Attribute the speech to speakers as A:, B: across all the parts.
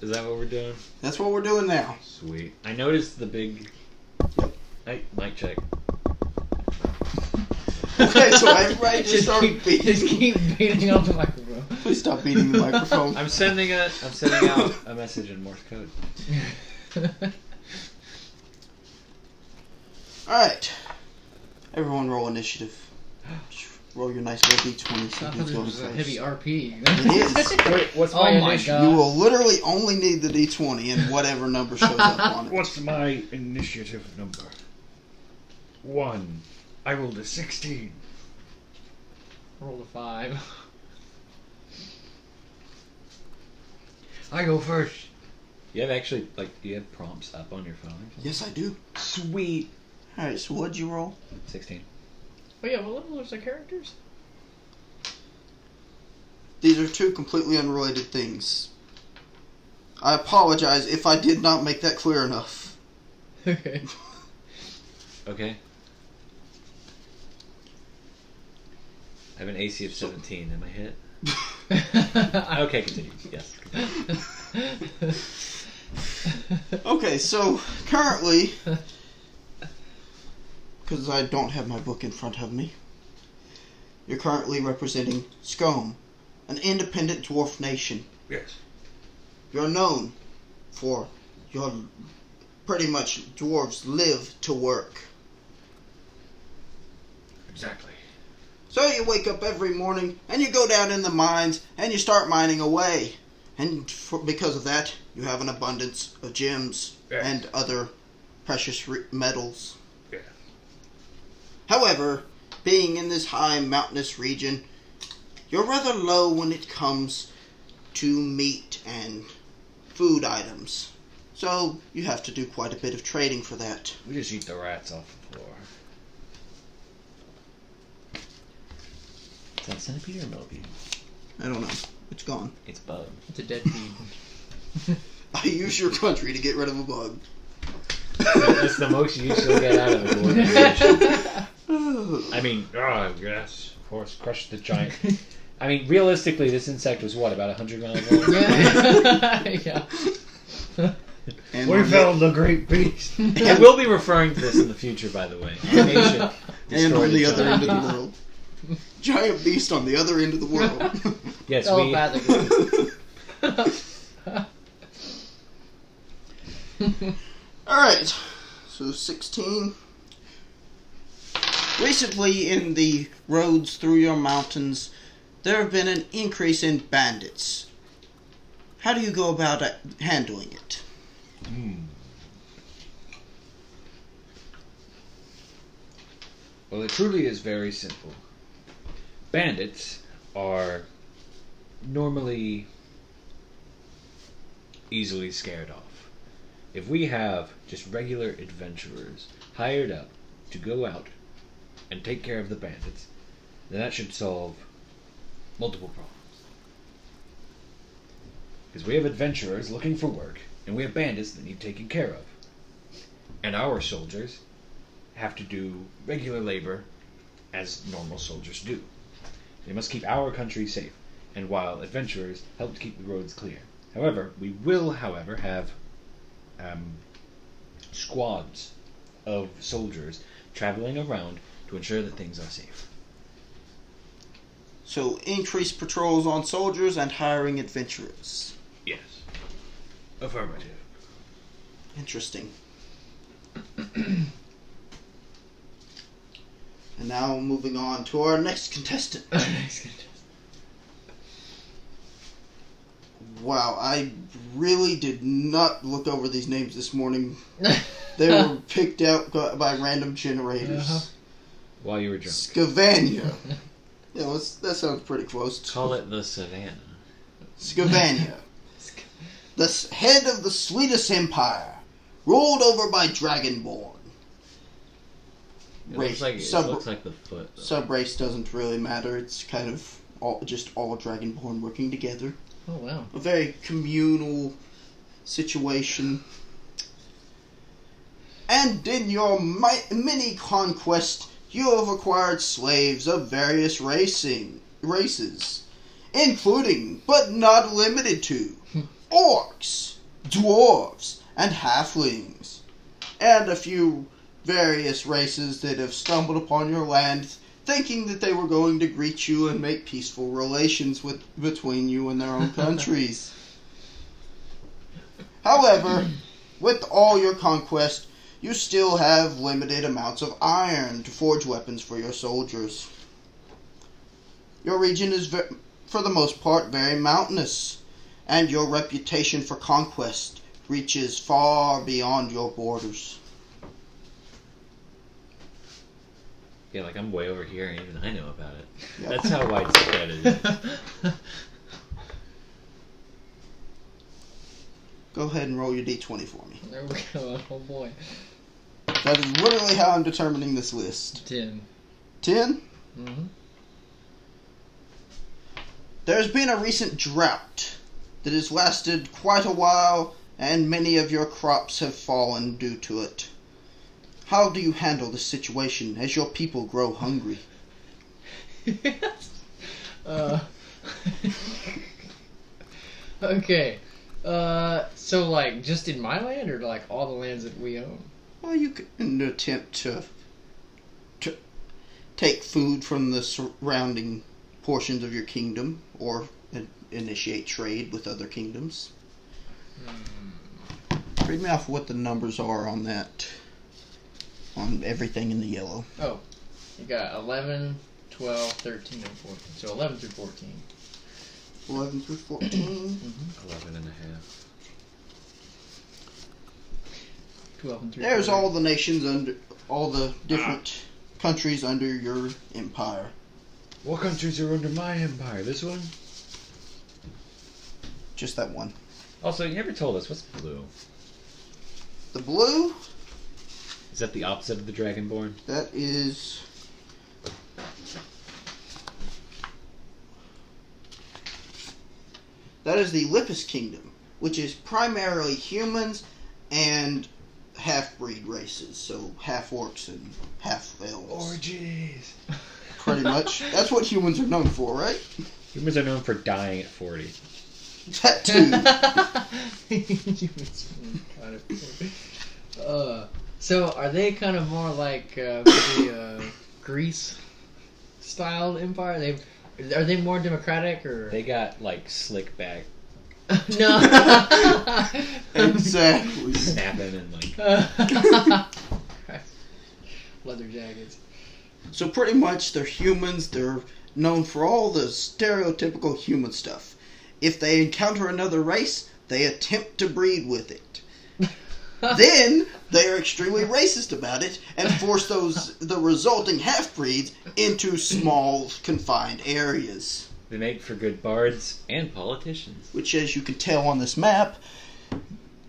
A: Is that what we're doing?
B: That's what we're doing now.
A: Sweet. I noticed the big. Hey, mic check.
B: Okay, so everybody just start
A: keep,
B: beating.
A: just keep beating on the microphone.
B: Please stop beating the microphone.
A: I'm sending a. I'm sending out a message in Morse code.
B: All right, everyone, roll initiative. Just roll your nice little d20. So
C: I
B: you
C: thought
B: can
C: this
B: throw
C: was a
B: dice.
C: heavy RP.
B: It is.
A: Wait, what's
C: Oh my
B: You
C: god.
B: will literally only need the d20 and whatever number shows up on it.
D: What's my initiative number? One. I rolled a 16.
C: Roll a five.
D: I go first.
A: You have actually like do you have prompts up on your phone?
B: Yes, I do.
D: Sweet.
B: All right, so what'd you roll?
A: Sixteen.
C: Oh yeah, what level is the characters?
B: These are two completely unrelated things. I apologize if I did not make that clear enough.
C: Okay.
A: Okay. I have an AC of seventeen. Am I hit? Okay, continue. Yes.
B: Okay, so currently, because I don't have my book in front of me, you're currently representing Scome, an independent dwarf nation.
D: Yes.
B: You're known for your pretty much dwarves live to work.
D: Exactly.
B: So you wake up every morning and you go down in the mines and you start mining away. And for, because of that, you have an abundance of gems
D: Yeah.
B: and other precious re- metals.
D: Yeah.
B: However, being in this high mountainous region, you're rather low when it comes to meat and food items. So you have to do quite a bit of trading for that.
A: We just eat the rats off the floor. Is that centipede or millipede?
B: I don't know. It's gone.
A: It's bug.
C: it's a dead feed.
B: I use your country to get rid of a bug.
A: That's the most you still get out of it. boy. I mean, oh,
D: Ah, yes. Of course, crush the giant.
A: I mean, realistically, this insect was what about hundred miles long?
C: yeah. yeah.
B: And
D: we
B: on that-
D: found the great beast.
A: I will be referring to this in the future, by the way. Animation.
B: and
A: destroyed
B: on the other
A: giant
B: end of the
A: beast.
B: world. Giant beast on the other end of the world.
A: Yes, we.
C: Telepathically.
B: Alright, so 16. Recently, in the roads through your mountains, there have been an increase in bandits. How do you go about uh, handling it?
A: Hmm. Well, it truly is very simple. Bandits are normally easily scared off. If we have just regular adventurers hired up to go out and take care of the bandits, then that should solve multiple problems. Because we have adventurers looking for work, and we have bandits that need taken care of. And our soldiers have to do regular labor as normal soldiers do. They must keep our country safe, and while adventurers help to keep the roads clear. However, we will, however, have um, squads of soldiers traveling around to ensure that things are safe.
B: So, increased patrols on soldiers and hiring adventurers.
D: Yes. Affirmative.
B: Interesting. and now, moving on to our next contestant.
C: Nice contest.
B: Wow, I really did not look over these names this morning. They were picked out go- by random
C: Uh-huh.
B: generators.
A: While you were drunk.
B: Scavania. Yeah, let's, that sounds pretty close.
A: Call it the savannah.
B: Scavania.
C: Sc-
B: the s- head of the Swedish Empire, ruled over by Dragonborn.
A: It
B: Race,
A: looks like, it
B: sub,
A: looks like the foot. though.
B: subrace doesn't really matter. It's kind of all, just all Dragonborn working together.
C: oh wow.
B: A very communal situation. And in your mi- mini conquest, you have acquired slaves of various racing races, including but not limited to orcs, dwarves, and halflings, and a few various races that have stumbled upon your land thinking that they were going to greet you and make peaceful relations with between you and their own countries. However, with all your conquest, you still have limited amounts of iron to forge weapons for your soldiers. Your region is, ve- for the most part, very mountainous, and your reputation for conquest reaches far beyond your borders.
A: Yeah, like I'm way over here, and even I know about it.
B: Yeah.
A: That's how widespread it is.
B: Go ahead and roll your d20 for me.
C: there we go. Oh boy.
B: That is literally how I'm determining this list.
C: 10
B: 10?
C: Mm-hmm.
B: There's been a recent drought that has lasted quite a while, and many of your crops have fallen due to it. How do you handle this situation as your people grow hungry?
C: uh, okay. Uh, so like just in my land or like all the lands that we own?
B: Well, you can attempt to, to take food from the surrounding portions of your kingdom or in- initiate trade with other kingdoms. Read me off what the numbers are on that, on everything in the yellow.
C: Oh, you got 11, 12, 13, and 14. So 11 through 14.
B: 11 through 14.
A: Eleven and a half.
C: 12 and 13.
B: There's all the nations under all the different countries under your empire.
A: What countries are under my empire? This one.
B: Just that one.
A: Also, you never told us what's blue.
B: The blue,
A: Is that the opposite of the dragonborn?
B: that is That is the Lipus kingdom, which is primarily humans and half-breed races, so half orcs and half elves.
A: Orgies.
B: Pretty much. That's what humans are known for, right?
A: Humans are known for dying at forty.
B: That too.
C: uh, so are they kind of more like uh, maybe, uh, Greece style empire? they are they more democratic or
A: They got like slick back
C: no?
B: exactly.
A: snapping and like
C: Christ. Leather jackets.
B: So pretty much they're humans. They're known for all the stereotypical human stuff. If they encounter another race, they attempt to breed with it. then they are extremely racist about it and force those the resulting half breeds into small confined areas.
A: they make for good bards and politicians.
B: Which, as you can tell on this map,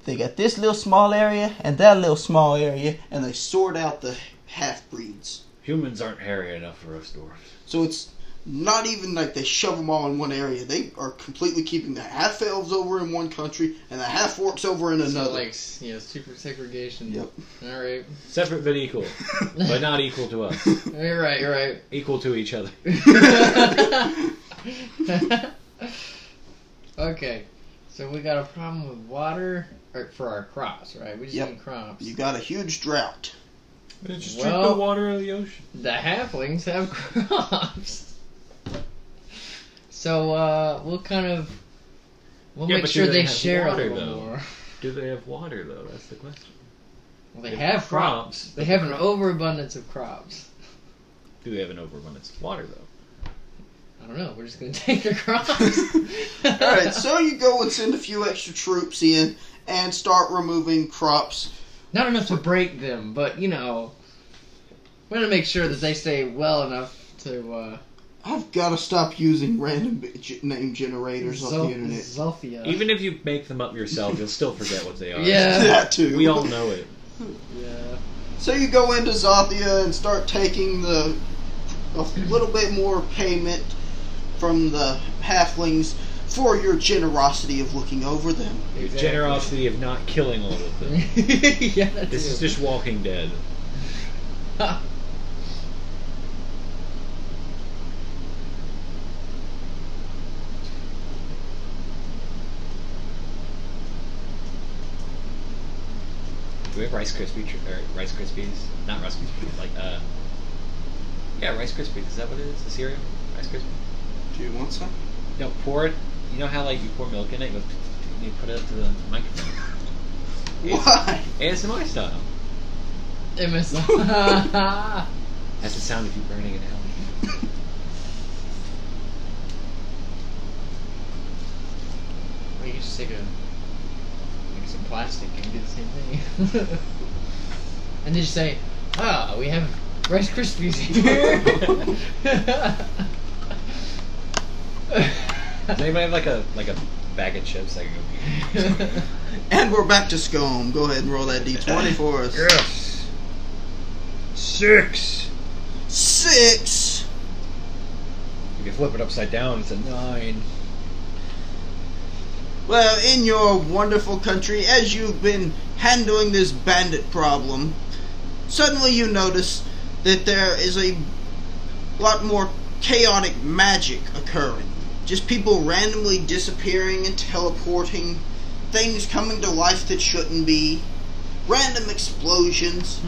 B: they got this little small area and that little small area, and they sort out the half breeds.
A: Humans aren't hairy enough for us dwarfs.
B: So it's not even like they shove them all in one area. They are completely keeping the half elves over in one country and the half orcs over in
C: So
B: another.
C: like s- yeah, super segregation.
B: Yep.
C: All right.
A: Separate but equal, but not equal to us.
C: You're right. You're right.
A: Equal to each other.
C: okay, so we got a problem with water or for our crops, right? We just
B: Yep.
C: need crops.
B: you got a huge drought.
A: just
C: drink Well- the
A: water of the ocean.
C: The halflings have crops. So uh, we'll kind of we'll
A: Yeah,
C: make
A: but do
C: sure
A: they
C: they
A: have
C: share
A: water,
C: a little
A: though?
C: more.
A: Do they have water though? That's the question.
C: Well, they
A: They
C: have
A: have crops,
C: crops.
A: but
C: They
A: the
C: have an
A: crop-
C: overabundance of crops.
A: Do they have an overabundance of water though?
C: I don't know. We're just gonna take their crops.
B: Alright, so you go and send a few extra troops in and start removing crops.
C: Not enough to break them, but you know, we're gonna make sure that they stay well enough to. Uh,
B: I've got to stop using random b- g- name generators
C: Zul-
B: off the internet.
C: Zulfia.
A: Even if you make them up yourself, you'll still forget what they are.
C: Uh, Yeah.
B: that too.
A: We all know it.
C: yeah.
B: So you go into Zothia and start taking the a little bit more payment from the halflings for your generosity of looking over them.
A: Your generosity of not killing all of them.
C: yeah.
A: This is just Walking Dead. Do we have Rice Krispie tr- or Rice Krispies? Not Rice Krispies. Like uh, yeah, Rice Krispies. Is that what it is? The cereal, Rice Krispies.
B: Do you want some?
A: No, pour it. You know how like you pour milk in it, you, go and you put it up to the microphone.
B: Why?
A: ASMR style.
C: MS.
A: That's the sound of you burning it out.
C: you just take a make some plastic and do the same thing. and then just say, ah, we have Rice Krispies here.
A: Does anybody have like a like a bag of chips? I can go.
B: And we're back to Scone. Go ahead and roll that d20 for us.
D: Yes. Six.
B: Six.
A: if you flip it upside down, it's a nine.
B: Well, in your wonderful country, as you've been handling this bandit problem, suddenly you notice that there is a lot more chaotic magic occurring. Just people randomly disappearing and teleporting, things coming to life that shouldn't be, random explosions.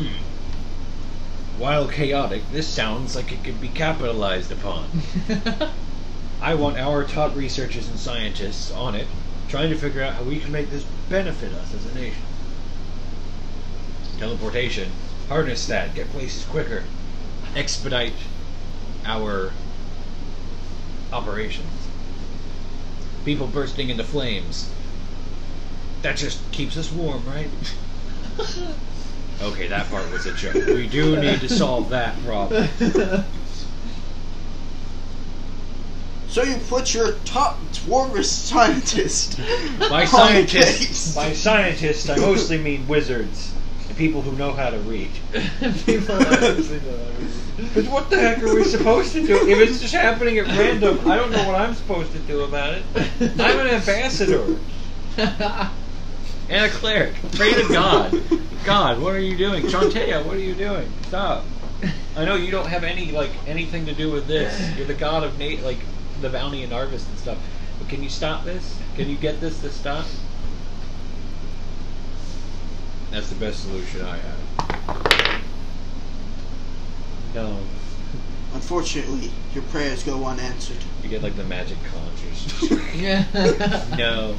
A: While Hmm. chaotic, this sounds like it could be capitalized upon. I want our top researchers and scientists on it, trying to figure out how we can make this benefit us as a nation. Teleportation, harness that, get places quicker, expedite our operations. People bursting into flames. That just keeps us warm, right? okay, that part was a joke. We do need to solve that problem.
B: So you put your top dwarf scientist.
A: By
B: on
A: scientists,
B: the
A: by
B: case.
A: scientists, I mostly mean wizards and people who know how to read.
C: People obviously know that reason.
A: But what the heck are we supposed to do? If it's just happening at random, I don't know what I'm supposed to do about it. I'm an ambassador and a cleric. Pray to God. God, what are you doing? Chantea, what are you doing? Stop. I know you don't have any like anything to do with this. You're the god of Nate, like the bounty and harvest and stuff. But can you stop this? Can you get this to stop? That's the best solution I have. No,
B: Unfortunately, your prayers go unanswered.
A: you get like the magic conjures.
C: yeah.
A: no.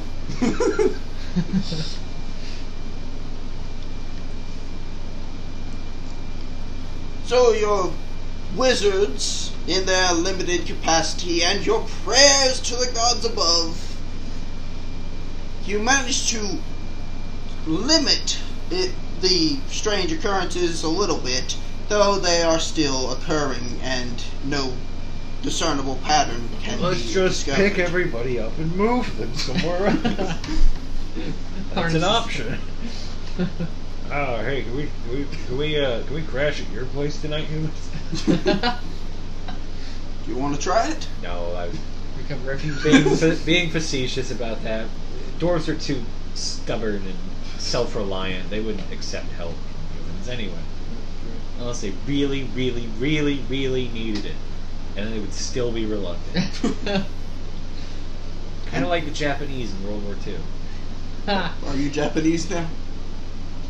B: so your wizards, in their limited capacity, and your prayers to the gods above, you manage to limit it, the strange occurrences a little bit, though they are still occurring and no discernible pattern can be
D: Let's just
B: discovered.
D: pick everybody up and move them somewhere else.
A: That's an option. Oh, hey, can we can we can we, uh, can we crash at your place tonight, humans?
B: You want to try it?
A: No, I was
C: Become
A: being,
C: refugees.
A: fa- being facetious about that. Dwarves are too stubborn and self-reliant. They wouldn't accept help from humans anyway, unless they really, really, really, really needed it, and then they would still be reluctant. kind of like the Japanese in World War II.
B: Are you Japanese now?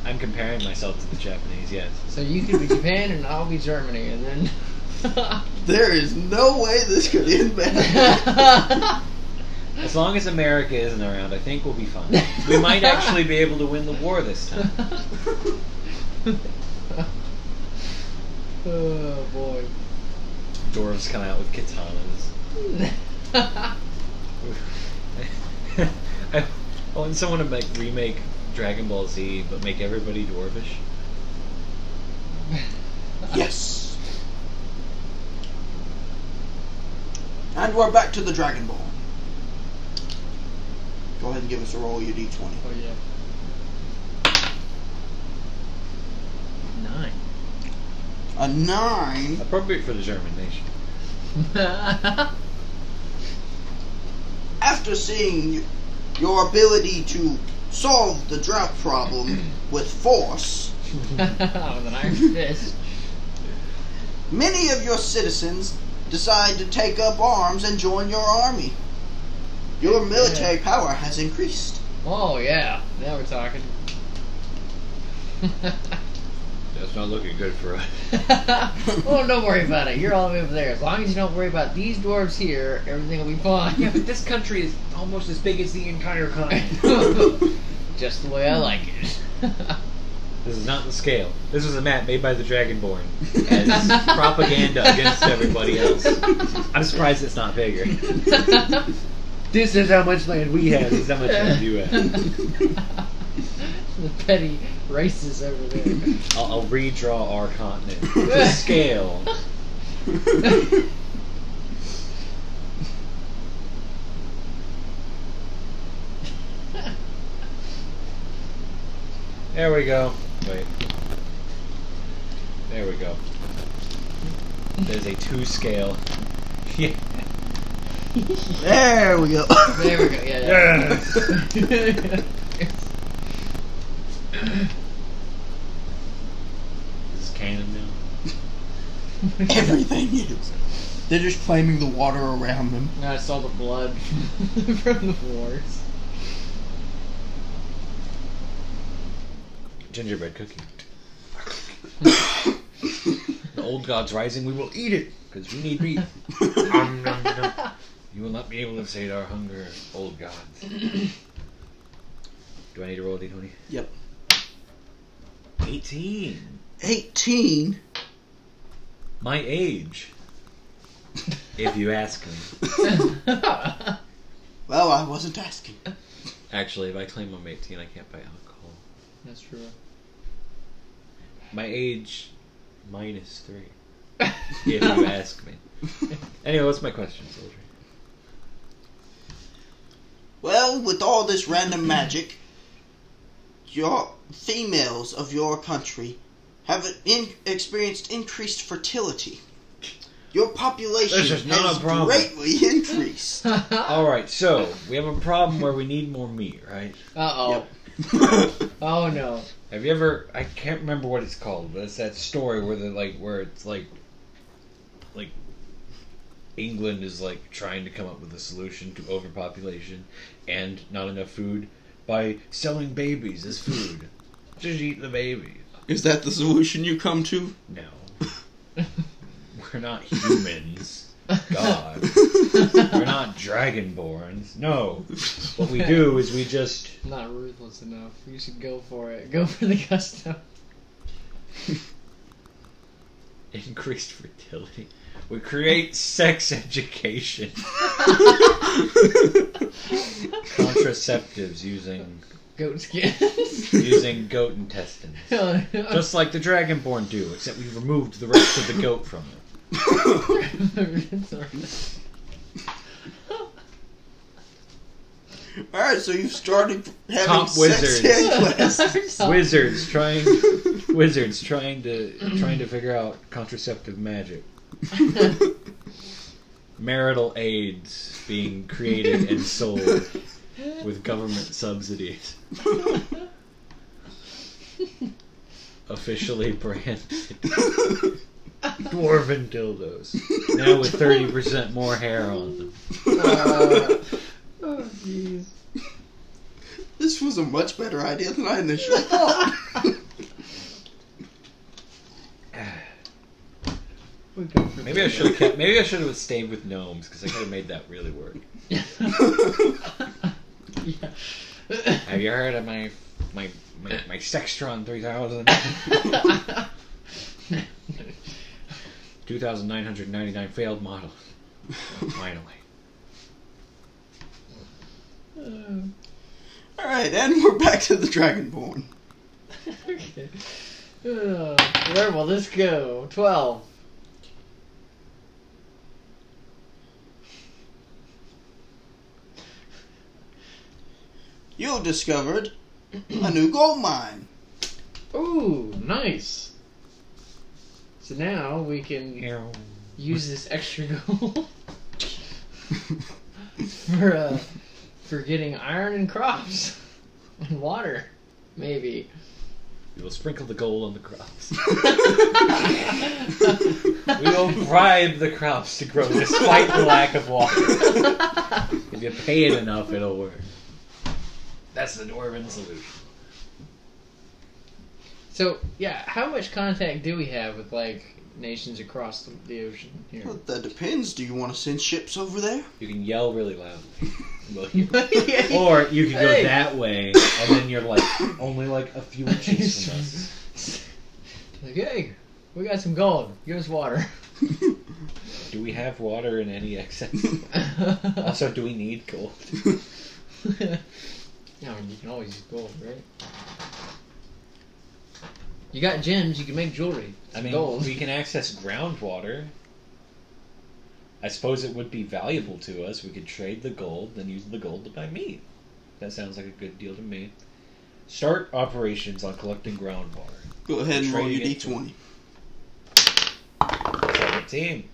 A: I'm comparing myself to the Japanese. Yes.
C: so you could be Japan and I'll be Germany, and then.
B: There is no way this could end bad.
A: As long as America isn't around, I think we'll be fine. We might actually be able to win the war this time.
C: oh boy.
A: Dwarves come out with katanas. I, I want someone to make remake Dragon Ball Z, but make everybody dwarvish.
B: yes. And we're back to the Dragon Ball. Go ahead and give us a roll, your d20.
C: Oh yeah.
B: A 9.
A: Appropriate for the German nation.
C: Nine.
B: After seeing your ability to solve the drought problem with force,
C: With an iron fist.
B: many of your citizens decide to take up arms and join your army. Your military power has increased.
C: Oh yeah. Now we're talking.
A: That's not looking good for us.
C: oh, don't worry about it. You're all the way over there. As long as you don't worry about these dwarves here, everything will be
A: Yeah,
C: fine.
A: but this country is almost as big as the entire continent.
C: Just the way I like it.
A: This is not the scale. This was a map made by the Dragonborn as propaganda against everybody else. I'm surprised it's not bigger. This is how much land we have. This is how much land you have.
C: the petty races over there.
A: I'll, I'll redraw our continent to scale. There we go. Wait. There we go. There's a two scale. Yeah.
B: there we go.
C: There we go. Yeah. yeah.
A: This is canon now.
B: Everything is. They're just claiming the water around them.
C: no, I saw the blood from the wars.
A: Gingerbread cookie. the old god's rising. We will eat it because we need meat. Nom, nom, nom. You will not be able to sate our hunger, old gods. Do I need to roll a d20?
B: Yep.
A: 18.
B: 18.
A: My age. if you ask me.
B: Well, I wasn't asking.
A: Actually, if I claim I'm 18, I can't buy alcohol.
C: That's true.
A: My age minus 3. if you ask me. Anyway, what's my question, soldier?
B: Well, with all this random magic, your females of your country have in- experienced increased fertility. Your population
A: This is not
B: has
A: a problem.
B: greatly increased.
C: uh
A: Alright, so we have a problem where we need more meat, right?
C: oh.
B: Yep.
C: Oh no.
A: Have you ever? I can't remember what it's called, but it's that story where the like where it's like, like England is like trying to come up with a solution to overpopulation and not enough food by selling babies as food. Just eat the baby.
B: is that the solution you come to?
A: No, we're not humans. God, we're not dragonborns. No, what we do is we just
C: Not ruthless enough. You should go for it. Go for the custom.
A: increased fertility. We create sex education. contraceptives using
C: Goat skins.
A: using goat intestines, just like the dragonborn do, except we removed the rest of the goat from them.
B: Alright, so you've started having
A: Top
B: sex
A: wizards.
B: hand quests.
C: Oh.
A: Wizards trying, wizards trying to trying to figure out contraceptive magic. Marital aids being created and sold with government subsidies. Officially branded dwarven dildos. Now with thirty percent more hair on them.
B: Uh,
C: oh jeez.
B: This was a much better idea than I initially thought.
C: We go for
A: Maybe I should have kept. Maybe I should have stayed with gnomes because I could have made that really work.
C: Yeah.
A: Have you heard of my my my, my Sextron 3000? 2,999 failed model. Finally.
B: Alright, and we're back to the Dragonborn.
C: okay. Uh, where will this go? Twelve.
B: You've discovered a new gold mine.
C: Ooh, nice. So now we can use this extra gold for uh, for getting iron and crops and water, maybe.
A: We will sprinkle the gold on the crops. we will bribe the crops to grow despite the lack of water. If you pay it enough, it'll work. That's the Dwarven solution.
C: So yeah, how much contact do we have with like nations across the, the ocean here?
B: Well, that depends. Do you want to send ships over there?
A: You can yell really loudly. Will you?
C: Yeah.
A: Or you can go
C: Hey.
A: that way, and then you're like only like a few inches from us.
C: Like, hey, we got some gold. Give us water.
A: Do we have water in any excess?
C: no,
A: also, do we need gold?
C: you can always use gold, right? You got gems. You can make jewelry. It's
A: I mean,
C: gold.
A: we can access groundwater. I suppose it would be valuable to us. We could trade the gold, then use the gold to buy meat. That sounds like a good deal to me. Start operations on collecting groundwater.
B: Go ahead and roll your
A: Trading it
B: d20.
A: Seventeen.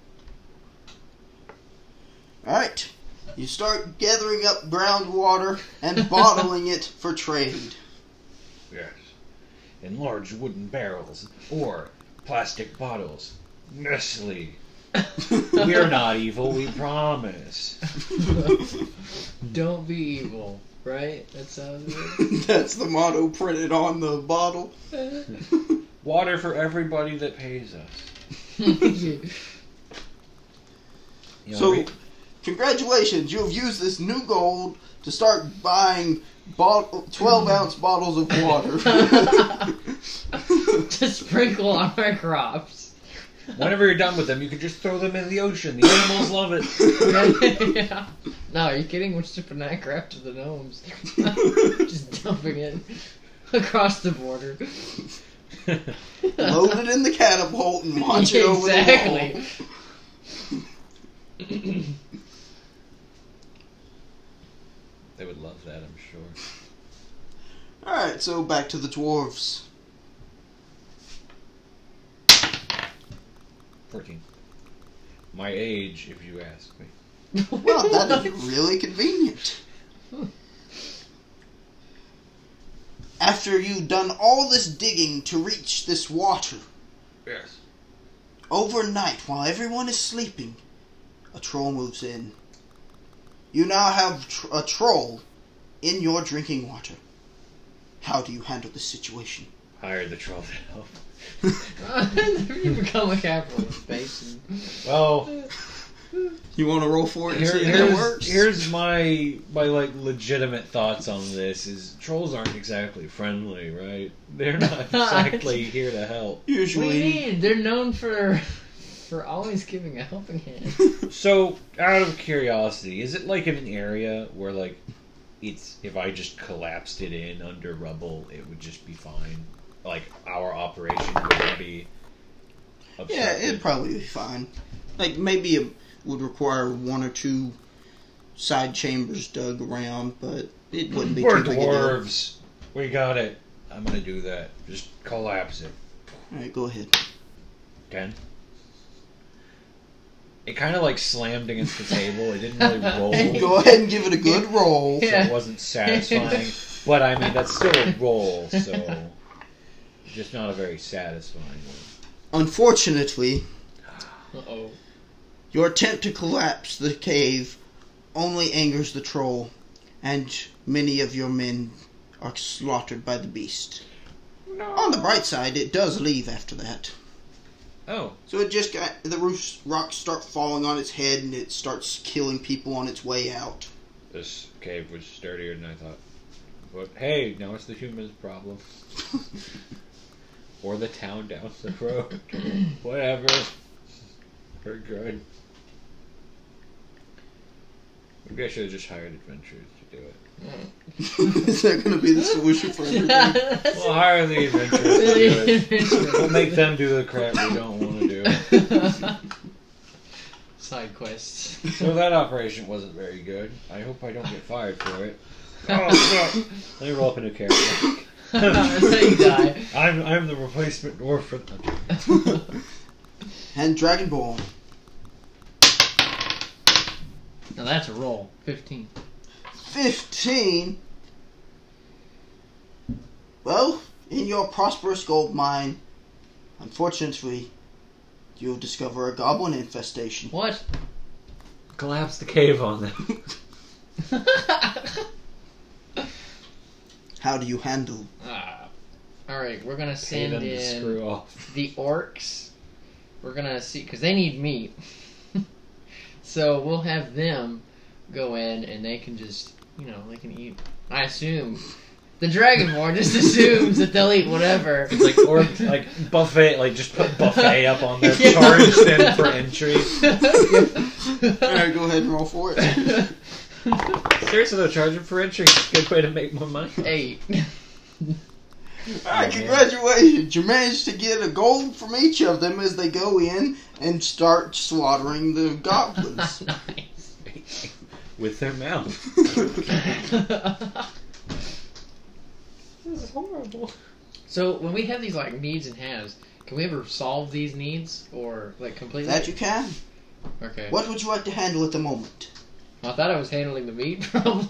B: Alright. You start gathering up groundwater and bottling it for trade.
A: Yes. In large wooden barrels or plastic bottles. Nestle. We're not evil. We promise.
C: Don't be evil, right? That sounds good.
B: That's the motto printed on the bottle.
A: Water for everybody that pays us. You know,
B: So,
A: we-
B: congratulations, you have used this new gold to start buying bottle, 12 ounce bottles of water.
C: to sprinkle on our crops.
A: whenever you're done with them, you can just throw them in the ocean. The animals love it.
C: yeah. No, are you kidding? We're shipping that crap to the gnomes. Just dumping it across the border.
B: Load it in the catapult and launch it over the
C: exactly.
B: wall.
A: they would love that, I'm sure.
B: Alright, so back to the dwarves.
A: 14. My age, if you ask me.
B: Well, that is really convenient. After you've done all this digging to reach this water,
A: Yes.
B: Overnight, while everyone is sleeping, a troll moves in. You now have tr- a troll in your drinking water. How do you handle this situation?
A: Hire the troll to help.
C: you become a capitalist, Mason.
A: Well,
B: You want to roll for it
A: here- here's, here's my my like legitimate thoughts on this: is trolls aren't exactly friendly, right? They're not exactly here to help.
C: What do you
B: Usually,
C: mean? They're known for for always giving a helping hand.
A: So, out of curiosity, is it like in an area where like it's if I just collapsed it in under rubble, it would just be fine? Like our operation would be.
B: yeah,
A: obstructed?
B: it'd probably be fine. Like maybe it would require one or two side chambers dug around, but it wouldn't be
A: We're
B: too big a deal.
A: dwarves. We got it. I'm gonna do that. Just collapse it.
B: All right, go ahead.
A: Ten. It kind of like slammed against the table. It didn't really roll. so
B: Go ahead and give it a good roll.
C: Yeah.
A: It wasn't satisfying. But I mean, that's still a roll, so just not a very satisfying one.
B: Unfortunately,
C: Uh oh.
B: Your attempt to collapse the cave only angers the troll, and many of your men are slaughtered by the beast. On the bright side, it does leave after that.
A: Oh,
B: So it just got the roof rocks start falling on its head, and it starts killing people on its way out.
A: this cave was sturdier than I thought. But hey, now it's the humans' problem. or the town down the road. Whatever. We're good. Maybe I should have just hired adventurers to do it.
B: Is that going to be the solution for everything?
A: We'll hire the adventurers to do it. We'll make them do the crap we don't want to do.
C: Side quests.
A: So that operation wasn't very good. I hope I don't get fired for it.
D: Oh,
A: Let me roll up a new character.
C: That's how you die.
A: I'm I'm the replacement dwarf for the
B: And Dragon Ball.
C: Now that's a roll. Fifteen.
B: 15. Well, in your prosperous gold mine, unfortunately, you'll discover a goblin infestation.
C: What?
A: collapse the cave on them.
C: ah,
B: How do you handle
C: I Alright, Ah. we're gonna
A: Pay
C: send
A: them to
C: in
A: screw off.
C: the orcs. We're gonna see because they need meat, so we'll have them go in and they can just you know they can eat. I assume the dragonborn just assumes that they'll eat whatever.
A: It's like or like buffet, like just put buffet up on their
C: Yeah.
A: charge them for entry.
B: Alright, go ahead and roll for it.
A: Seriously, though, charge them for entry. Good way to make more money.
C: Eight.
B: Alright,
A: Yeah.
B: congratulations. You managed to get a gold from each of them as they go in and start slaughtering the goblins.
C: nice.
A: with their mouth. This is horrible.
C: so when we have these like needs and haves, can we ever solve these needs or like completely?
B: that you can.
C: okay.
B: What would you like to handle at the moment?
C: I thought I was handling the meat problem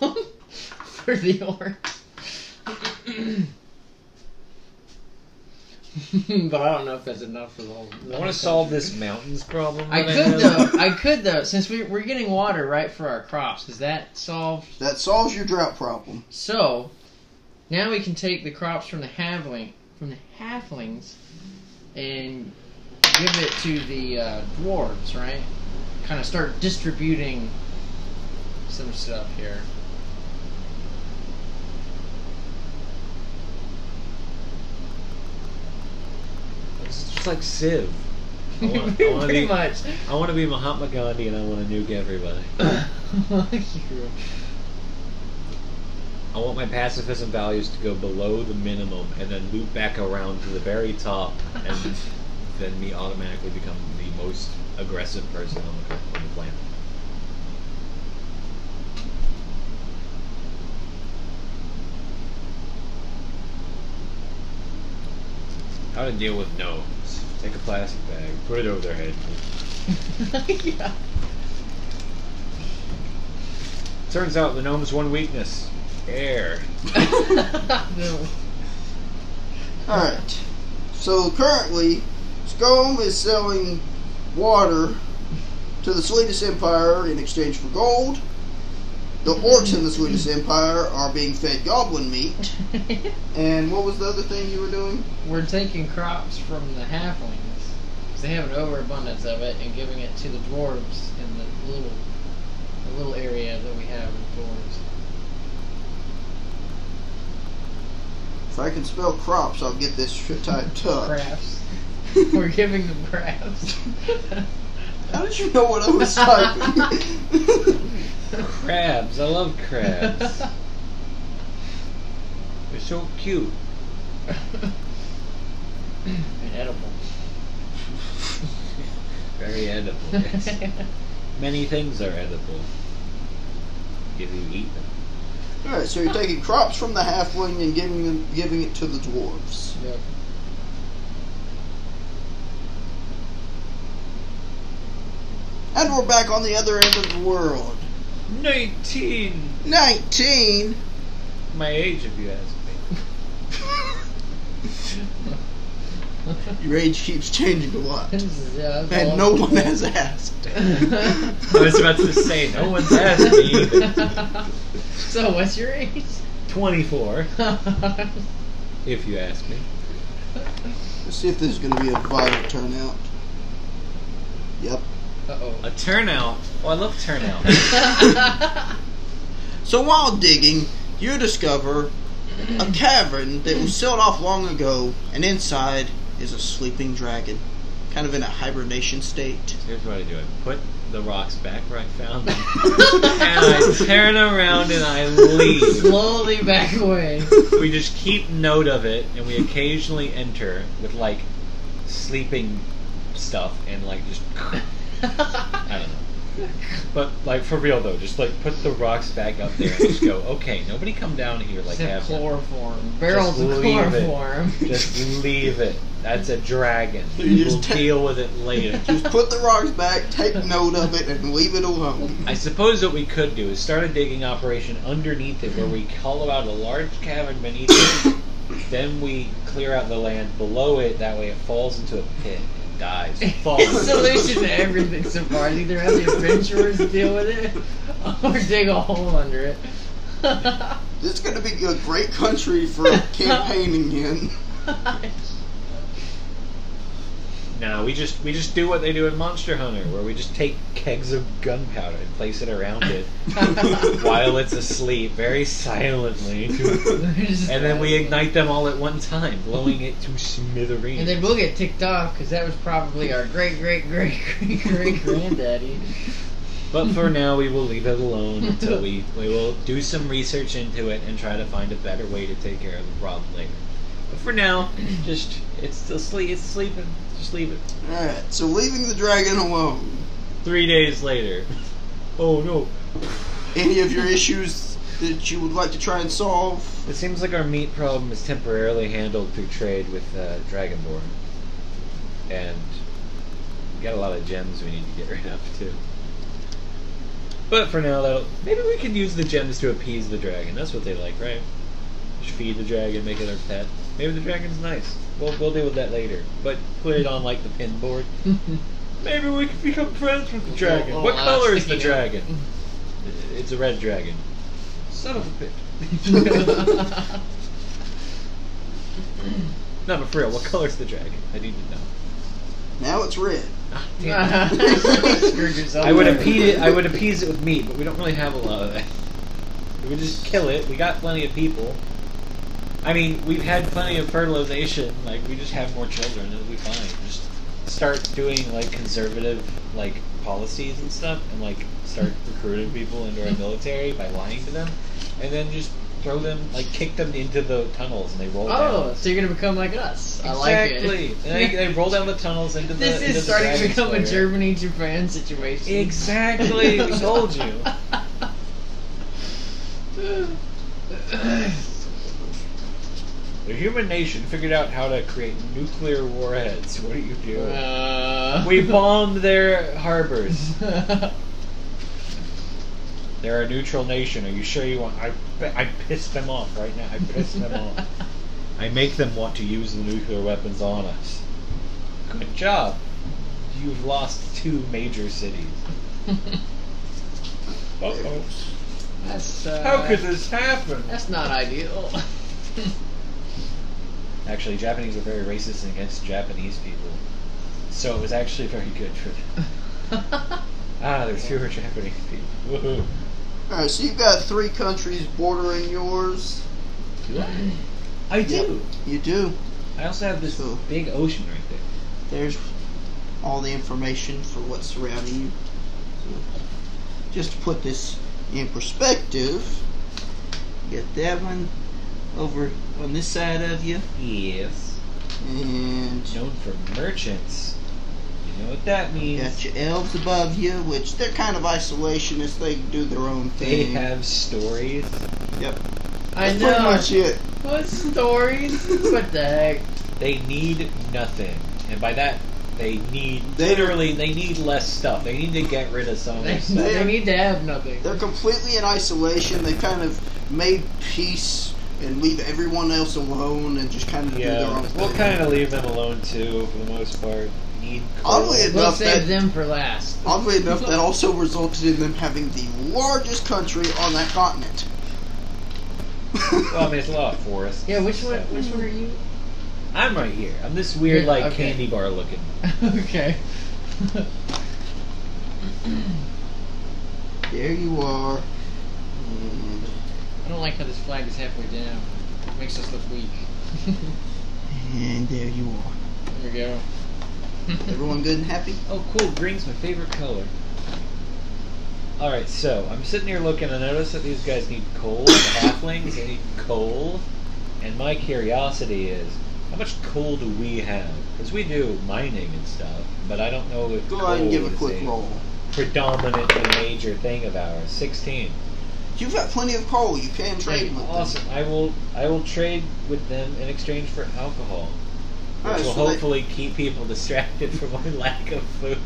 C: for the orcs. but I don't know if that's enough for the whole.
A: I want to solve this mountains problem.
C: I
A: that
C: could
A: have.
C: though. I could though. Since we, we're getting water right for our crops, is that solved?
B: That solves your drought problem.
C: So now we can take the crops from the halfling from the halflings and give it to the uh, dwarves, right? Kind of start distributing some stuff here.
A: It's just like Civ. I wanna- I wanna
C: Pretty
A: be-
C: much.
A: I want to be Mahatma Gandhi and I want to nuke everybody. I want my pacifism values to go below the minimum and then loop back around to the very top and then me automatically become the most aggressive person on the, on the planet. How to deal with no. Take a plastic bag, put it over their head.
C: yeah.
A: Turns out the gnome's one weakness air.
C: No.
B: Alright. So currently, Scome is selling water to the Salinas Empire in exchange for gold. The orcs in the Salinas Empire are being fed goblin meat. And what was the other thing you were doing?
C: We're taking crops from the halflings because they have an overabundance of it and giving it to the dwarves in the little the little area that we have with dwarves.
B: If I can spell crops, I'll get this shit typed up.
C: Crafts. We're giving them crafts.
B: How did you know what I was typing?
A: Crabs, I love crabs. They're so cute.
C: And edible.
A: Very edible. yes. Many things are edible if you eat them.
B: Alright, so you're taking crops from the halfling and giving them, giving it to the dwarves.
C: Yep.
B: And we're back on the other end of the world.
A: 19!
B: 19.
A: My age, if you ask me.
B: Your age keeps changing a lot.
C: This is- uh, yeah, that's all-
B: And no one has asked.
A: I was about to say, no one's asked me either.
C: so what's your age?
A: 24, if you ask me.
B: Let's see if there's going to be a vital turnout. Yep.
C: Uh-oh.
A: A turnout. Oh, I love turnout.
B: So while digging, you discover a cavern that was sealed off long ago, and inside is a sleeping dragon. Kind of in a hibernation state.
A: Here's what I do I put the rocks back where I found them, and I turn around and I leave.
C: Slowly back away.
A: We just keep note of it, and we occasionally enter with like sleeping stuff and like just. I don't know. But like for real though, just like put the rocks back up there and just go. Okay, nobody come down here like
C: Just have
A: have
C: chloroform. Barrels of
A: leave it.
C: chloroform.
A: Just leave it. That's a dragon.
B: So you just
A: we'll
B: ta-
A: deal with it later.
B: Just put the rocks back, take note of it, and leave it alone.
A: I suppose what we could do is start a digging operation underneath it where we hollow out a large cavern beneath it, then we clear out the land below it, that way it falls into a pit and dies.
C: It's
A: Falls.
C: solution to everything so far. is Either have the adventurers deal with it or dig a hole under it.
B: This is going to be a great country for campaigning in.
C: gosh.
A: No, we just we just do what they do in Monster Hunter, where we just take kegs of gunpowder and place it around it while it's asleep, very silently, and then we ignite them all at one time, blowing it to smithereens.
C: And then we'll get ticked off because that was probably our great, great, great, great, great granddaddy.
A: But for now, we will leave it alone until we, we will do some research into it and try to find a better way to take care of the problem later. But for now, just it's asleep. It's sleeping. Just leave it.
B: Alright, so leaving the dragon alone.
A: Three days later. Oh no!
B: Any of your issues that you would like to try and solve?
A: It seems like our meat problem is temporarily handled through trade with uh, Dragonborn, and we got a lot of gems we need to get rid of too. But for now, that'll maybe we could use the gems to appease the dragon. That's what they like, right? Just feed the dragon, make it their pet. Maybe the dragon's nice. We'll we'll deal with that later. But put it on like the pin board. Maybe we can become friends with the dragon.
C: Little,
A: what
C: uh,
A: color is the
C: sticky note.
A: dragon? It's a red dragon. Son of a bitch. No, but for real, what color's the dragon? I need to know.
B: Now it's red.
A: Ah, damn it.
C: Screwed yourself
A: I would
C: over.
A: appease it. I would appease it with meat, but we don't really have a lot of that. We would just kill it. We got plenty of people. I mean, we've had plenty of fertilization. Like, we just have more children. It'll be fine. Just start doing like conservative like policies and stuff, and like start recruiting people into our military by lying to them, and then just throw them like kick them into the tunnels and they roll down.
C: Oh, so you're gonna become like us. I like
A: Exactly.
C: it.
A: And they, they roll down the tunnels into the.
C: this
A: into
C: is
A: the
C: starting to
A: dragon
C: become a
A: slayer.
C: Germany Japan situation.
A: Exactly. we told you. The human nation figured out how to create nuclear warheads. What do you do?
C: Uh,
A: we bombed their harbors.
C: That's
A: They're a neutral nation. Are you sure you want? I I pissed them off right now. I pissed them off. I make them want to use the nuclear weapons on us. Good job. You've lost two major cities. Uh-oh.
C: uh,
A: How could this happen?
C: That's not ideal.
A: Actually, Japanese are very racist and against Japanese people. So it was actually very good for them. Ah, there's fewer Japanese people. Woohoo.
B: Alright, so you've got three countries bordering yours.
A: I
B: do. You do.
A: I also have this
B: So-
A: big ocean right there.
B: There's all the information for what's surrounding you. So, just to put this in perspective, you get that one over on this side of you,
A: Yes.
B: and
A: Known for merchants. You know what that
B: you
A: means.
B: got your elves above you, which they're kind of isolationist. They do their own
A: They
B: thing.
A: have stories.
C: I
B: That's pretty
C: know.
B: much it.
C: What stories? what the heck?
A: They need nothing. And by that, they need
B: They-
A: literally they need less stuff. They need to get rid of some of
C: They,
A: their stuff.
C: they need to have nothing.
B: They're completely in isolation. They kind of made peace and leave everyone else alone and just kind of do their
A: Yeah,
B: own
A: we'll
B: thing.
A: kind of leave them alone too, for the most part. Need
B: Oddly
A: coal.
C: We'll
B: enough,
C: save
B: that,
C: them for last.
B: oddly enough, that also resulted in them having the largest country on that continent.
A: Well, I mean, it's a lot of forest.
C: Yeah, which one?
A: so-
C: Which one are you?
A: I'm right here. I'm this weird,
C: Yeah,
A: like
C: okay.
A: candy bar looking.
C: okay.
B: there you are. And
C: I don't like how this flag is halfway down. It makes us look weak.
B: and there you are.
C: there we go.
B: Everyone good and happy?
A: Oh, cool. Green's my favorite color. Alright, so I'm sitting here looking and I notice that these guys need coal. The halflings, they need coal. And my curiosity is, how much coal do we have? Because we do mining and stuff, but I don't know if
B: Go
A: coal
B: ahead and give a
A: is
B: quick roll.
A: predominantly major thing of ours. 16.
B: You've got plenty of coal. You can trade with
A: awesome. I will I will trade with them in exchange for alcohol.
B: them.
A: Which
B: Alright,
A: will
B: so they-
A: hopefully keep people distracted from my lack of food.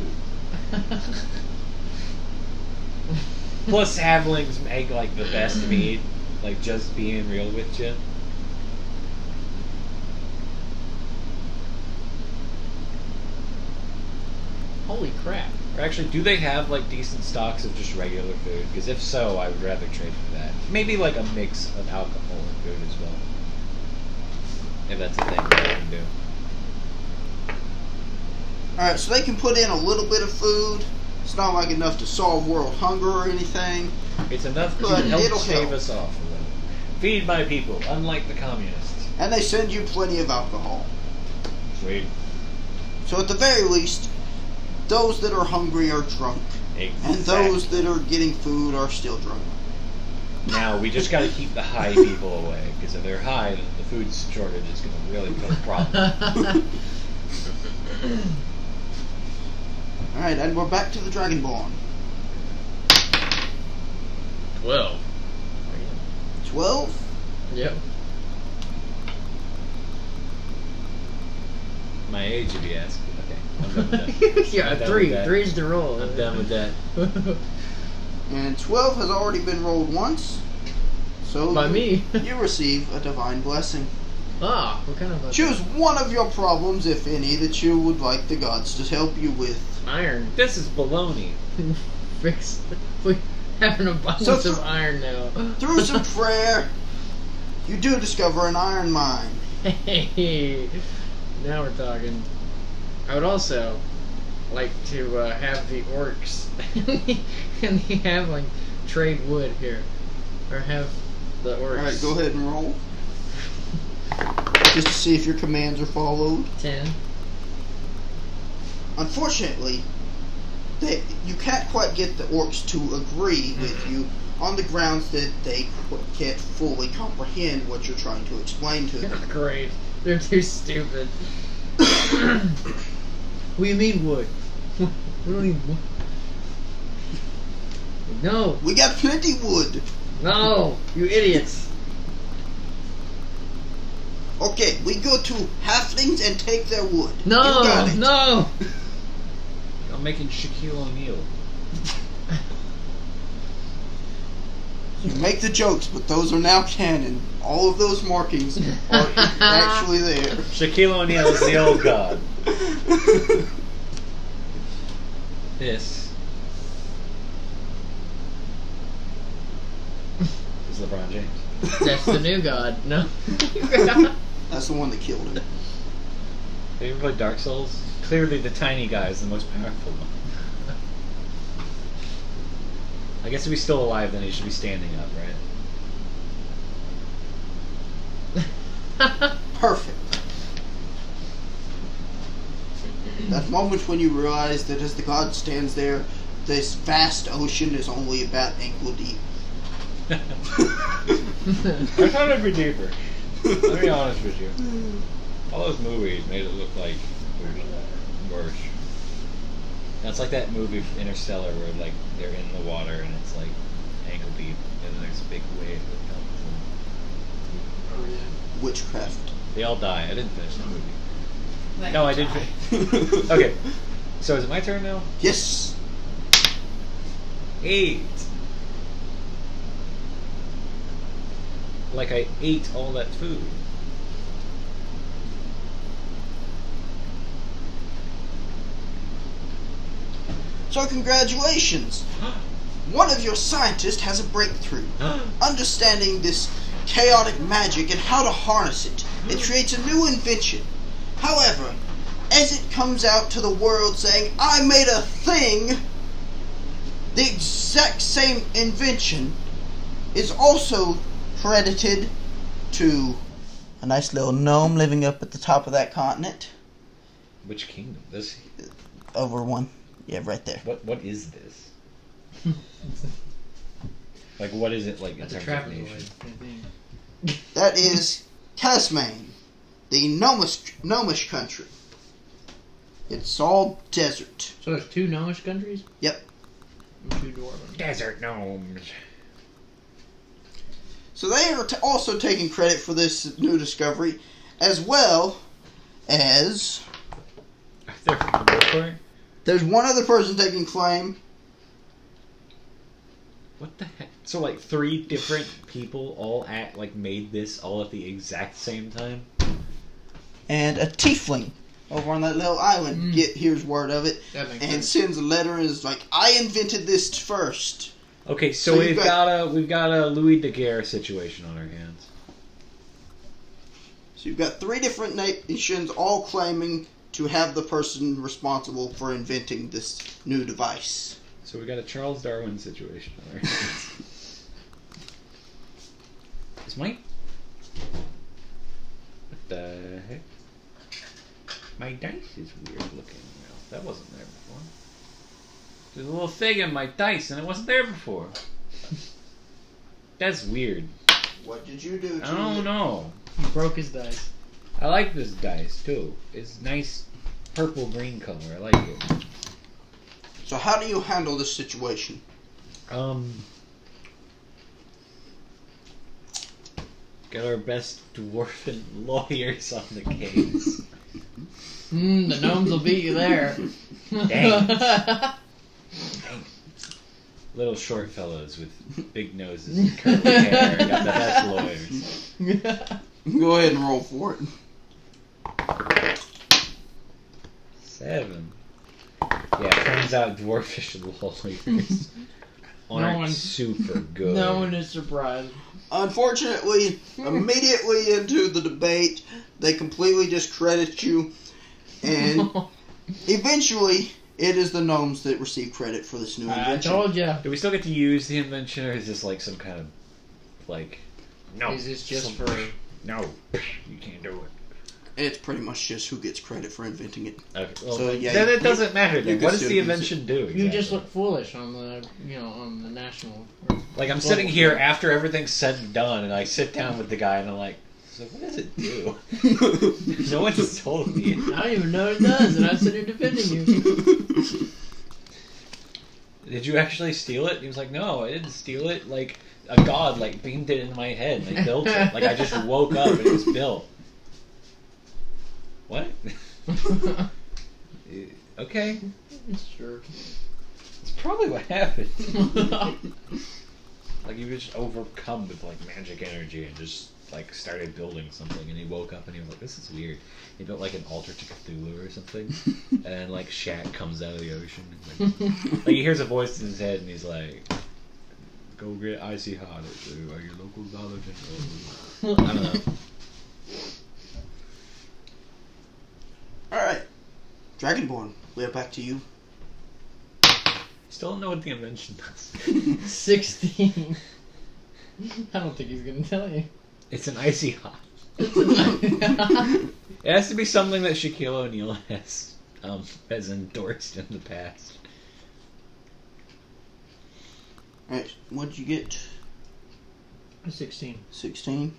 A: Plus Havlings make like the best meat. Like just being real with you.
C: Holy crap.
A: Or actually, do they have like decent stocks of just regular food? Because if so, I would rather trade for that. Maybe like a mix of alcohol and food as well. If that's a thing that I can do.
B: Alright, so they can put in a little bit of food. It's not like enough to solve world hunger or anything.
A: It's enough to
B: But
A: help
B: it'll
A: stave
B: help.
A: us off a little. Feed my people, unlike the communists.
B: And they send you plenty of alcohol.
A: Sweet.
B: So at the very least, those that are hungry are drunk. And those that are getting food are still drunk.
A: Now we just got to keep the high people away because if they're high, then the food shortage is going to really become a problem.
B: Alright, and we're back to the Dragonborn.
C: Twelve.
B: 12?
C: Yep.
A: my age, if you ask. Okay, I'm done with that.
C: yeah,
A: I'm done with
C: three.
A: that.
C: Three's the roll.
A: I'm done with that.
B: And 12 has already been rolled once. So
C: By
B: you,
C: me.
B: you receive a divine blessing.
C: ah, what kind of a
B: Choose one of your problems, if any, that you would like the gods to help you with.
C: iron?
A: This is baloney.
C: Fix. We have an abundance
B: So
C: of
B: through-
C: iron now.
B: Through some prayer, you do discover an iron mine.
C: Hey, now we're talking. I would also like to uh, have the orcs and the halfling trade wood here, or have the orcs.
B: Alright, go ahead and roll. Just to see if your commands are followed.
C: Ten.
B: Unfortunately, they, you can't quite get the orcs to agree
C: Mm-hmm.
B: with you on the grounds that they qu- can't fully comprehend what you're trying to explain to them.
C: Great. They're too stupid. we need wood. we don't need wood. No,
B: We got plenty wood.
C: no, you idiots.
B: Okay, we go to halflings and take their wood. you
C: No,
B: got it.
C: no.
A: I'm making Shaquille O'Neal.
B: You make the jokes, but those are now canon. All of those markings are actually there.
A: Shaquille O'Neal is the old god. This is LeBron James.
C: That's the new god. No.
B: That's the one that killed him.
A: Have you ever played Dark Souls? Clearly, the tiny guy is the most powerful one. I guess if he's still alive, then he should be standing up, right?
B: Perfect. That moment when you realize that as the god stands there, this vast ocean is only about ankle deep.
A: I thought it'd be deeper. I'll be honest with you. All those movies made it look like it was worse. That's like that movie Interstellar where like they're in the water and it's like ankle deep and there's a big wave that comes and
B: Witchcraft.
A: they all die. I didn't finish the movie. No, I did finish. Okay. So is it my turn now?
B: Yes.
A: Eight. Like I ate all that food.
B: So congratulations. One of your scientists has a breakthrough. understanding this chaotic magic and how to harness it. It creates a new invention. However, as it comes out to the world saying, I made a thing, the exact same invention is also credited to a nice little gnome living up at the top of that continent.
A: Which kingdom? This
B: Over one. Yeah, right there.
A: what what is this? like what is it like in
C: That's a
A: terms of
C: trapezoid.
A: nation?
C: I think.
B: That is Tasman, the gnomish, gnomish country. It's all desert.
C: So there's two gnomish countries.
B: Yep.
C: And two dwarven.
A: Desert gnomes.
B: So they are t- also taking credit for this new discovery, as well as
A: They're from the Warfare?
B: there's one other person taking claim.
A: What the heck? So like three different people all at like made this all at the exact same time?
B: and a tiefling over on that little island
C: Mm.
B: get hears word of it
C: That makes
B: and
C: sense.
B: sends a letter and is like, "I invented this first.
A: Okay, so,
B: So
A: we've
B: you've
A: got,
B: got-
A: a we've got a Louis Daguerre situation on our hands.
B: So you've got three different nations all claiming to have the person responsible for inventing this new device.
A: So we got a Charles Darwin situation. on our hands. Is my what the heck? My dice is weird looking. Now. That wasn't there before. There's a little thing in my dice, and it wasn't there before. That's weird.
B: What did you do? To
A: I don't
B: it?
A: know.
C: He broke his dice.
A: I like this dice too. It's nice purple green color. I like it.
B: So how do you handle this situation?
A: Um, got our best dwarven lawyers on the case.
C: Mm, the gnomes will beat you there.
A: Dang. Little short fellows with big noses and curly hair. Got the best lawyers.
B: Go ahead and roll for it.
A: Seven. Yeah, turns out dwarfish lawyers aren't
C: one-
A: super good.
C: no one is surprised.
B: Unfortunately, immediately into the debate, they completely discredit you, and eventually, it is the gnomes that receive credit for this new
C: I
B: invention.
C: told you.
A: Do we still get to use the invention, or is this like some kind of like? No.
C: Is this just
A: some-
C: for?
A: No, you can't do it.
B: It's pretty much just who gets credit for inventing it.
A: Okay, well,
B: So, yeah,
A: then
B: you-
A: it doesn't matter. Then.
B: could
A: What does
B: still
A: the
B: use
A: invention do?
C: You just
A: exactly?
C: look foolish on the, you know, on the national. or-
A: like I'm sitting here after everything's said and done, and I sit down with the guy, and I'm like, "So what does it do? no one's told me."
C: I don't even know what it does, and I'm sitting here defending you.
A: Did you actually steal it? He was like, "No, I didn't steal it. Like a god like beamed it in my head. and I built it. Like I just woke up and it was built." What? okay,
C: sure.
A: that's probably what happened. Like he was just overcome with like magic energy and just like started building something. And he woke up and he was like, "This is weird." He built like an altar to Cthulhu or something. and like Shaq comes out of the ocean. And, like, like he hears a voice in his head and he's like, "Go get icy hot at uh, your local Dollar General." I don't know.
B: Alright, Dragonborn, we are back to you.
A: Still don't know what the invention does.
C: Sixteen. I don't think he's gonna tell you.
A: It's an icy hot. It has to be something that Shaquille O'Neal has um, has endorsed in the past.
B: Alright, what'd you get?
C: Sixteen.
B: 16?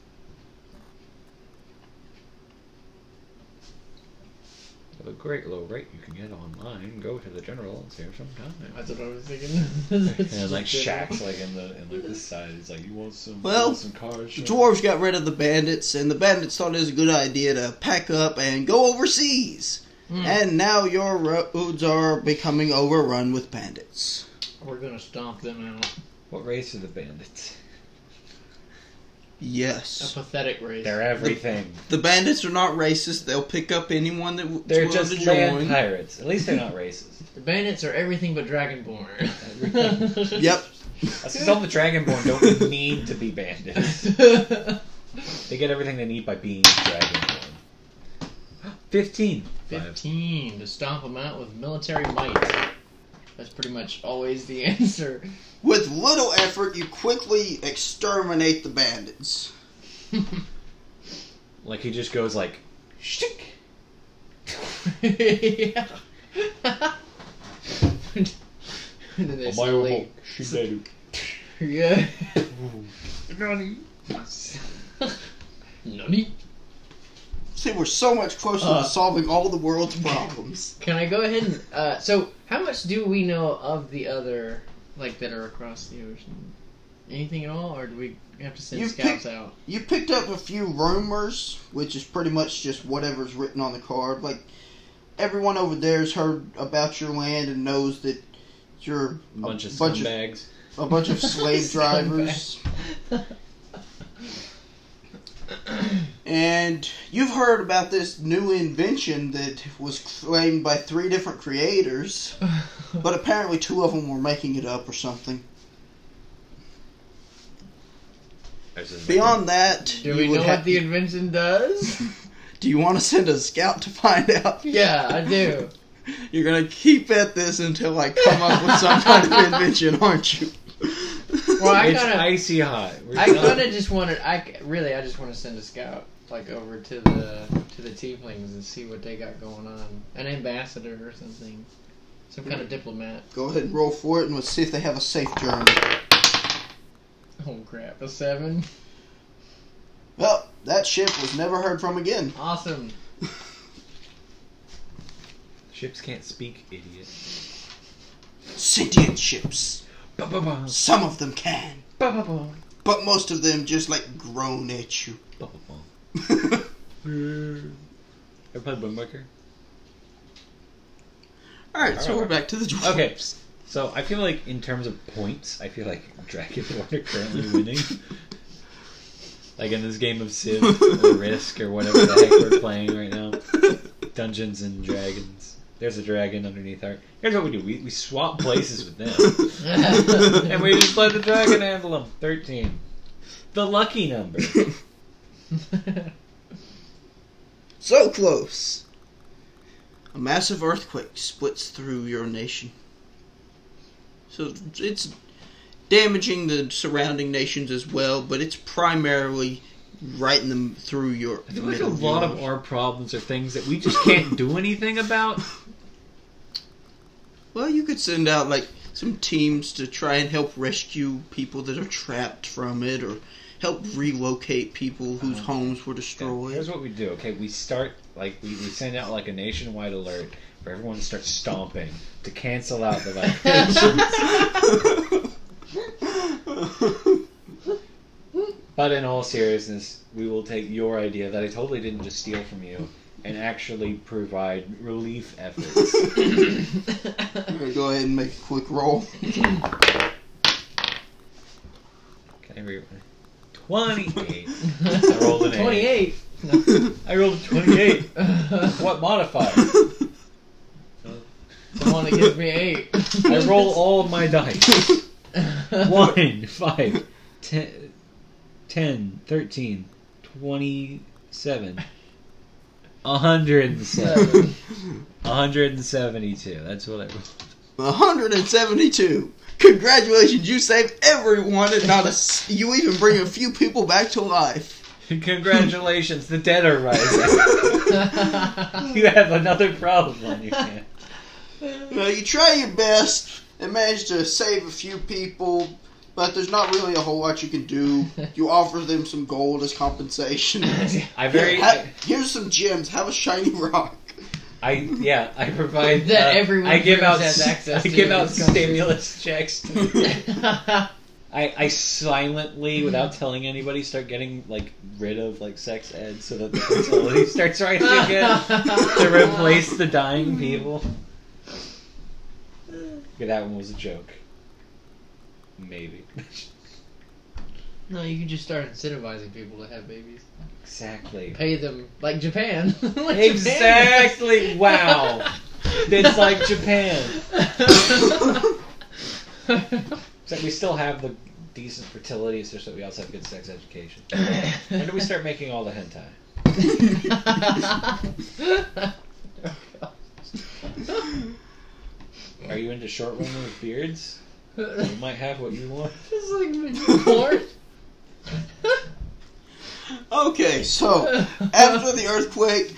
A: With a great low rate you can get online, go to the general and save some time.
C: That's what I was thinking. It's
A: And like
C: just
A: Shaq's like in the in like this side, he's like, you want some
B: Well,
A: you want some cars?
B: The
A: Sean?"
B: dwarves got rid of the bandits, and the bandits thought it was a good idea to pack up and go overseas.
C: Hmm.
B: And now your roads are becoming overrun with bandits.
C: We're gonna stomp them out.
A: What race are the bandits?
C: A
B: Yes.
C: pathetic race.
A: They're everything.
B: The bandits are not racist. They'll pick up anyone that w- is
A: They're
B: willing to
A: just land
B: join.
A: pirates. At least they're not racist.
C: The bandits are everything but dragonborn.
B: Yep.
A: That's because all the dragonborn don't need to be bandits. They get everything they need by being dragonborn. Fifteen. Five.
C: Fifteen to stomp them out with military might. That's pretty much always the answer.
B: With little effort, you quickly exterminate the bandits.
A: Like he just goes like, shtick.
C: yeah. and then they
A: "Oh,
C: slowly, yeah. Nani?
B: See, we're so much closer
C: Uh.
B: to solving all the world's problems.
C: Can I go ahead and uh, so how much do we know of the other like that are across the ocean? Anything at all, or do we have to send
B: You
C: scouts
B: pick-
C: out?
B: you picked up a few rumors, which is pretty much just whatever's written on the card. Like, everyone over there's heard about your land and knows that you're
A: A bunch of
B: bunch of-
A: scumbags.
B: a bunch of slave drivers. And you've heard about this new invention that was claimed by three different creators, but apparently two of them were making it up or something.
E: As in, like,
B: Beyond that,
C: Do
B: you
C: we
B: would
C: know
B: have
C: what the invention does?
B: Do you want to send a scout to find out?
C: yeah, I do.
B: You're gonna keep at this until I come up with some kind of invention, aren't you?
C: Well, I
E: it's
C: kinda-
E: icy hot. We're
C: I
E: done.
C: kind of just wanted. I c- really, I just want to send a scout like over to the to the tieflings and see what they got going on. An ambassador or something, some kind of diplomat.
B: Go ahead and roll for it, and let's see if they have a safe journey.
C: Oh crap! A seven.
B: Well, that ship was never heard from again.
C: Awesome.
E: Ships can't speak, idiot.
B: Sentient ships.
E: Ba-ba-ba.
B: Some of them can,
C: Ba-ba-ba.
B: but most of them just like groan at you.
E: Ba-ba-ba.
A: Ever played Windwaker?
B: Alright, so we're back to the dwarves.
A: Okay. So I feel like in terms of points, I feel like Dragonborn are currently winning. like in this game of Civ or Risk or whatever the heck we're playing right now. Dungeons and Dragons. There's a dragon underneath our. Here's what we do: we, we swap places with them, and we just let the dragon handle them. Thirteen, the lucky number.
B: So close. A massive earthquake splits through your nation. So it's damaging the surrounding nations as well, but it's primarily right in the through your.
A: I feel like a lot of our problems are things that we just can't do anything about.
B: Well, you could send out like some teams to try and help rescue people that are trapped from it, or help relocate people
A: Oh.
B: whose homes were
A: Here's
B: destroyed.
A: what we do. Okay, we start like we, we send out like a nationwide alert for everyone to start stomping to cancel out the vibrations. but in all seriousness, we will take your idea that I totally didn't just steal from you and actually provide relief efforts.
B: Go ahead and make a quick roll.
A: Can I re- Twenty-eight. I rolled an eight.
C: Twenty-eight.
A: I rolled a twenty-eight. what modifier?
C: The one that gives me eight.
A: I roll all of my dice. One, five, ten, ten, thirteen, twenty-seven, a hundred and seven,
C: Seven.
A: a hundred and seventy-two. That's what I was.
B: 172. Congratulations, you saved everyone and not a s- you even bring a few people back to life.
A: Congratulations, the dead are rising. you have another problem on your hands.
B: Now you try your best and manage to save a few people, but there's not really a whole lot you can do. You offer them some gold as compensation.
A: I very,
B: Ha- here's some gems. Have a shiny rock.
A: I yeah, I provide
C: That
A: uh,
C: everyone
A: I give
C: here
A: out
C: has access
A: I
C: to
A: give
C: in
A: out
C: this country.
A: stimulus checks. To I, I silently, without telling anybody, start getting like rid of like sex ed so that the fertility starts rising again to replace the dying people. Okay, that one was a joke. Maybe.
C: No, you can just start incentivizing people to have babies.
A: Exactly.
C: Pay them like Japan. Like Japan
A: Exactly.
C: does.
A: Wow. It's like Japan. Except we still have the decent fertility, it's just that we also have good sex education. When do we start making all the hentai? Are you into short women with beards? You might have what you want.
C: It's like porn.
B: Okay, so after the earthquake,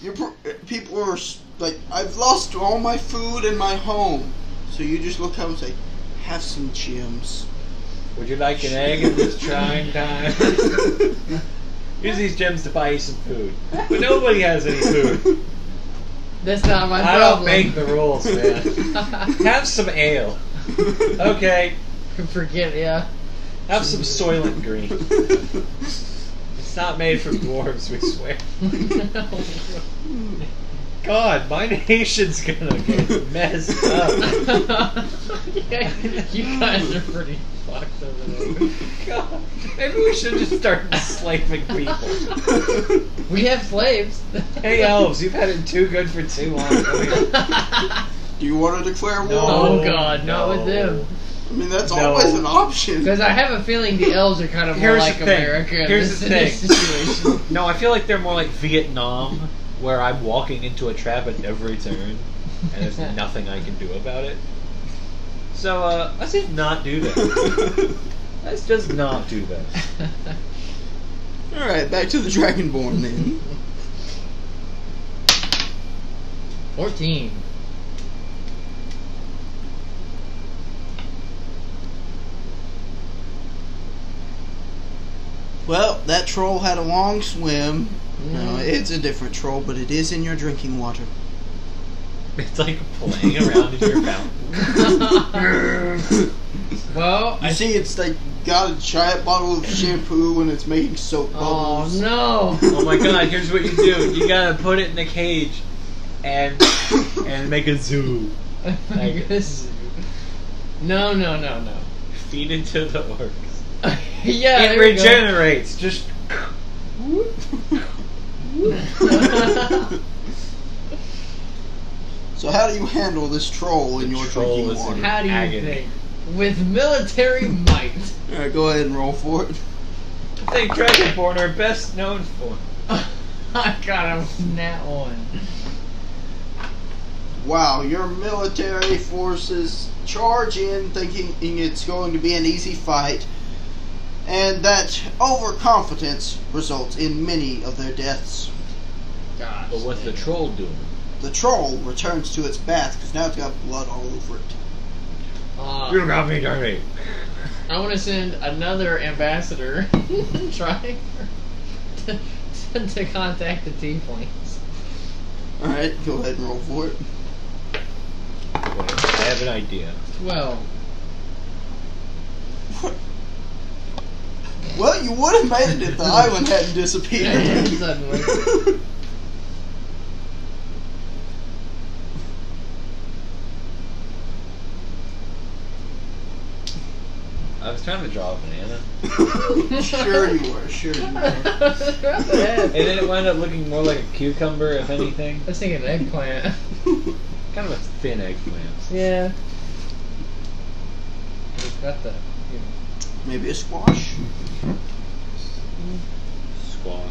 B: your pr- people were s- like, "I've lost all my food and my home." So you just look up and say, "Have some gems."
A: Would you like an egg in this trying time? Use these gems to buy you some food. But nobody has any food.
C: That's not my
A: I don't
C: problem.
A: make the rules, man. Have some ale. Okay.
C: Forget yeah.
A: Have some Soylent Green. It's not made from dwarves, we swear. God, my nation's gonna get messed up.
C: you guys are pretty fucked over there.
A: God, maybe we should just start enslaving people.
C: We have slaves.
A: Hey oh, elves, you've had it too good for too long. Come here.
B: Do you want to declare war?
C: Oh, God, not with them.
B: I mean, that's
A: No.
B: always an option.
C: Because I have a feeling the elves are kind of more
A: Here's
C: like
A: the thing.
C: America in
A: Here's
C: this,
A: the
C: in this
A: thing.
C: situation.
A: No, I feel like they're more like Vietnam, where I'm walking into a trap at every turn, and there's nothing I can do about it. So uh, let's just not do that. Let's just not do that.
B: All right, back to the Dragonborn then.
C: 14.
B: Well, that troll had a long swim. No, it's a different troll, but it is in your drinking water.
A: It's like playing around in your fountain.
C: well,
B: You see, it's like got a giant bottle of shampoo and it's making soap
C: oh
B: bubbles.
C: no.
A: Oh my god! Here's what you do. You gotta put it in a cage, and and make a zoo. Like-
C: This- no, no, no, no.
A: Feed it to the orcs.
C: yeah,
A: it
C: there we go.
A: regenerates. Just
B: so how do you handle this troll in your
A: troll
B: drinking
A: is in-
B: water?
C: How do you
A: Agony.
C: think? With military might.
B: All right, go ahead and roll for it.
A: I think Dragonborn are best known for.
C: I got him that one.
B: Wow, your military forces charge in thinking it's going to be an easy fight, and that overconfidence results in many of their deaths.
C: Gosh.
A: But what's the
C: dang.
A: troll doing?
B: The troll returns to its bath because now it's got blood all over it.
C: Uh,
A: You got me dirty.
C: I want to send another ambassador trying to, to, to contact the tieflings.
B: Alright, go ahead and roll for it.
A: Wait, I have an idea.
C: Twelve.
B: Well, you would have made it if the island hadn't disappeared.
C: Suddenly.
A: I was trying to draw a banana,
B: sure you were, sure you were.
A: and then it wound up looking more like a cucumber, if anything.
C: I was thinking eggplant.
A: Kind of a thin eggplant.
C: Yeah. It's got the. You know.
B: Maybe a squash?
A: Squash.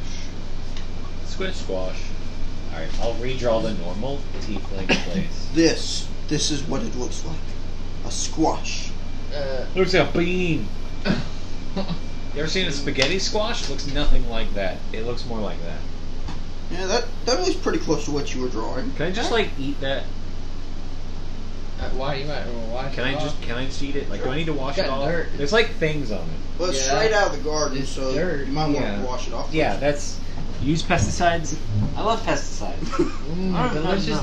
A: Squish squash. Alright, I'll redraw the normal tiefling place.
B: This. This is what it looks like. A squash.
C: Uh,
A: Looks like a bean. You ever seen a spaghetti squash? Looks nothing like that. It looks more like that.
B: Yeah, that that was pretty close to what you were drawing.
A: Can I just like eat that?
C: uh, why you might well, why
A: Can I just can I just eat it? Like do I need to wash
C: Got
A: it off?
C: dirt.
A: There's like things on it.
B: Well, it's
C: Yeah.
B: straight out of the garden,
C: It's
B: so
C: dirt.
B: you might want
A: Yeah.
B: to wash it off.
A: Yeah, that's use pesticides. I love pesticides. I don't
C: Mm,
A: know,
C: delicious
A: no.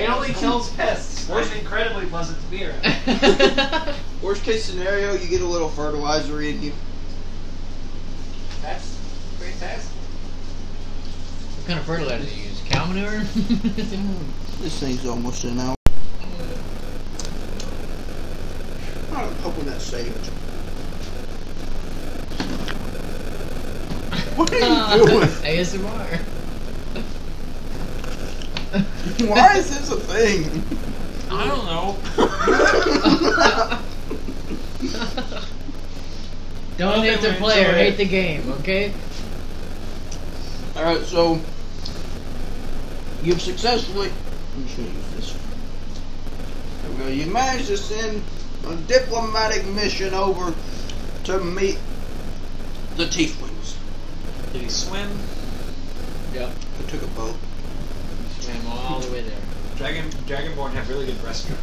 C: pesticide.
A: kills pests. It's incredibly pleasant to be around.
B: Worst case scenario, you get a little fertilizer in you.
A: That's fantastic.
C: what kind of fertilizer do you use? Cow manure?
B: This thing's almost an hour. I'm hoping that saved. What are
C: Uh.
B: you doing?
C: ASMR.
B: Why is this a thing?
A: I don't know.
C: Don't hate the
A: we
C: player,
A: enjoy it.
C: hate the game, okay?
B: Alright, so you've successfully. I'm just gonna use this. There we go. You managed to send a diplomatic mission over to meet the Tieflings.
A: Did he swim?
C: Yep.
B: I took a boat.
C: Swam all the way there.
A: Dragon Dragonborn have really good restaurants.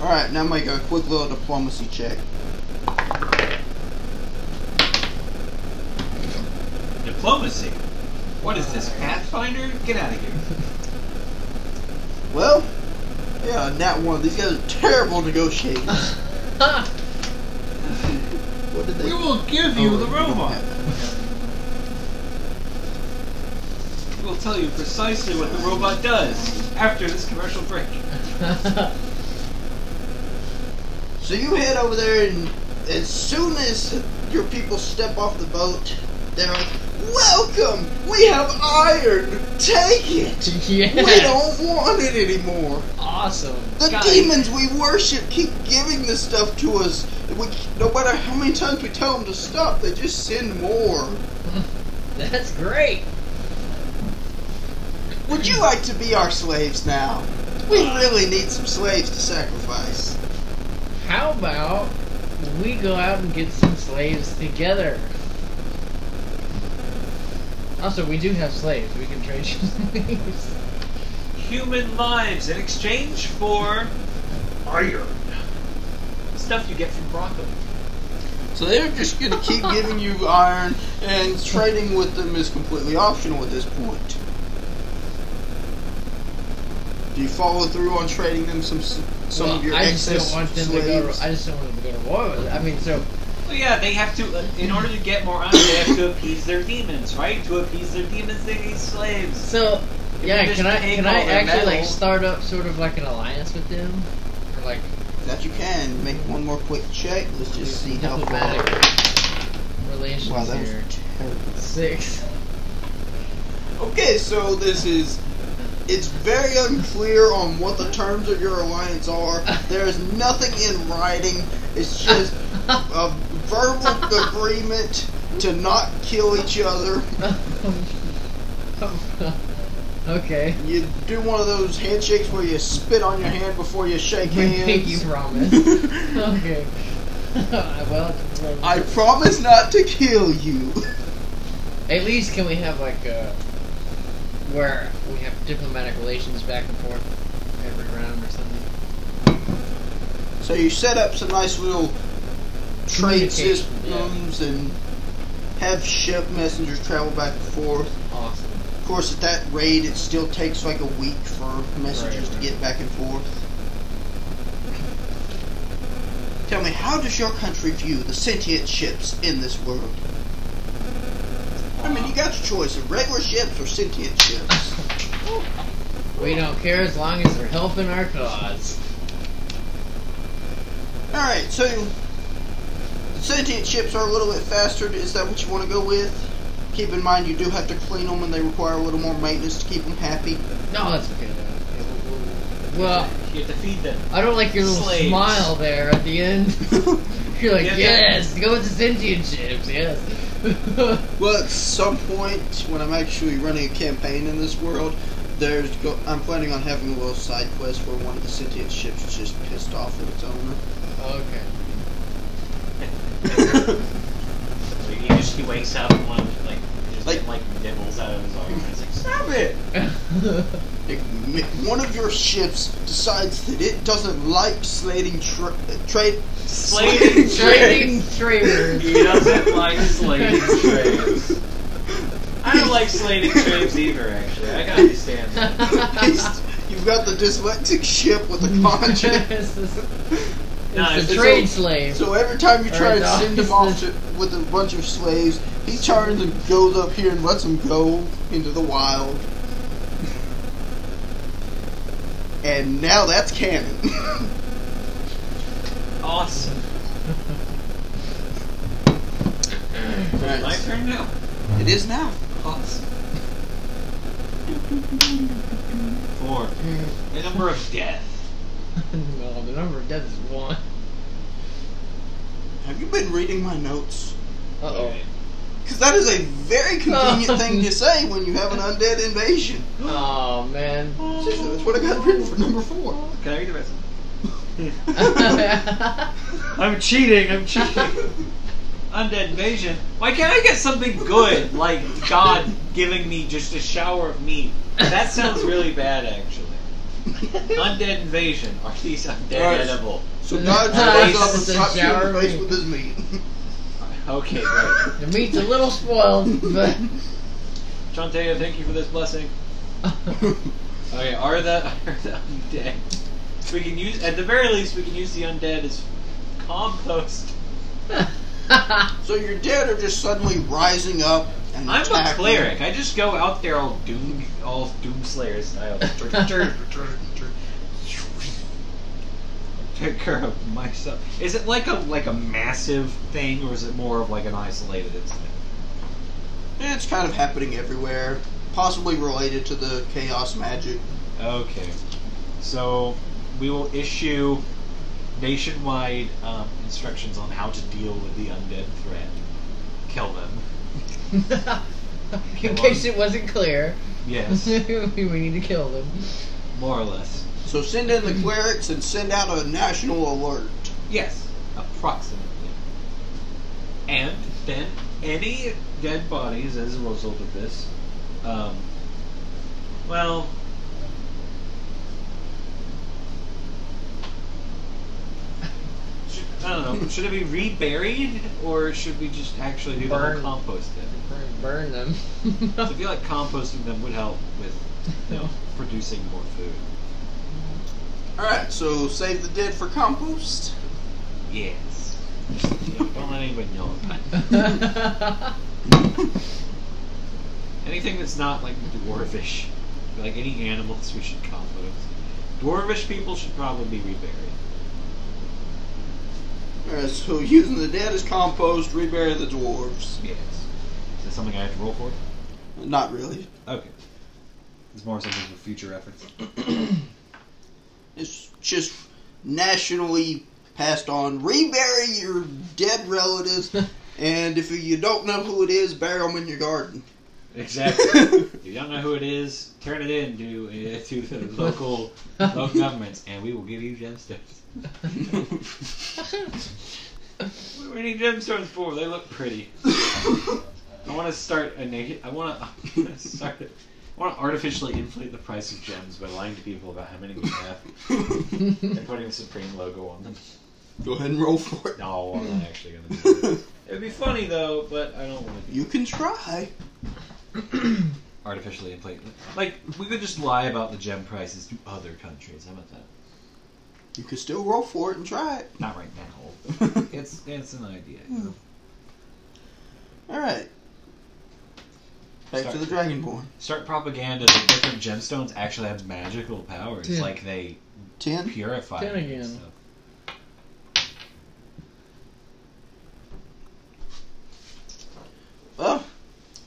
B: Alright, now make a quick little diplomacy check.
A: Diplomacy. What is this, Pathfinder? Get out of here.
B: Well, yeah, not one. These guys are terrible negotiators. What did they?
A: We will give
B: Oh,
A: you the
B: we don't
A: robot.
B: have that.
A: We will tell you precisely what the robot does after this commercial break.
B: So you head over there, and as soon as your people step off the boat, they're like, Welcome! We have iron! Take it!
C: yeah.
B: We don't want it anymore!
C: Awesome.
B: The
C: God.
B: demons we worship keep giving this stuff to us. We, no matter how many times we tell them to stop, they just send more.
C: That's great.
B: Would you like to be our slaves now? We really need some slaves to sacrifice.
C: How about we go out and get some slaves together? Also, we do have slaves. We can trade you slaves.
A: Human lives in exchange for
F: Iron.
A: stuff you get from broccoli.
B: So they're just going to keep giving you iron, and trading with them is completely optional at this point. Do you follow through on trading them some s- some
C: Well,
B: of your
C: I just
B: excess
C: don't want them
B: slaves?
C: to go. To, I just don't want them to go to war with. it. I mean, so
A: Well, yeah, they have to. uh, In order to get more honor, they have to appease their demons, right? To appease their demons, they need slaves.
C: so
A: If we
C: yeah.
A: just
C: Can I
A: take
C: can
A: all
C: I
A: their
C: actually like
A: metal-
C: start up sort of like an alliance with them, or like
B: that you can make one more quick check. Let's just see how far.
C: diplomatic relations
B: Wow, that was
C: here?
B: terrible.
C: Six.
B: Okay, so this is. It's very unclear on what the terms of your alliance are. There is nothing in writing. It's just a verbal agreement to not kill each other.
C: okay.
B: You do one of those handshakes where you spit on your hand before you shake
C: Pinky
B: hands.
C: promise. okay. well,
B: I promise not to kill you.
C: at least can we have like a where we have diplomatic relations back and forth every round or something.
B: So you set up some nice little trade
C: Communication,
B: systems and have ship messengers travel back and forth.
C: Awesome.
B: Of course, at that rate, it still takes like a week for messages
C: Right, right.
B: to get back and forth. Tell me, how does your country view the sentient ships in this world? I mean, you got your choice of regular ships or sentient ships.
C: We don't care as long as they're helping our cause.
B: Alright, so sentient ships are a little bit faster. Is that what you want to go with? Keep in mind, you do have to clean them and they require a little more maintenance to keep them happy.
C: No, that's okay. though. Well,
A: You have to feed them.
C: I don't like your little
A: Slaves.
C: smile there at the end. You're like,
A: Yeah, yeah.
C: yes, go with the sentient ships, yes.
B: well, at some point, when I'm actually running a campaign in this world, there's go- I'm planning on having a little side quest where one of the sentient ships is just pissed off at its
C: okay.
B: owner.
A: Like, he just he wakes up and one of, like just
B: Like-
A: like, like nibbles out of his arm. And it's like stop it.
B: If m- one of your ships decides that it doesn't like slating tra- uh, trade
A: Slating
C: Trading
A: He
C: traders.
A: doesn't like slating trades. I don't like slating trades either. Actually, I can understand. That.
B: It's- You've got the dyslexic ship with a conscience.
C: It's a-
A: No, it's-
C: it's a
A: it's
C: trade slave.
B: So every time you try
C: Or
B: and
C: no,
B: send him
C: it's
B: off
C: the-
B: to, with a bunch of slaves, he turns and goes up here and lets them go into the wild. And now that's canon.
A: Awesome. My
B: Right.
A: turn now.
B: It is now.
A: Awesome. Four. The number of death.
C: no, the number of deaths is one.
B: Have you been reading my notes?
C: Uh oh.
B: Because that is a very convenient thing to say when you have an undead invasion.
C: Oh man.
B: Jeez, that's what I got written for number four.
A: Can I read the rest?
G: I'm cheating. I'm cheating.
A: Undead invasion. Why can't I get something good like God giving me just a shower of meat? That sounds really bad, actually. Undead invasion. Are these undead
B: Alright.
A: edible?
B: so God
A: Nice.
B: shows up and
C: It's a
B: slaps you in
C: shower
B: the face
C: meat.
B: with his meat.
A: Okay, great.
C: the meat's a little spoiled, but
A: Chantea, thank you for this blessing. Okay, are the are the undead? We can use at the very least we can use the undead as compost.
B: So your dead are just suddenly rising up and
A: I'm a
B: attacking.
A: cleric. I just go out there all doom all doomslayer style. Take care of myself. Is it like a like a massive thing or is it more of like an isolated incident?
B: Yeah, it's kind of happening everywhere, possibly related to the chaos magic.
A: Okay. So we will issue nationwide um, instructions on how to deal with the undead threat. Kill them.
C: In case it wasn't clear,
A: Yes,
C: we need to kill them.
A: more or less.
B: So send in the clerics and send out a national alert.
A: Yes, approximately. And then any dead bodies as a result of this, um, well, should, I don't know. Should it be reburied or should we just actually do the whole
C: Burn.
A: compost then?
C: Burn- Burn them.
A: I feel like composting them would help with you know producing more food.
B: Alright, so save the dead for compost.
A: Yes. don't let anybody know about it. Anything that's not like dwarvish, like any animals, we should compost. Dwarvish people should probably be reburied.
B: Alright, so using the dead as compost, rebury the dwarves.
A: Yes. Is that something I have to roll for?
B: Not really.
A: Okay. It's more something for future reference.
B: It's just nationally passed on. Rebury your dead relatives, and if you don't know who it is, bury them in your garden.
A: Exactly. if you don't know who it is, turn it in to, uh, to the local local governments, and we will give you gemstones. What do we need gemstones for? They look pretty. I want to start a na- I want to start. A, I want to artificially inflate the price of gems by lying to people about how many we have and putting the Supreme logo on them.
B: Go ahead and roll for it.
A: No,
C: Hmm.
A: I'm not actually gonna do it. It'd be funny though, but I don't want to
B: You can try.
A: artificially inflate. Like we could just lie about the gem prices to other countries. How about that?
B: You can still roll for it and try it.
A: Not right now. It's it's an idea.
C: Hmm.
B: Alright. Back to
A: Start.
B: the Dragonborn.
A: Start propaganda that different gemstones actually have magical powers.
C: Yeah.
A: Like they
B: Ten?
A: purify
C: Then
A: it
C: again.
A: and stuff.
B: Well,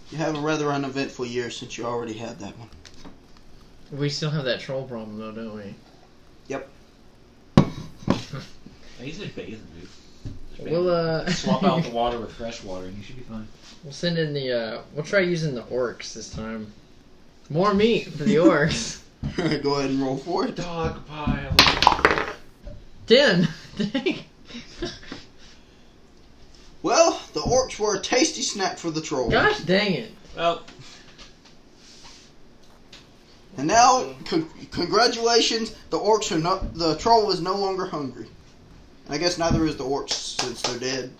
B: you have a rather uneventful year since you already had that one.
C: we still have that troll problem though, don't we?
A: I used to bathe in dude. Just bathe.
C: We'll uh
A: swap out the water with fresh water and you should be fine.
C: We'll send in the. uh We'll try using the orcs this time. More meat for the orcs.
B: Go ahead and roll for it.
A: Dog pile.
C: Ten. Dang.
B: Well, the orcs were a tasty snack for the troll.
C: Gosh dang it.
A: Well,
B: And now, con- congratulations, the orcs are no- the troll is no longer hungry. And I guess neither is the orcs since they're dead.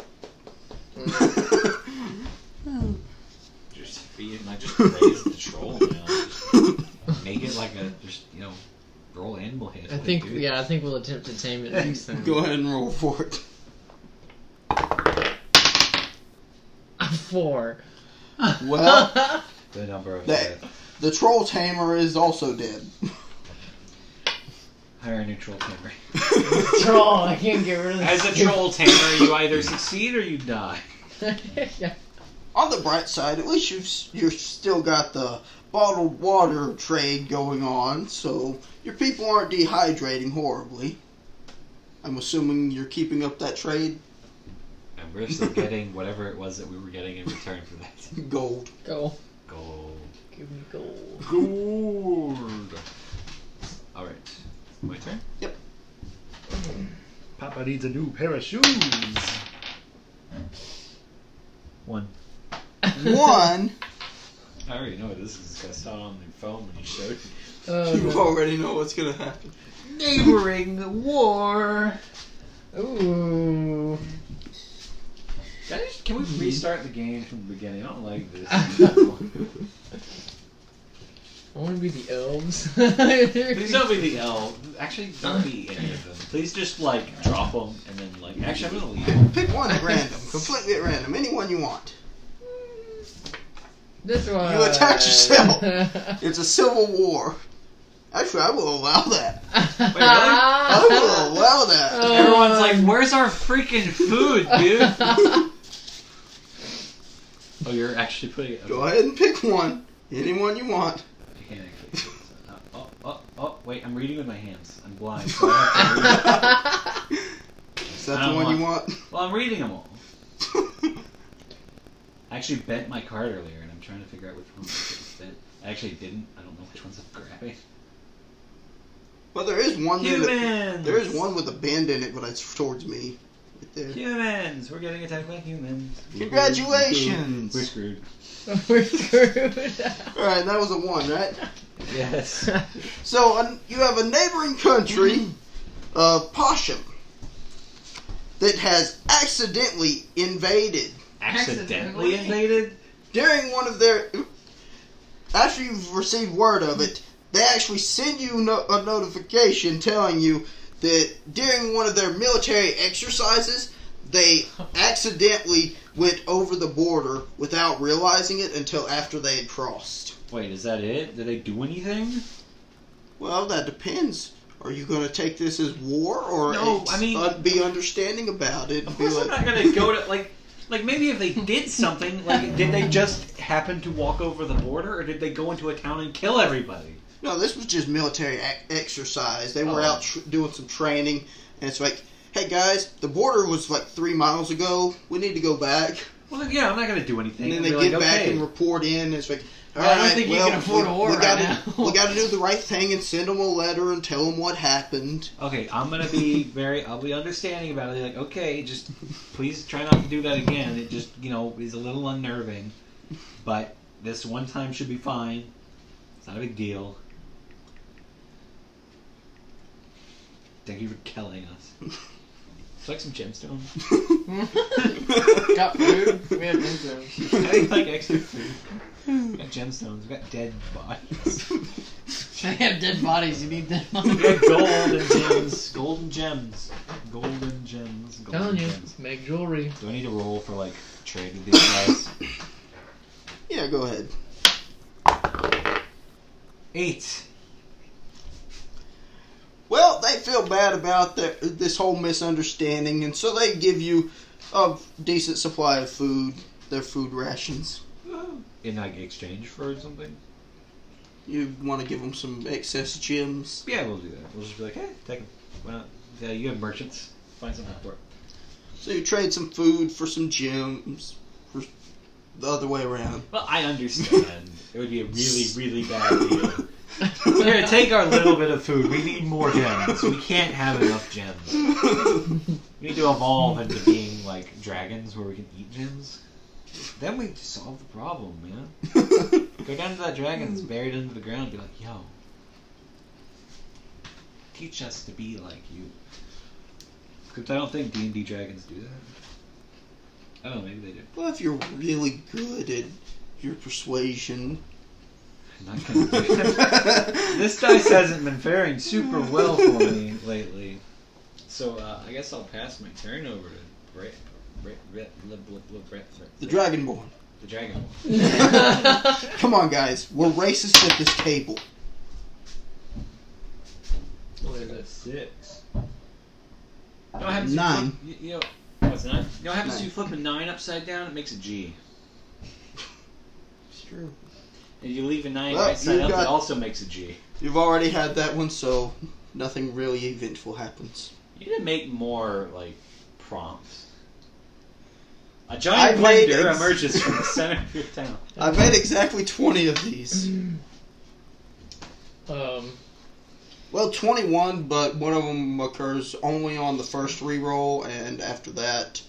A: just feed like just raise the troll now. Just make it like a just you know roll animal head.
C: I think yeah. I think we'll attempt to tame it next time.
B: Go ahead and roll for it.
C: Four.
B: Well,
A: the number of
B: That-
A: uh,
B: the troll tamer is also dead.
A: hire a new troll tamer.
C: troll. I can't get rid of
A: As a
C: this.
A: troll tamer, you either succeed or you die.
C: yeah.
B: On the bright side, at least you've s- you've still got the bottled water trade going on, so your people aren't dehydrating horribly. I'm assuming you're keeping up that trade.
A: And we're still getting whatever it was that we were getting in return for that
B: Gold.
C: Go.
A: gold.
C: Give me gold.
A: Gold. All right, my turn.
H: Papa needs a new pair of shoes.
A: One.
B: One.
A: I already know what this is because I saw it on the phone when you showed me.
C: Oh,
B: You
C: no.
B: already know what's gonna happen.
A: Neighboring war.
C: Ooh.
A: Can, I just- can we restart the game from the beginning? I don't like this. Please
C: I want to be the elves.
A: don't be the L. Actually, don't be any of them. Please just like drop them and then like. Actually, I'm gonna leave.
B: Pick one at random, completely at random, anyone you want.
C: This one.
B: You attacked yourself. It's a civil war. Actually, I will allow that. I will allow that.
A: Oh. Everyone's like, "Where's our freaking food, dude?"
I: Oh, you're actually putting it.
B: Go ahead and pick one. Anyone you want.
I: I can't actually. Uh, oh, oh, oh, wait, I'm reading with my hands. I'm blind. So I have to read.
B: Is that
I: I
B: the
I: don't
B: one
I: Well, I'm reading them all.
B: you want?
I: I actually bent my card earlier, and I'm trying to figure out which one was bent. I actually didn't. I don't know which ones I'm grabbing.
B: well, there is one. there that-
A: Humans.
B: There is one with a bend in it, but it's towards me. Right there.
A: Humans. We're getting attacked by humans.
B: Congratulations!
I: We're screwed.
C: We're screwed.
B: All right, that was a one, right?
I: Yes.
B: So uh, you have a neighboring country of Posham that has accidentally invaded
A: Accidentally invaded.
B: during one of their. After you've received word of it, they actually send you no- a notification telling you that during one of their military exercises, they accidentally went over the border without realizing it until after they had crossed.
I: Wait, is that it? Did they do anything?
B: Well, that depends. Are you going to take this as war or
A: No,
B: it's-
A: I mean-
B: uh, be understanding about it?
A: Of course, I'm not gonna go to like. Like maybe if they did something, like did they just happen to walk over the border, or did they go into a town and kill everybody?
B: No, this was just military ac- exercise. They were
A: Oh.
B: out tr- doing some training, and it's like, hey guys, the border was like three miles ago. We need to go back.
A: Well, yeah, I'm not gonna do anything.
B: And then
A: I'll
B: they
A: be
B: get
A: like,
B: back
A: okay.
B: and report in. And it's like, all
C: I don't
B: right,
C: think you
B: well,
C: can afford
B: we,
C: a war
B: we
C: right
B: gotta,
C: now.
B: we gotta do the right thing and send them a letter and tell them what happened.
A: Okay, I'm gonna be very. I'll be understanding about it. Like, okay, just please try not to do that again. It just, you know, is a little unnerving, but this one time should be fine. It's not a big deal. Thank you for telling us. It's like some gemstones.
C: Got food. We have gemstones.
A: I need, like extra food. We got gemstones. We got dead bodies.
C: They have dead bodies. You need dead bodies.
A: We got gold and gems. Golden gems. Golden gems. Golden
C: Telling you,
A: gems.
C: make jewelry.
I: Do I need to roll for like trade with these guys?
B: Yeah, go ahead.
A: Eight.
B: Well, they feel bad about their, this whole misunderstanding, and so they give you a decent supply of food, their food rations.
I: In like exchange for something?
B: You want to give them some excess gems.
I: Yeah, we'll do that. We'll just be like, hey, take them. Why not? Yeah, you have merchants. Find something for it.
B: So you trade some food for some gems, for the other way around.
I: Well, I understand. it would be a really, really bad deal.
A: We're gonna take our little bit of food. We need more gems. We can't have enough gems. We need to evolve into being like dragons where we can eat gems. Then we solve the problem, man. Go down to that dragon that's buried under the ground and be like, yo, teach us to be like you. Because I don't think D&D dragons do that. Oh, maybe they do.
B: well, if you're really good at your persuasion.
I: I'm not gonna do it.
A: This dice hasn't been faring super well for me lately.
I: So uh, I guess I'll pass my turn over to Brett, Brett, Brett, Brett, Brett, Brett, Brett, Brett,
B: the Dragonborn.
I: the dragon.
B: Come on, guys. We're racist at this table.
I: What is it? Six. No, I have
B: Nine.
I: You, you know, oh, it's nine. No, I happens to
B: Nine.
I: you flip a nine upside down, it makes a G.
B: It's true.
I: And you leave a nine
B: Well,
I: right side
B: you've
I: up,
B: got-
I: it also makes a G.
B: You've already had that one, so nothing really eventful happens.
I: You need to make more like prompts. A
B: I
I: giant
B: made
I: blender
B: ex-
I: emerges from the center of your town.
B: I've had exactly 20 of these.
C: Um,
B: Well, 21, but one of them occurs only on the first reroll, and after that,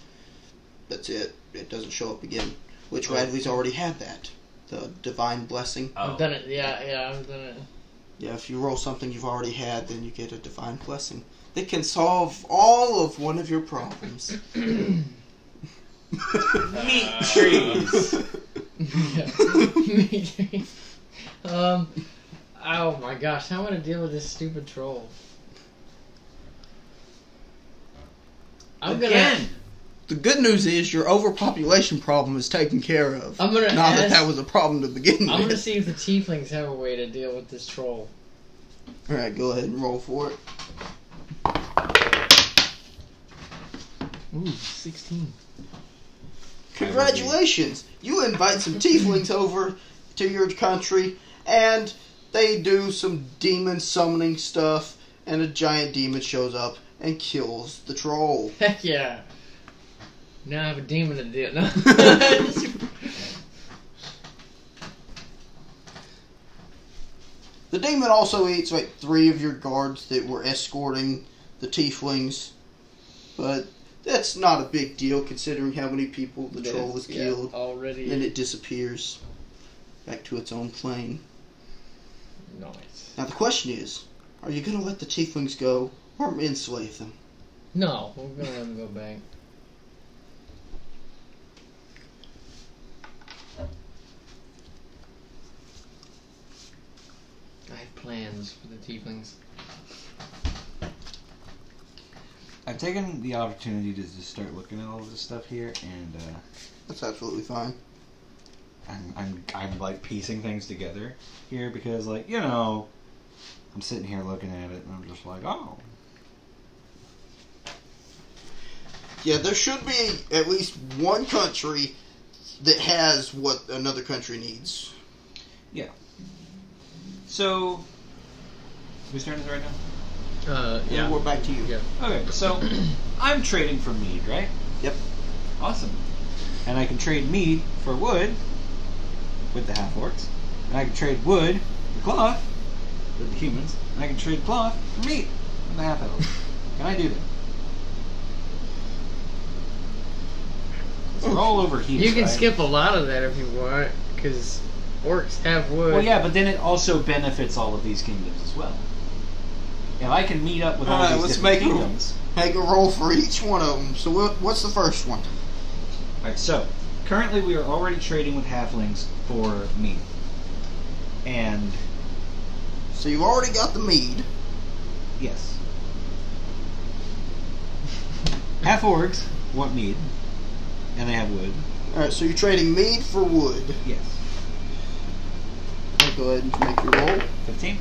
B: that's it. It doesn't show up again. Which Radley's already had that. The Divine Blessing.
A: Oh.
C: I've done it. Yeah, yeah, I've done it.
B: Yeah, if you roll something you've already had, then you get a Divine Blessing. That can solve all of one of your problems.
A: Meat trees.
C: Me too. um, oh my gosh, I want to deal with this stupid troll. I'm
A: Again.
B: the good news is your overpopulation problem is taken care of.
C: gonna. I'm gonna.
B: Not that
C: ask-
B: that was a problem to begin
C: I'm gonna
B: with.
C: see if the tieflings have a way to deal with this troll.
B: Alright, go ahead and roll for it.
C: Ooh, sixteen.
B: Congratulations! You invite some tieflings over to your country, and they do some demon summoning stuff, and a giant demon shows up and kills the troll.
C: Heck yeah. Now I have a demon to deal. No.
B: The demon also eats like three of your guards that were escorting the tieflings, but that's not a big deal considering how many people the troll has
C: Yeah,
B: killed.
C: already.
B: Then it disappears back to its own plane.
C: nice.
B: Now the question is, are you going to let the tieflings go or enslave them?
C: No, we're gonna let him go back. I have plans for the tieflings.
A: I've taken the opportunity to just start looking at all of this stuff here, and uh,
B: That's absolutely fine.
A: I'm, I'm I'm like piecing things together here because like you know, I'm sitting here looking at it and I'm just like, oh,
B: Yeah, there should be at least one country that has what another country needs.
A: so whose turn is it right now?
C: Uh,
B: Yeah. We're back to you.
C: Yeah.
A: Okay, so I'm trading for mead, right?
B: Yep.
A: Awesome. And I can trade mead for wood with the half orcs. And I can trade wood for cloth with the humans. And I can trade cloth for meat with the half elves. can I do that? So We're all over here.
C: You can
A: right?
C: skip a lot of that if you want, because orcs have wood.
A: Well, yeah, but then it also benefits all of these kingdoms as well. If I can meet up with all,
B: All right,
A: these
B: let's
A: different
B: make a-
A: kingdoms.
B: Make a roll for each one of them. So what, what's the first one?
A: Alright, so currently we are already trading with halflings for meat. And
B: So you've already got the mead.
A: yes. Half orgs want mead. And they have wood.
B: All right, so you're trading mead for wood.
A: Yes.
B: Go ahead and make your roll.
A: Fifteen?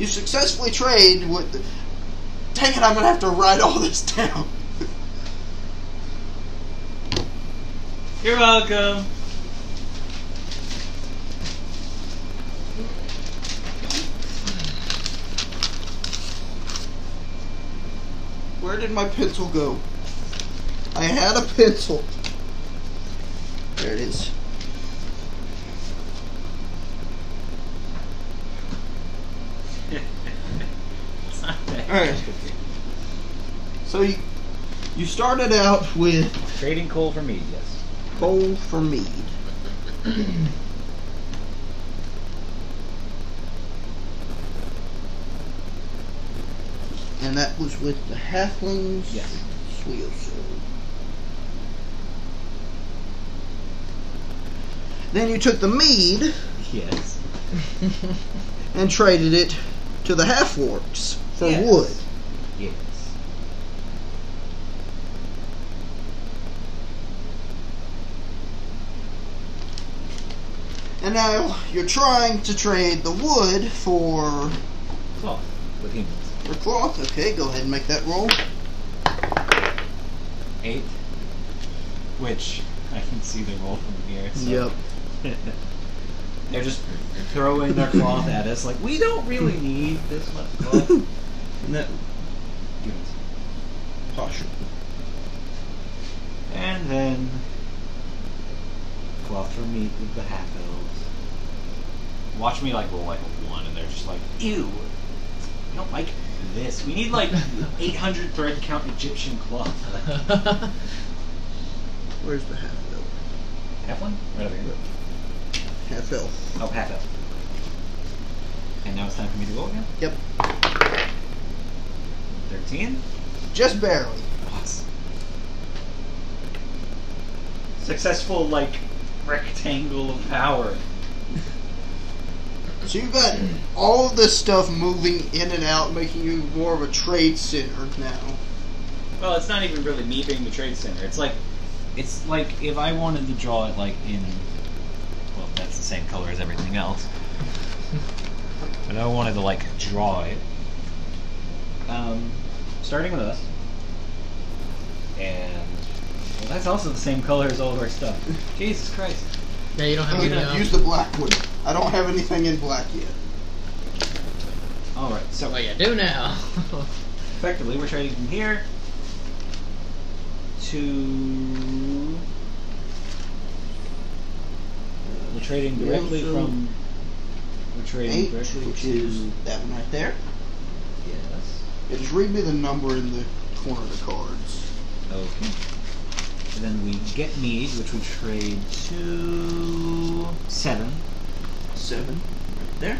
B: You successfully trade with. Dang it! I'm gonna have to write all this down.
J: You're welcome.
B: Where did my pencil go? I had a pencil. There it is.
J: It's not bad.
B: Alright. So you, you started out with
A: Trading coal for mead, yes.
B: coal for mead. and that was with the halflings.
A: Yes.
B: Sweet. Then you took the mead
A: Yes.
B: and traded it to the half orcs for
A: Yes.
B: wood.
A: Yes.
B: And now you're trying to trade the wood for
A: Cloth with humans.
B: for cloth. Okay, go ahead and make that roll.
A: Eight. Which I can see the roll from here. So. They're just throwing their cloth at us, like we don't really need this much cloth. and that,
B: Posture.
A: and then cloth for meat with the half elves. Watch me like roll like a one, and they're just like, ew. I don't like this. We need like 800 thread count Egyptian cloth.
B: Where's the half elf?
A: Half one? Right over here.
B: Half elf.
A: Oh, half elf. And now it's time for me to roll again.
B: Yep.
A: 13.
B: Just barely.
A: Awesome.
J: Successful, like, rectangle of power.
B: So you've got all of this stuff moving in and out, making you more of a trade center now.
J: Well, it's not even really me being the trade center. It's like,
A: It's like if I wanted to draw it like in well, that's the same color as everything else. but I wanted to like draw it. Um, starting with us. And Well, that's also the same color as all of our stuff.
K: Jesus Christ.
C: Yeah, you don't have
B: I
C: any
B: mean,
C: now.
B: use the black one. I don't have anything in black yet.
A: All right, so
C: Well, you do now.
K: Effectively, we're trading from here to.
A: uh, we're trading directly
B: Yeah, so-
A: from. We're trading
B: Eight,
A: directly
B: which
A: to.
B: is that one right there.
A: Yes.
B: Yeah, just read me the number in the corner of the cards.
A: Okay. And then we get need, which we trade to seven.
B: Seven, right there.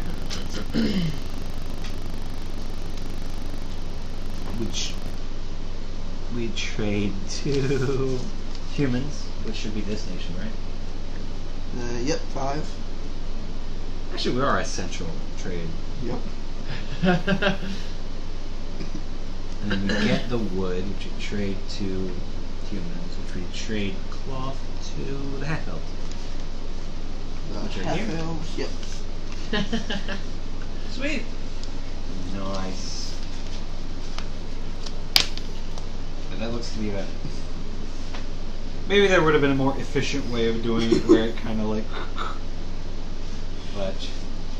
A: which we trade to humans, which should be this nation, right?
B: Uh, yep, five.
A: Actually, we are a central trade,
B: Yep.
A: and then we get the wood, which we trade to humans, which we trade cloth to the half elves.
B: The
A: Which are
B: half
A: here.
B: elves. Yep.
K: Sweet.
A: Nice. And that looks to be about. Maybe there would have been a more efficient way of doing it, where it kind of like. But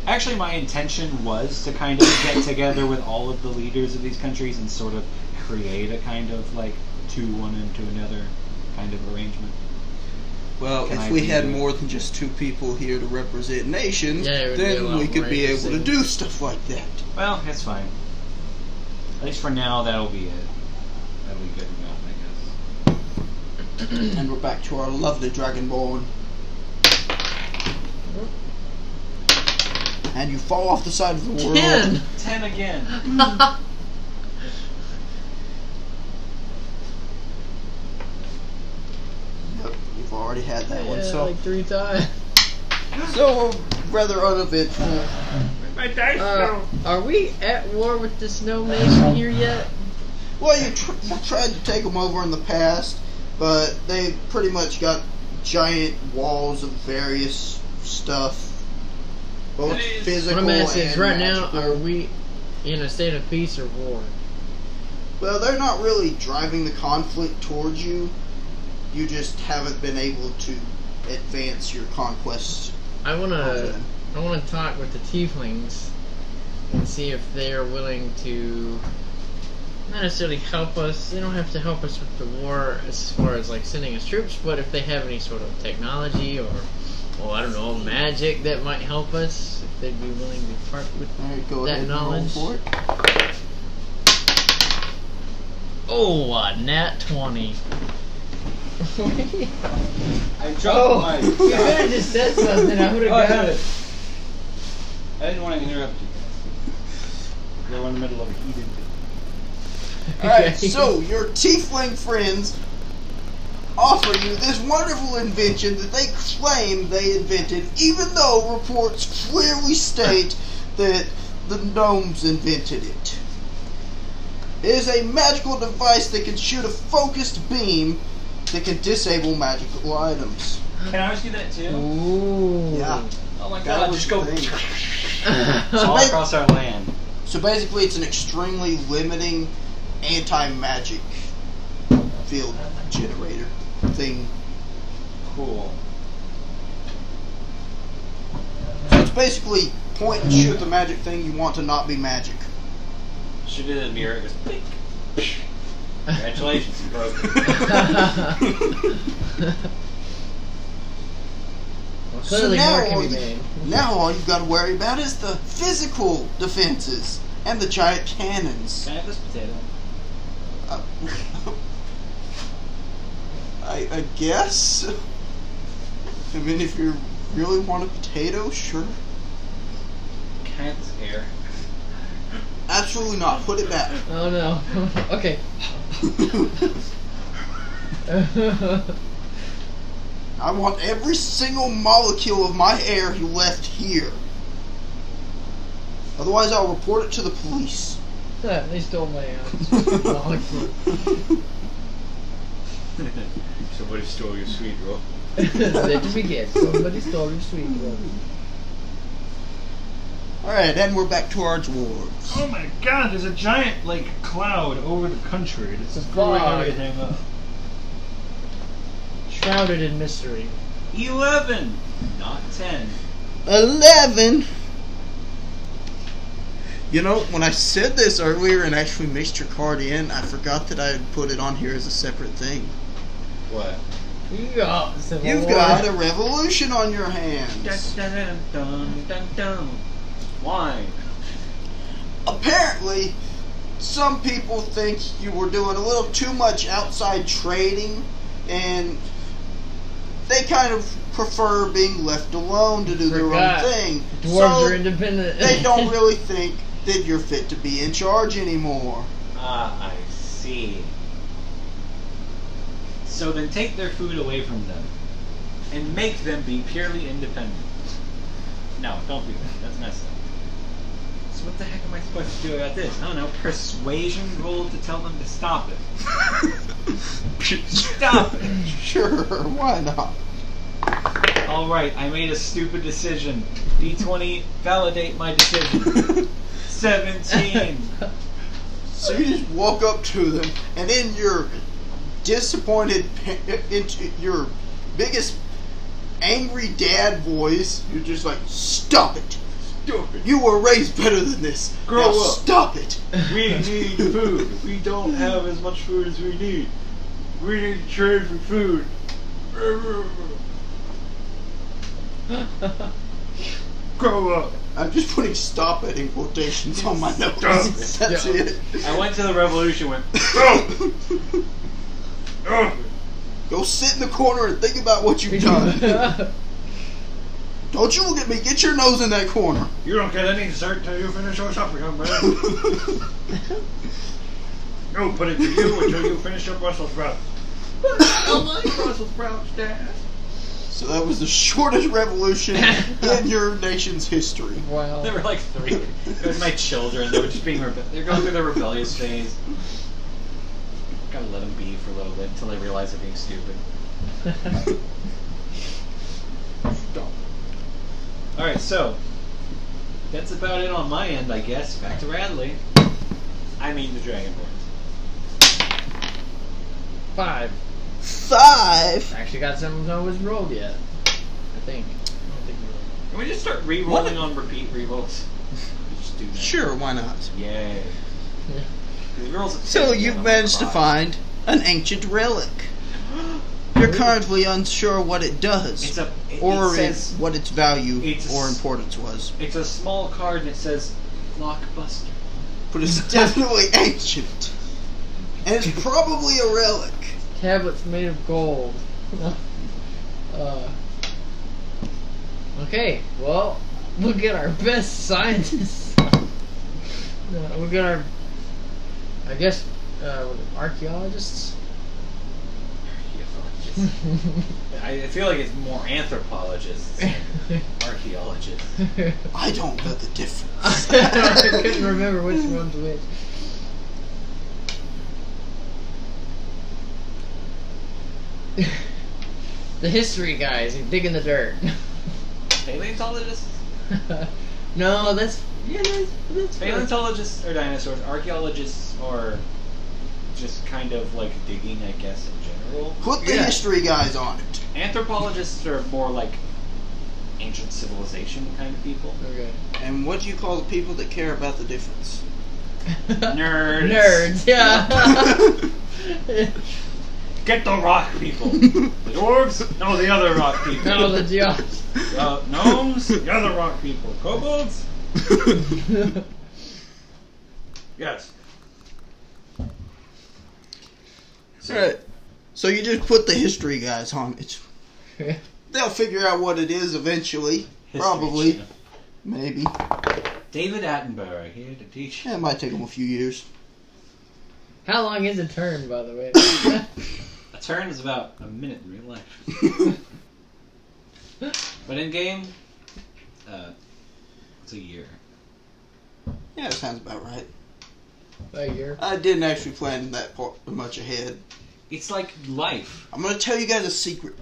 K: Actually, my intention was to kind of get together with all of the leaders of these countries and sort of create a kind of like to one and to another kind of arrangement.
B: Well,
K: Can
B: if
K: I
B: we
K: be
B: had
K: the-
B: more than just two people here to represent nations,
C: Yeah, it would be a
B: then
C: lot
B: we could
C: more
B: be able to
C: interesting.
B: do stuff like that.
K: Well, that's fine. At least for now, that'll be it. That'll be good enough, I guess.
B: and we're back to our lovely dragonborn. And you fall off the side of the world.
C: Ten.
K: Ten again.
B: Yep, you've already had that one.
C: Yeah,
B: So,
C: like three times.
B: so a rather uneventful.
K: My dice
C: Uh, are we at war with the snow nation here yet?
B: Well, you, tr- you tried to take them over in the past, but they pretty much got giant walls of various stuff, both
K: That is-
B: physical
C: What I'm asking
B: and
C: is, right now,
B: magical.
C: are we in a state of peace or war?
B: Well, they're not really driving the conflict towards you. You just haven't been able to advance your conquests.
C: I
B: over
C: wanna,
B: them.
C: I wanna talk with the tieflings and see if they are willing to not necessarily help us. They don't have to help us with the war as far as like sending us troops, but if they have any sort of technology or, oh, I don't know, magic that might help us, if they'd be willing to part with.
B: All right, go
C: That
B: ahead and roll
C: knowledge.
B: for it.
C: Oh, a nat twenty.
A: I dropped
C: Oh, you could have just said something. I would
A: Oh,
C: have got it.
A: I didn't want to interrupt you guys. They were in the middle of a heated.
B: Alright, so your tiefling friends offer you this wonderful invention that they claim they invented, even though reports clearly state that the gnomes invented it. It is a magical device that can shoot a focused beam that can disable magical items.
K: Can I do that too?
C: Ooh.
B: Yeah.
K: Oh my
B: That
K: god,
B: was
K: just go.
B: the thing.
A: All
B: Wait.
A: across our land.
B: So basically, it's an extremely limiting anti-magic field generator thing.
A: Cool.
B: So it's basically point and shoot the magic thing you want to not be magic.
K: Should do the mirror. It goes, "Pink." Congratulations, you broke it.
C: Clearly
B: now
C: more can
B: all
C: be
B: you-
C: made.
B: Now all you've got to worry about is the physical defenses and the giant cannons.
K: Can I have this potato?
B: Uh, I, I guess. I mean, if you really want a potato, sure.
K: Can I have this air?
B: Absolutely not. Put it back.
C: Oh no. okay.
B: I want every single molecule of my air you left here. Otherwise, I'll report it to the police.
C: they stole my own.
A: Somebody stole your sweet roll.
C: Let me guess. Somebody stole your sweet one.
B: Alright, and we're back to our dwarves.
L: Oh my god, there's a giant, like, cloud over the country. It's just blowing
C: Fog.
L: everything up.
C: shrouded in mystery.
A: Eleven, not ten.
B: 11. You know, when I said this earlier and actually mixed your card in, I forgot that I had put it on here as a separate thing.
A: What?
C: You got Civil
B: You've
C: War.
B: got a revolution on your
A: Dun,
B: hands.
A: dun, dun, dun, dun. Wine.
B: Apparently, some people think you were doing a little too much outside trading, and they kind of prefer being left alone to do their own
C: Forgot.
B: thing.
C: Dwarves
B: so
C: are independent.
B: they don't really think that you're fit to be in charge anymore.
A: Ah, I see. So then take their food away from them and make them be purely independent. No, don't do that. That's messed up. So what the heck am I supposed to do about this? I don't know. Persuasion roll to tell them to stop it. Stop it!
B: Sure, why not?
A: Alright, I made a stupid decision. D20, validate my decision. 17!
B: So you just walk up to them, and in your disappointed, pa- into your biggest angry dad voice, you're just like, "Stop it!
A: Stupid!
B: You were raised better than this.
A: Grow
B: now
A: up."
B: Stop it!
A: We need food. We don't have as much food as we need. We need to trade for food. Grow up.
B: I'm just putting "stop it" in quotations on my notes.
C: it.
B: That's
C: Yeah.
B: it.
A: I went to the revolution went
B: Go sit in the corner and think about what you've done. Don't you look at me. Get your nose in that corner.
L: You don't get any dessert till you finish your supper, young man. Nobody to you until you finish your Brussels sprouts.
B: So that was the shortest revolution in your nation's history.
C: wow.
A: there were like three. It was my children. They were just being rebe- they're going through their rebellious phase. Gotta let them be for a little bit until they realize they're being stupid. Alright, so that's about it on my end, I guess. Back to Radley. I mean the Dragonborns.
C: Five.
B: Five.
C: Actually, got something that was rolled yet. I think. I don't think we rolled.
A: Can we just start re-rolling
B: What?
A: on repeat rerolls? Just do that.
B: Sure, why not?
A: Yay.
C: Yeah.
A: These rerolls are
B: So
A: sick,
B: you've
A: man.
B: managed to
A: Cry.
B: find an ancient relic. You're currently unsure what it
A: It's
B: does,
A: a. It,
B: or
A: it says
B: if- what its value
A: It's a
B: or
A: s-
B: importance was.
A: it's a small card and it says Lockbuster.
B: But it's definitely ancient, and it's probably a relic.
C: Tablets made of gold. uh, okay, well, we'll get our best scientists. uh, we'll get our, I guess, uh, archaeologists.
A: I I feel like it's more anthropologists, than archaeologists.
C: I
B: I don't know the difference.
C: couldn't remember which one's which. the history guys who dig in the dirt.
A: Paleontologists,
C: no, that's yeah, that's, that's fine.
A: paleontologists are dinosaurs. Archaeologists are just kind of like digging, I guess, in general.
B: Put the
C: Yeah.
B: history guys on it.
A: Anthropologists are more like ancient civilization kind of people.
C: Okay.
B: And what do you call the people that care about the difference?
A: Nerds.
C: Nerds, yeah.
A: Get the rock people. The dwarves? No, the other rock people.
C: no, the geog.
A: Uh, gnomes? The other rock people. Kobolds? Yes.
B: Alright. So you just put the history guys on it. They'll figure out what it is eventually. Probably.
A: Channel.
B: Maybe.
A: David Attenborough here to teach.
B: Yeah, it might take them a few years.
C: How long is a turn, by the way?
A: A turn is about a minute in real life. But in game, uh, it's a year.
B: yeah, that sounds about right.
C: a year.
B: I didn't actually plan that part much ahead.
A: It's like life.
B: I'm gonna tell you guys a secret.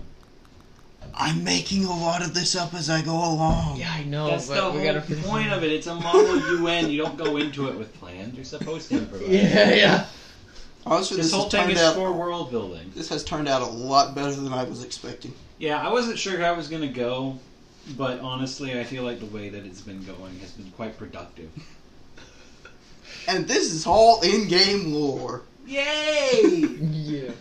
B: I'm making a lot of this up as I go along.
C: Yeah, I know,
A: That's
C: but
A: the
C: we
A: whole
C: gotta finish
A: point
C: it.
A: of it. It's a model UN. You don't go into it with plans. You're supposed to improvise.
C: Yeah, yeah.
B: Honestly, this,
A: This whole
B: has
A: thing
B: turned
A: is
B: out
A: for world building.
B: this has turned out a lot better than I was expecting.
A: Yeah, I wasn't sure how I was gonna go, but honestly, I feel like the way that it's been going has been quite productive.
B: And this is all in-game lore.
A: Yay!
C: Yeah.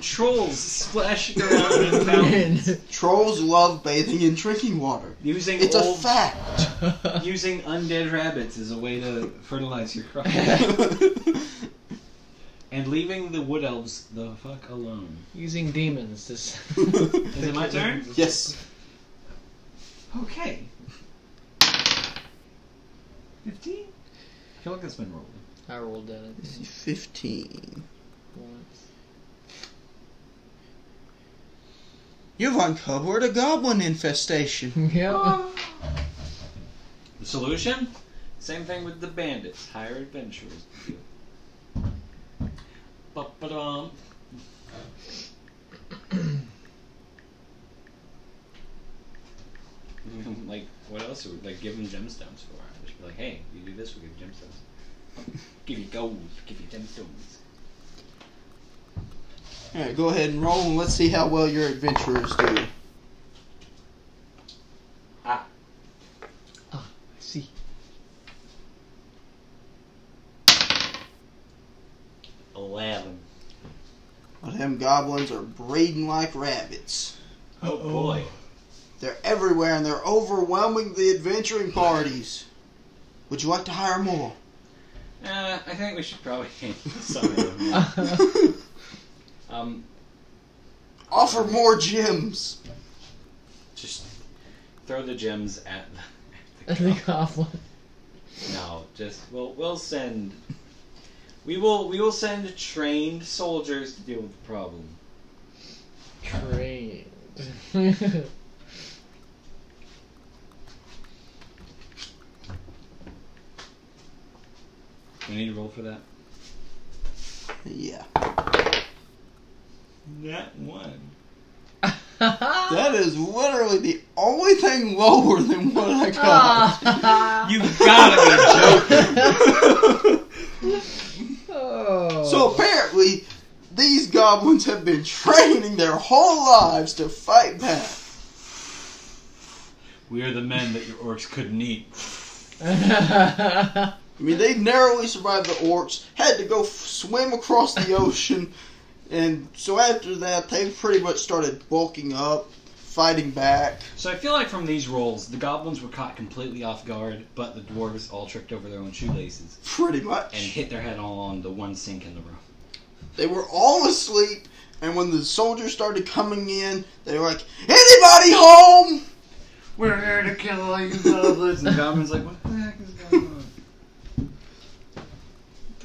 A: Trolls splashing around in fountains,
B: Trolls love bathing in drinking water.
A: using
B: It's a
A: old,
B: fact.
A: using undead rabbits as a way to fertilize your crop, and leaving the wood elves the fuck alone.
C: Using demons to. s-
A: Is it my turn?
B: yes.
A: Okay. Fifteen. I feel like it's been rolling.
C: I rolled down it
B: 15.
C: once.
B: You've uncovered a goblin infestation.
C: Yeah.
A: The solution? Same thing with the bandits. Hire adventurers. to do. Ba-ba-dum. like, what else would like give them gemstones for? I'd just be like, hey, you do this, we give you gemstones. give you gold, give you gemstones.
B: Alright, go ahead and roll and let's see how well your adventurers do.
A: Ah,
C: See.
A: Eleven.
B: Well, them goblins are breeding like rabbits.
A: Oh boy.
B: They're everywhere and they're overwhelming the adventuring parties. Would you like to hire more?
A: Uh, I think we should probably some of them. Um,
B: Offer more gems.
A: just throw the gems at the, at the
C: the goblin.
A: No, just we'll we'll send. We will we will send trained soldiers to deal with the problem.
C: Trained.
A: We need to roll for that.
B: Yeah.
A: That one.
B: That is literally the only thing lower than what I got.
C: Ah.
A: You gotta be joking.
C: Oh.
B: So apparently, these goblins have been training their whole lives to fight back.
A: We are the men that your orcs couldn't eat.
B: I mean, they narrowly survived the orcs, had to go f- swim across the ocean, and so after that, they pretty much started bulking up, fighting back.
A: So I feel like from these rolls, the goblins were caught completely off guard, but the dwarves all tripped over their own shoelaces
B: Pretty
A: and
B: much.
A: hit their head all on the one sink in the room.
B: They were all asleep, and when the soldiers started coming in, they were like, Anybody home?
A: We're here to kill all you goblins. and Goblin's like, what the heck is going on?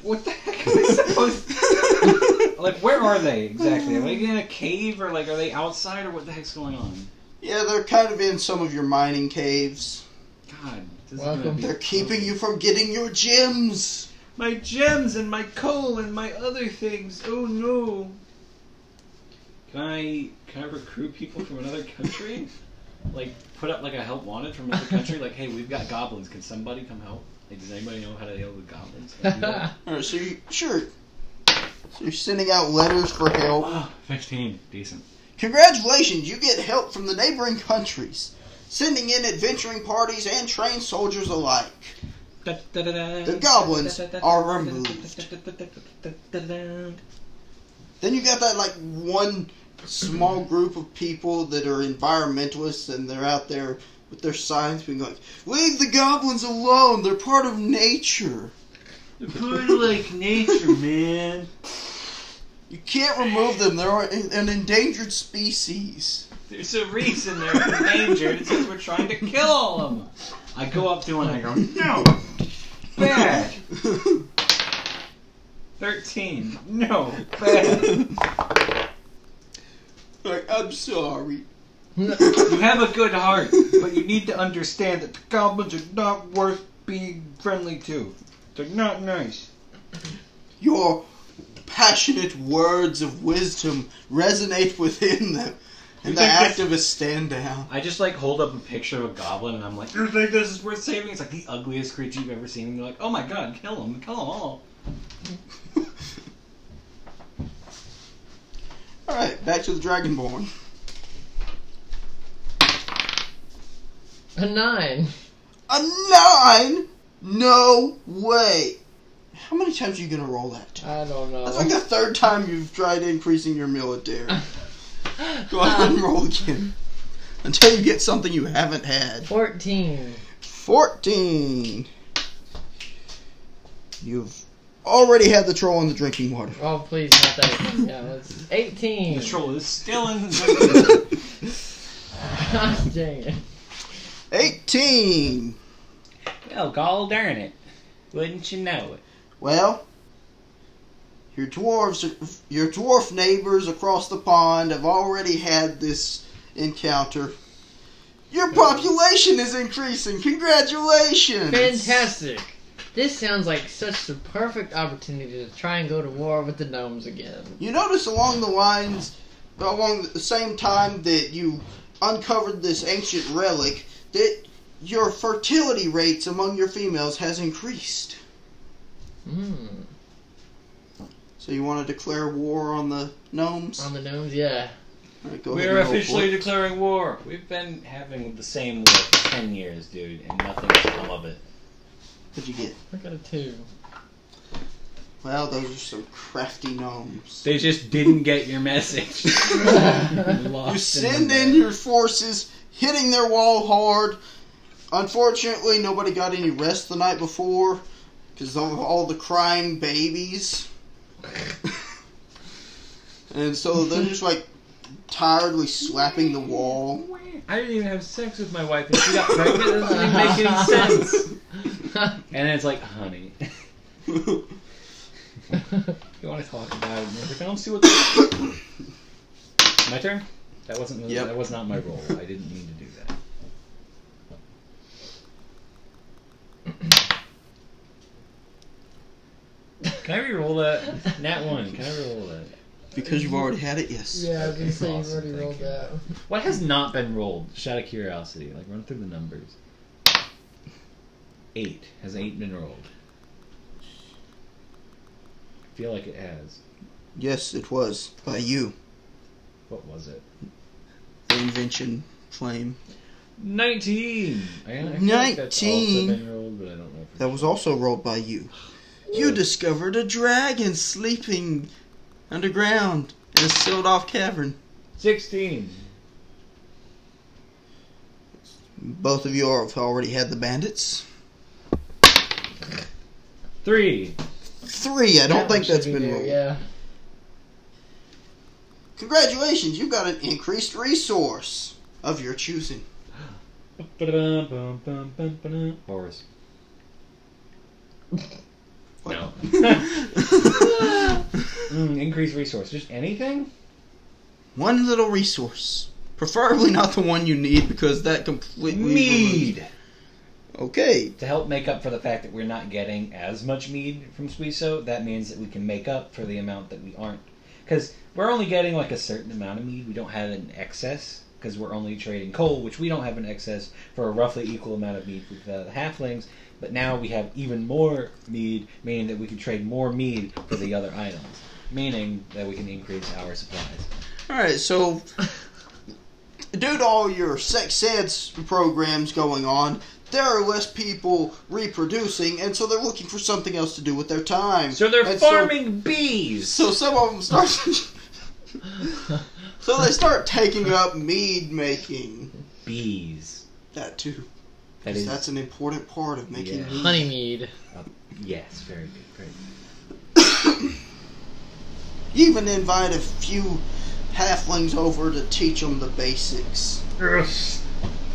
A: What the heck are they supposed Like, where are they exactly? Are they in a cave or, like, are they outside or what the heck's going on?
B: yeah, they're kind of in some of your mining caves.
A: God, this is
C: Welcome.
A: gonna be...
B: They're keeping you from getting your gems.
A: My gems and my coal and my other things. Oh no. Can I can I recruit people from another country? like put up like a help wanted from another country? Like, hey, we've got goblins. Can somebody come help? Like, does anybody know how to deal with goblins? Can I do that?
B: All right, so you sure? So you're sending out letters for help.
A: Ah, Fifteen, decent.
B: Congratulations, you get help from the neighboring countries, sending in adventuring parties and trained soldiers alike.
A: The
B: goblins are removed. Then you got that like one small group of people that are environmentalists and they're out there with their signs being like, "Leave the goblins alone. They're part of nature.
A: Part of like nature, man.
B: You can't remove them. They're an endangered species."
A: There's a reason they're endangered. It's because we're trying to kill all of them. I go up to one. I go, no, bad. Thirteen, no, bad.
B: Like, I'm sorry.
A: You have a good heart, but you need to understand that the goblins are not worth being friendly to. They're not nice.
B: Your passionate words of wisdom resonate within them, and the
A: think that's-
B: activists stand down.
A: I just like hold up a picture of a goblin and I'm like, you think this is worth saving? It's like the ugliest creature you've ever seen. And they're like, oh my god, kill him, kill them all.
B: Alright, back to the Dragonborn.
C: A nine.
B: A nine? No way. How many times are you gonna roll that?
C: I don't know.
B: That's like the third time you've tried increasing your military. Go ahead and roll again. Until you get something you haven't had.
C: Fourteen.
B: 14. You've already had the troll in the drinking water.
C: Oh please, not that. Yeah, let's. Eighteen.
M: The troll is still in the.
C: Gosh dang it.
B: 18.
A: Well, gall darn it. Wouldn't you know it?
B: Well, your dwarves, your dwarf neighbors across the pond have already had this encounter. Your population is increasing. Congratulations!
C: Fantastic. This sounds like such the perfect opportunity to try and go to war with the gnomes again.
B: You notice along the lines, along the same time that you uncovered this ancient relic, that your fertility rates among your females has increased.
C: Mm.
B: So you want to declare war on the gnomes?
C: On the gnomes, yeah.
B: Alright, go ahead
A: We're
B: and roll for
A: officially
B: it.
A: declaring war. We've been having the same war for ten years, dude, and nothing's come of it.
B: What'd you get?
C: I got a two.
B: Well, those are some crafty gnomes.
A: They just didn't get your message.
B: You send in your forces, hitting their wall hard. Unfortunately, nobody got any rest the night before because of all the crying babies. and so they're just like tiredly slapping the wall.
A: I didn't even have sex with my wife, and she got pregnant. That doesn't even make any sense. And then it's like, honey, you want to talk about it? And it's like, I don't see what. the-" my turn. That wasn't.
B: Yep.
A: That was not my role. I didn't mean to do that. Can I re-roll that? Nat one. Can I re-roll that?
B: because you've already had it, yes.
C: Yeah, I was gonna say you've
A: Awesome,
C: already
A: thank
C: rolled
A: you.
C: that.
A: What has not been rolled? Just out of curiosity, like run through the numbers. Eight has eight been rolled. I feel like it has.
B: Yes, it was by you.
A: What was it?
B: The invention flame.
A: Nineteen. I, I feel like that's also
B: 19.
A: been rolled, but I don't know. for
B: That was also rolled by you. You discovered a dragon sleeping underground in a sealed off cavern.
A: sure. sixteen.
B: Both of you are- have already had the bandits.
A: Three.
B: Three, I don't
C: That one
B: think that's
C: should be
B: been
C: there,
B: rolled.
C: Yeah.
B: Congratulations, you got an increased resource of your choosing.
A: Boris.
B: What?
A: No. Mm, increased resource. Just anything?
B: One little resource. Preferably not the one you need because that completely. removes- Okay,
A: to help make up for the fact that we're not getting as much mead from Suiso, that means that we can make up for the amount that we aren't. Because we're only getting like a certain amount of mead. We don't have an excess because we're only trading coal, which we don't have an excess for a roughly equal amount of mead with uh, the halflings. But now we have even more mead, meaning that we can trade more mead for the other items, meaning that we can increase our supplies.
B: Alright, so due to all your sex ed s- programs going on, there are less people reproducing, and so they're looking for something else to do with their time.
A: So they're
B: And
A: farming bees.
B: So, some of them start. so they start taking up mead making.
A: Bees.
B: That too.
A: That
B: 'cause
A: is
B: That's an important part of making
A: Yeah.
B: mead.
C: Honeymead.
A: yes, very good, very good.
B: You even invite a few halflings over to teach them the basics.
L: Yes.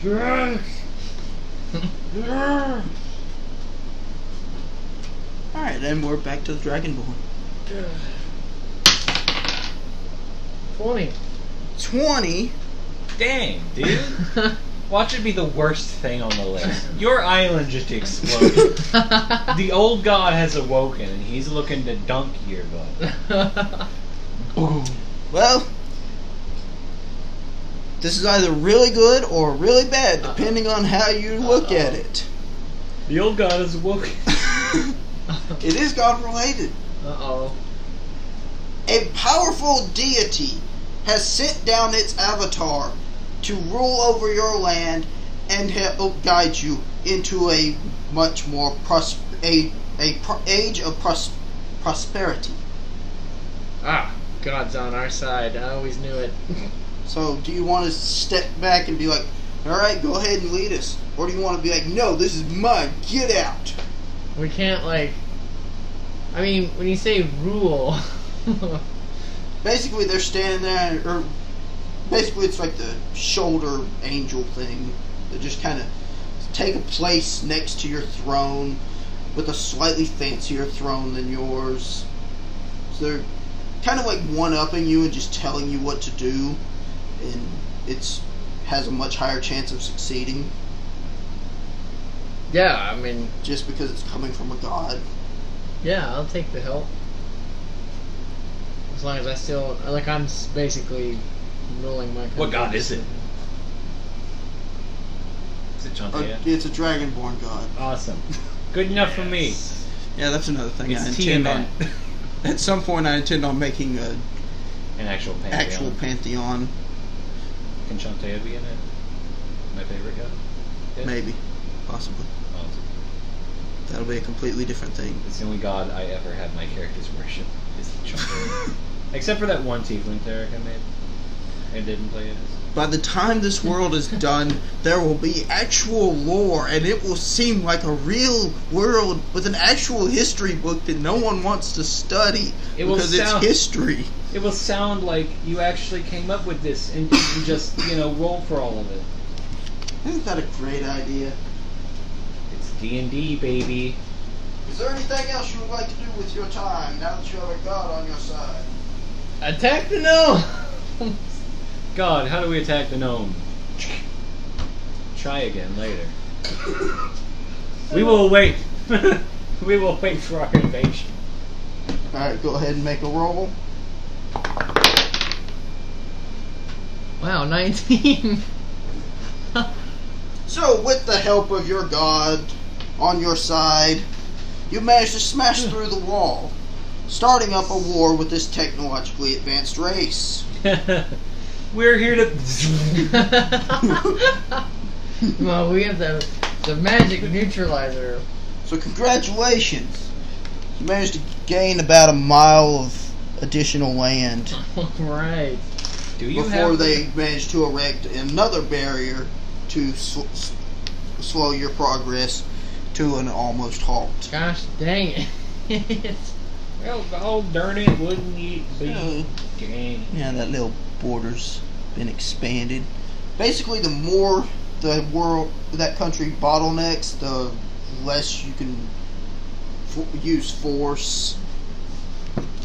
L: Yes. yes.
B: Alright, then we're back to the Dragonborn.
C: Twenty.
B: 20.
A: Dang, dude. Watch it be the worst thing on the list. Your island just exploded. the old god has awoken and he's looking to dunk your butt.
B: Well, this is either really good or really bad, depending on how you look at it.
A: The old god has awoken.
B: It is God related.
C: Uh oh.
B: A powerful deity has sent down its avatar to rule over your land and help guide you into a much more pros- a, a pro- age of pros- prosperity.
C: Ah, God's on our side. I always knew it.
B: So, do you want to step back and be like, all right, go ahead and lead us? Or do you want to be like, no, this is mine, get out?
C: We can't like. I mean, when you say rule,
B: Basically, they're standing there, or basically, it's like the shoulder angel thing. They just kind of take a place next to your throne with a slightly fancier throne than yours. So they're kind of like one upping you and just telling you what to do, and it's has a much higher chance of succeeding
C: yeah, I mean,
B: just because it's coming from a god.
C: yeah, I'll take the help. As long as I still like, I'm s- basically ruling my. Country.
N: What god is it?
A: Is it
B: Or
A: Chantea?
B: It's a dragonborn god.
A: Awesome. Good enough for me.
B: Yeah, that's another thing
A: It's Tiamat.
B: At some point, I intend on making an
A: An actual pantheon.
B: actual pantheon,
A: Can Chantea be in it? My favorite guy. Yeah.
B: maybe, possibly.
A: Oh, it's-
B: That'll be a completely different thing.
A: it's the only god I ever had my characters worship. Is Chantea. Except for that one tiefling cleric I made. And didn't play it as.
B: By the time this world is done, there will be actual lore, and it will seem like a real world with an actual history book that no one wants to study
A: It will
B: because it's
A: sound-
B: history.
A: It will sound like you actually came up with this and you just, you know, roll for all of it.
B: Isn't that a great idea?
A: It's D&D, baby.
B: Is there anything else you would like to do with your time now that you have a god on your side?
C: Attack the gnome.
A: God, how do we attack the gnome? Try again later. we will wait. we will wait for our invasion.
B: Alright, go ahead and make a roll.
C: wow, nineteen.
B: So, with the help of your god on your side, you manage to smash
A: Hmm.
B: through the wall, starting up a war with this technologically advanced race.
A: We're here to.
C: well, we have the the magic neutralizer.
B: So, congratulations! You managed to gain about a mile of additional land
C: right.
A: Do you
B: before
A: have
B: they managed to erect another barrier to sl- s- slow your progress to an almost halt.
C: Gosh dang it.
A: Well, oh darn it! Wouldn't it be?
B: So,
A: Dang.
B: Yeah, that little border's been expanded. Basically, the more the world, that country bottlenecks, the less you can fo- use force,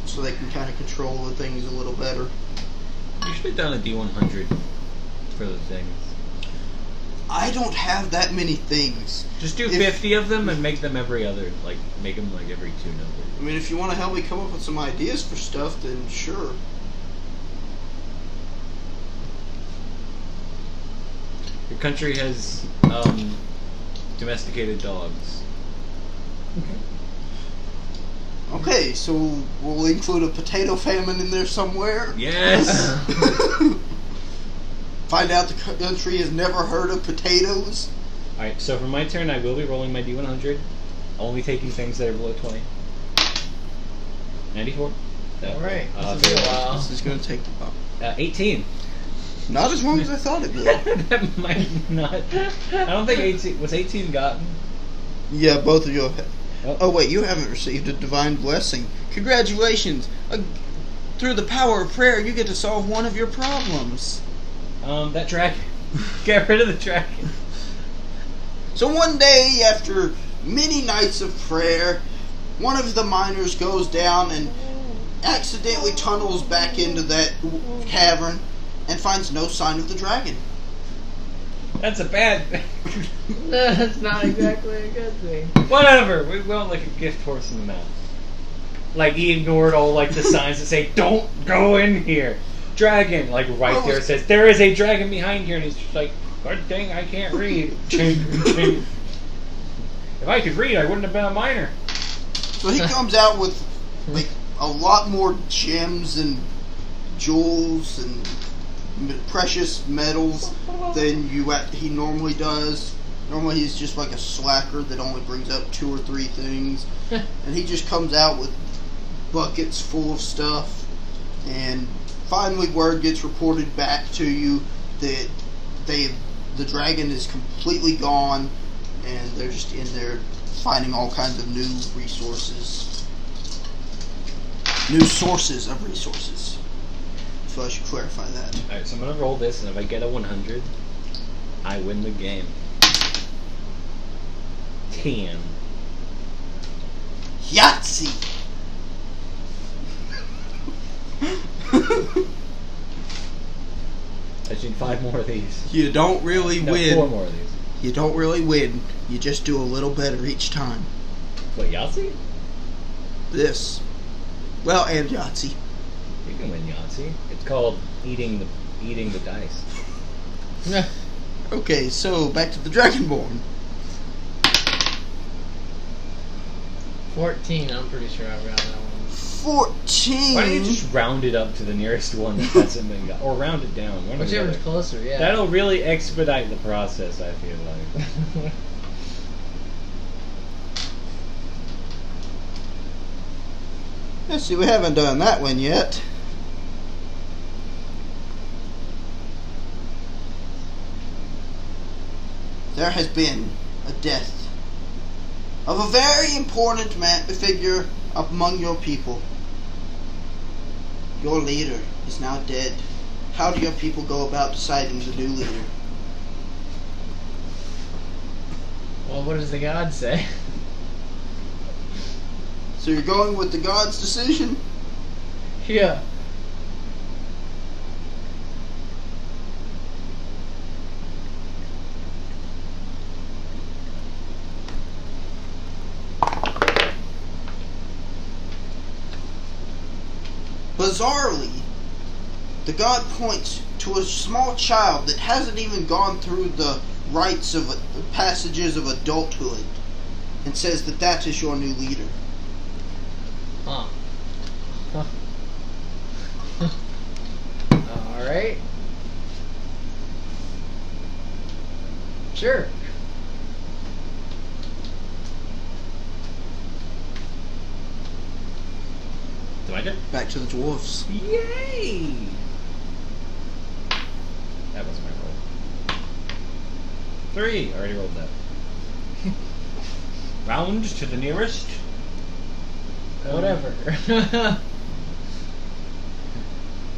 B: so they can kind of control the things a little better.
A: You should have done a D one hundred for the things.
B: I don't have that many things.
A: Just do
B: If-
A: fifty of them and make them every other, like make them like every two numbers.
B: I mean, if you want to help me come up with some ideas for stuff, then sure.
A: Your country has um, domesticated dogs.
B: Okay, so we'll include a potato famine in there somewhere.
A: Yes.
B: Find out the cou- country has never heard of potatoes.
A: Alright, so for my turn, I will be rolling my d100, only taking things that are below 20. 94. That-
C: Alright.
A: Uh,
C: this is a
A: very well.
C: while.
B: This is going to take the bomb.
A: uh, 18.
B: Not as long as I thought it would.
A: that might not. I don't think 18. Was 18 gotten?
B: yeah, both of you. Have.
A: Oh.
B: Oh wait, you haven't received a divine blessing. Congratulations! Uh, through the power of prayer, you get to solve one of your problems.
A: Um, that dragon. Get rid of the dragon.
B: So one day, after many nights of prayer, one of the miners goes down and accidentally tunnels back into that w- cavern and finds no sign of the dragon.
A: That's a bad thing.
C: That's not exactly a good thing.
A: Whatever. We went like a gift horse in the mouth. Like, he ignored all, like, the signs that say, don't go in here. Dragon, like, right
B: Well,
A: there,
B: it's-
A: says, there is a dragon behind here, and he's just like, God dang, I can't read. if I could read, I wouldn't have been a miner.
B: So he comes out with like a lot more gems and jewels and m- precious metals than you act, he normally does. Normally he's just like a slacker that only brings up two or three things, and he just comes out with buckets full of stuff. And finally, word gets reported back to you that they the dragon is completely gone, and they're just in there finding all kinds of new resources, new sources of resources. So I should clarify that.
A: Alright, so I'm gonna roll this, and if I get a 100, I win the game. 10.
B: Yahtzee.
A: I just need five more of these.
B: you don't really
A: No,
B: win.
A: four more of these.
B: You don't really win. You just do a little better each time.
A: What, Yahtzee?
B: This. Well, and Yahtzee.
A: You can win Yahtzee. It's called eating the eating the dice.
B: Okay, so back to the Dragonborn.
C: 14, I'm pretty sure I got that one.
B: 14.
A: Why don't you just round it up to the nearest one that hasn't been got, or round it down? One or the
C: Whichever's
A: other.
C: closer, yeah.
A: That'll really expedite the process. I feel like.
B: Let's see, we haven't done that one yet. There has been a death of a very important man, figure among your people. Your leader is now dead. How do your people go about deciding the new leader?
C: well, what does the god say?
B: So you're going with the god's decision?
C: yeah.
B: Bizarrely, the god points to a small child that hasn't even gone through the rites of the passages of adulthood and says that that is your new leader.
C: Huh. Alright. Sure.
A: Do I get?
B: Back to the dwarves.
A: Yay! That was my roll. Three. I already rolled that. round to the nearest.
C: Whatever.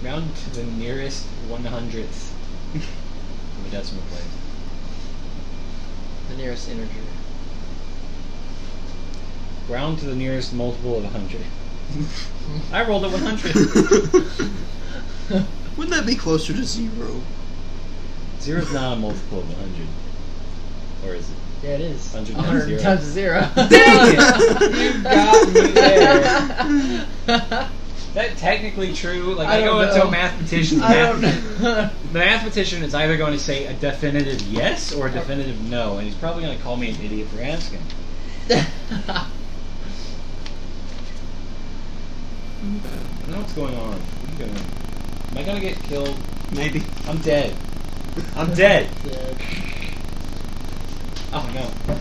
A: Round to the nearest one hundredth of a decimal place.
C: the nearest integer.
A: Round to the nearest multiple of a hundred. I rolled a one hundred.
B: Wouldn't that be closer to zero?
A: Zero is not a multiple of a hundred. Or is it?
C: Yeah, it is.
A: 100 times
C: 100
A: zero.
C: times zero. Dang
B: it! You
O: got me
C: there.
A: That technically true. Like
C: I
A: I, go
C: don't
A: into
C: know.
A: a mathematician.
C: I don't know.
A: The mathematician is either going to say a definitive yes or a definitive no, and he's probably going to call me an idiot for asking. I don't know what's going on. What are you doing? Am I going to get killed?
B: Maybe.
A: I'm dead. I'm dead.
C: Dead.
A: Oh no.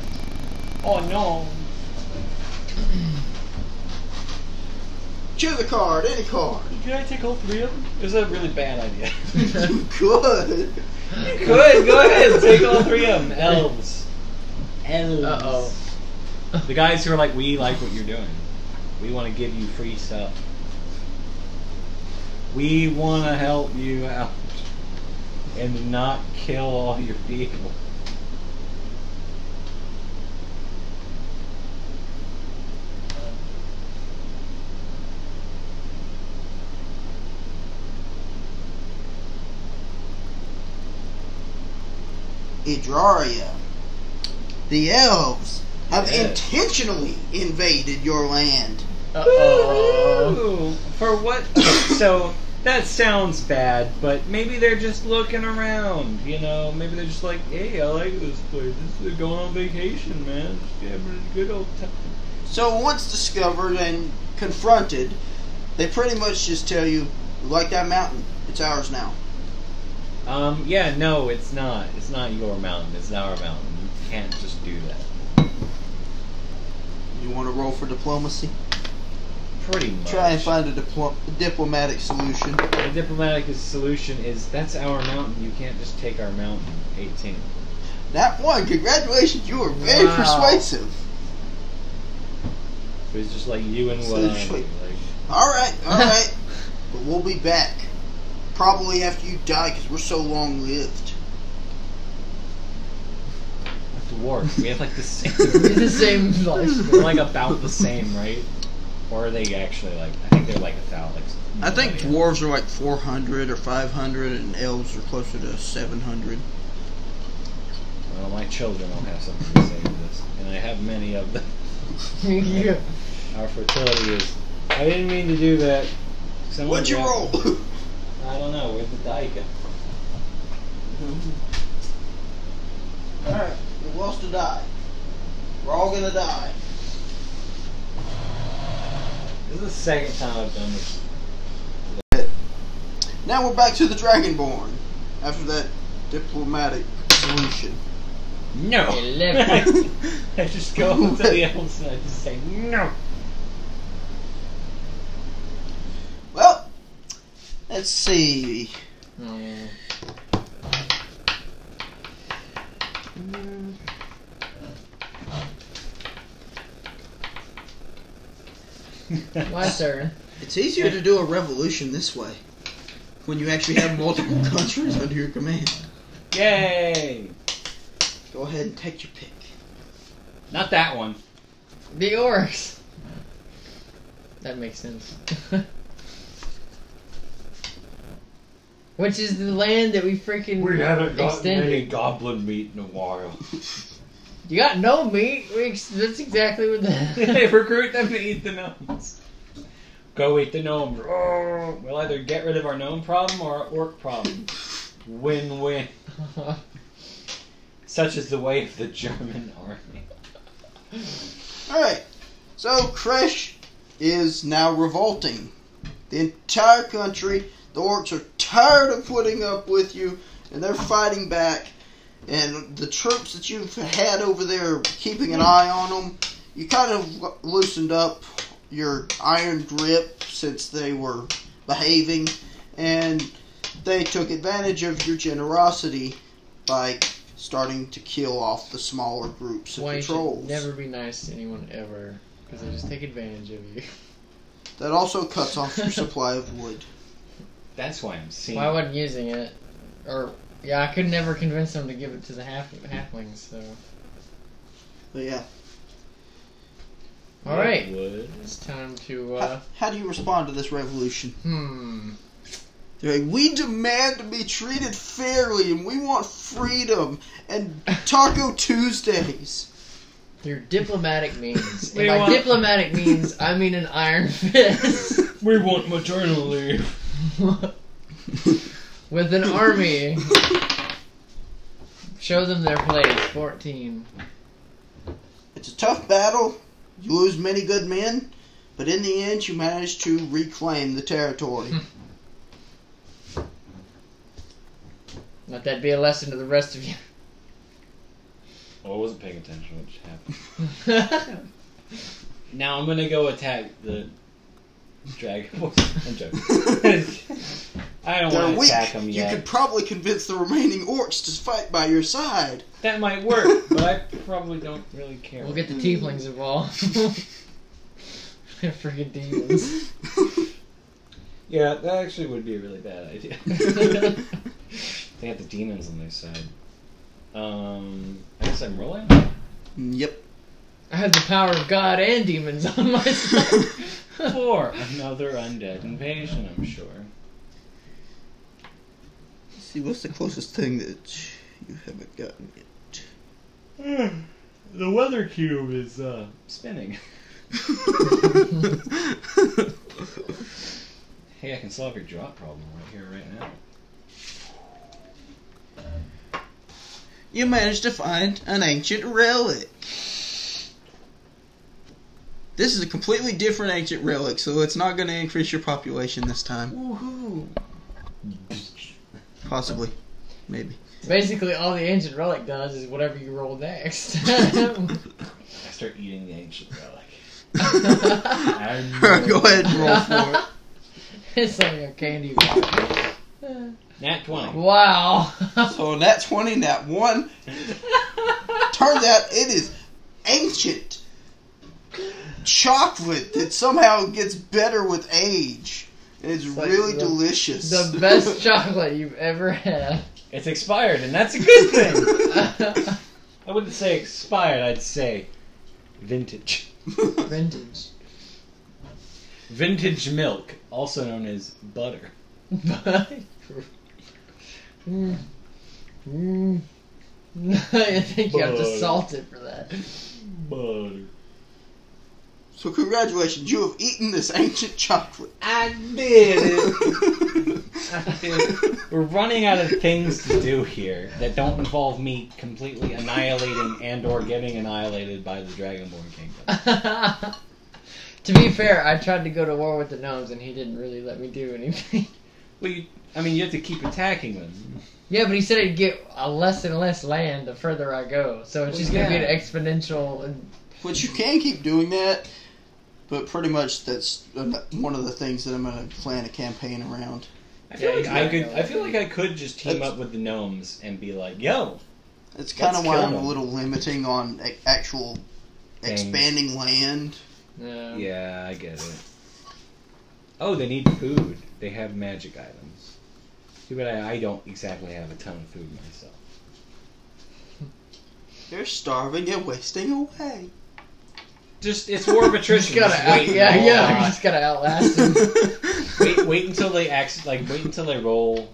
A: Oh no.
B: Choose a card, any card.
A: Did I take all three of them? It was a really bad idea.
B: You could.
A: Good, go ahead. Take all three of them. Elves. Elves.
C: Uh-oh.
A: The guys who are like, we like what you're doing. We want to give you free stuff. We want to help you out and not kill all your people.
B: Idraria. The elves have
A: Yeah.
B: intentionally invaded your land.
C: Uh-oh.
A: For what? so that sounds bad, but maybe they're just looking around. You know, maybe they're just like, hey, I like this place. This is going on vacation, man. Just having a good old time.
B: So once discovered and confronted, they pretty much just tell you, We like that mountain. It's ours now.
A: Um, yeah, no, it's not. It's not your mountain. It's our mountain. You can't just do that.
B: You want to roll for diplomacy?
A: Pretty much.
B: Try and find a diplo- diplomatic solution.
A: The diplomatic solution is that's our mountain. You can't just take our mountain. 18.
B: That one, congratulations, you were very
C: Wow.
B: persuasive.
A: So it's just like you and
B: So
A: what I
B: it's
A: do,
B: like-
A: like
B: Alright, alright. but we'll be back. Probably after you die, because we're so long lived.
A: dwarves. We have like the same.
C: It's the same life.
A: They're like about the same, right? Or are they actually like? I think they're like a thousand.
B: I think dwarves are like 400 or 500, and elves are closer to 700.
A: Well, my children will have something to say to this, and I have many of them.
C: yeah.
A: Our fertility is. I didn't mean to do that. Someone
B: What'd you
A: got-
B: roll?
A: I don't know. Where'd the die go?
B: alright, who wants to die? We're all gonna die.
A: This is the second time I've done this.
B: Now we're back to the Dragonborn. After that diplomatic solution.
A: No.
C: Eleven.
A: I just go up to the elves and I just say no.
B: Well, let's see.
C: Oh. My turn.
B: It's easier to do a revolution this way when you actually have multiple countries under your command.
A: Yay!
B: Go ahead and take your pick.
A: Not that one.
C: The orcs. That makes sense. Which is the land that we freaking
L: We haven't gotten
C: extended.
L: any goblin meat in a while.
C: You got no meat. We ex- that's exactly what the.
A: recruit them to eat the gnomes. Go eat the gnomes. Oh, We'll either get rid of our gnome problem or our orc problem. Win win. Such is the way of the German army.
B: Alright, so Kresh is now revolting. The entire country, the orcs are tired of putting up with you, and they're fighting back. And the troops that you've had over there are keeping an eye on them. You kind of loosened up your iron grip since they were behaving, and they took advantage of your generosity by starting to kill off the smaller groups of
C: Why you should
B: patrols.
C: never be nice to anyone ever, because they just take advantage of you.
B: That also cuts off your supply of wood.
A: That's why I'm seeing.
C: Well, I wasn't using it, or yeah, I could never convince them to give it to the half halflings. So,
B: But yeah,
C: all right,
A: Wood.
C: it's time to.
B: how,
C: Uh,
B: how do you respond to this revolution?
C: hmm.
B: They're like, we demand to be treated fairly, and we want freedom and Taco Tuesdays.
C: Through diplomatic means.
A: We
C: and by
A: want-
C: diplomatic means, I mean an iron fist.
A: We want maternal leave.
C: With an army. Show them their place. 14.
B: It's a tough battle. You lose many good men, but in the end, you manage to reclaim the territory.
C: Let that be a lesson to the rest of you.
A: Oh, I wasn't paying attention to what just happened. Now I'm gonna go attack the dragon. I'm joking. I don't
B: They're
A: want to
B: weak.
A: attack them
B: You
A: yet.
B: could probably convince the remaining orcs to fight by your side.
A: That might work, but I probably don't really care.
C: we'll get the tieflings involved. They're freaking demons.
A: Yeah, that actually would be a really bad idea. they have the demons on their side. Um, I guess I'm rolling.
B: yep.
C: I have the power of God and demons on my side.
A: Four. Another undead invasion, I'm sure.
B: See, what's the closest thing that you haven't gotten yet?
A: Hmm. The weather cube is uh, spinning. Hey, I can solve your drop problem right here, right now.
B: you managed to find an ancient relic. This is a completely different ancient relic, so it's not going to increase your population this time.
P: Woohoo!
B: Possibly. Maybe.
C: Basically, all the ancient relic does is whatever you roll next.
L: I start eating the ancient relic.
B: Alright, Go ahead and roll for it.
C: it's like a candy bar.
L: Nat 20.
C: wow.
B: So nat 20, nat 1. Turns out it is ancient chocolate that somehow gets better with age. And it's,
C: like
B: really
C: the-
B: delicious.
C: the best chocolate you've ever had.
L: It's expired, and that's a good thing. I wouldn't say expired, I'd say vintage.
C: Vintage.
L: Vintage milk, also known as butter.
C: Mm. Mm. I think you have to salt it for that.
L: Butter.
B: so congratulations, you have eaten this ancient chocolate.
L: I did it.
B: I
L: We're running out of things to do here that don't involve me completely annihilating and or getting annihilated by the Dragonborn Kingdom.
C: to be fair, I tried to go to war with the gnomes and he didn't really let me do anything.
L: Well, you, I mean, you have to keep attacking them.
C: yeah, but he said I'd get a less and less land the further I go, so it's
L: Well,
C: just gonna be
L: yeah.
C: an exponential. And
B: Which you can keep doing that, but pretty much that's one of the things that I'm going to plan a campaign around.
L: I feel
C: Yeah,
L: like
C: he's
L: I
C: not
L: could.
C: gonna
L: I feel like I could just team
B: That's-
L: up with the gnomes and be like, "Yo,
B: That's kind of
L: Let's
B: why
L: kill
B: I'm
L: them.
B: a little limiting on a- actual
L: Things.
B: expanding land.
C: no.
L: yeah, I get it." Oh, they need food. They have magic items. Too bad I, I don't exactly have a ton of food myself.
B: You're starving and wasting away.
L: Just it's war of
C: Just
L: attrition.
C: gotta
L: Just
C: out,
L: wait
C: yeah,
L: and roll
C: yeah.
L: a lot.
C: Just gotta outlast him.
L: wait, wait until they act like wait until they roll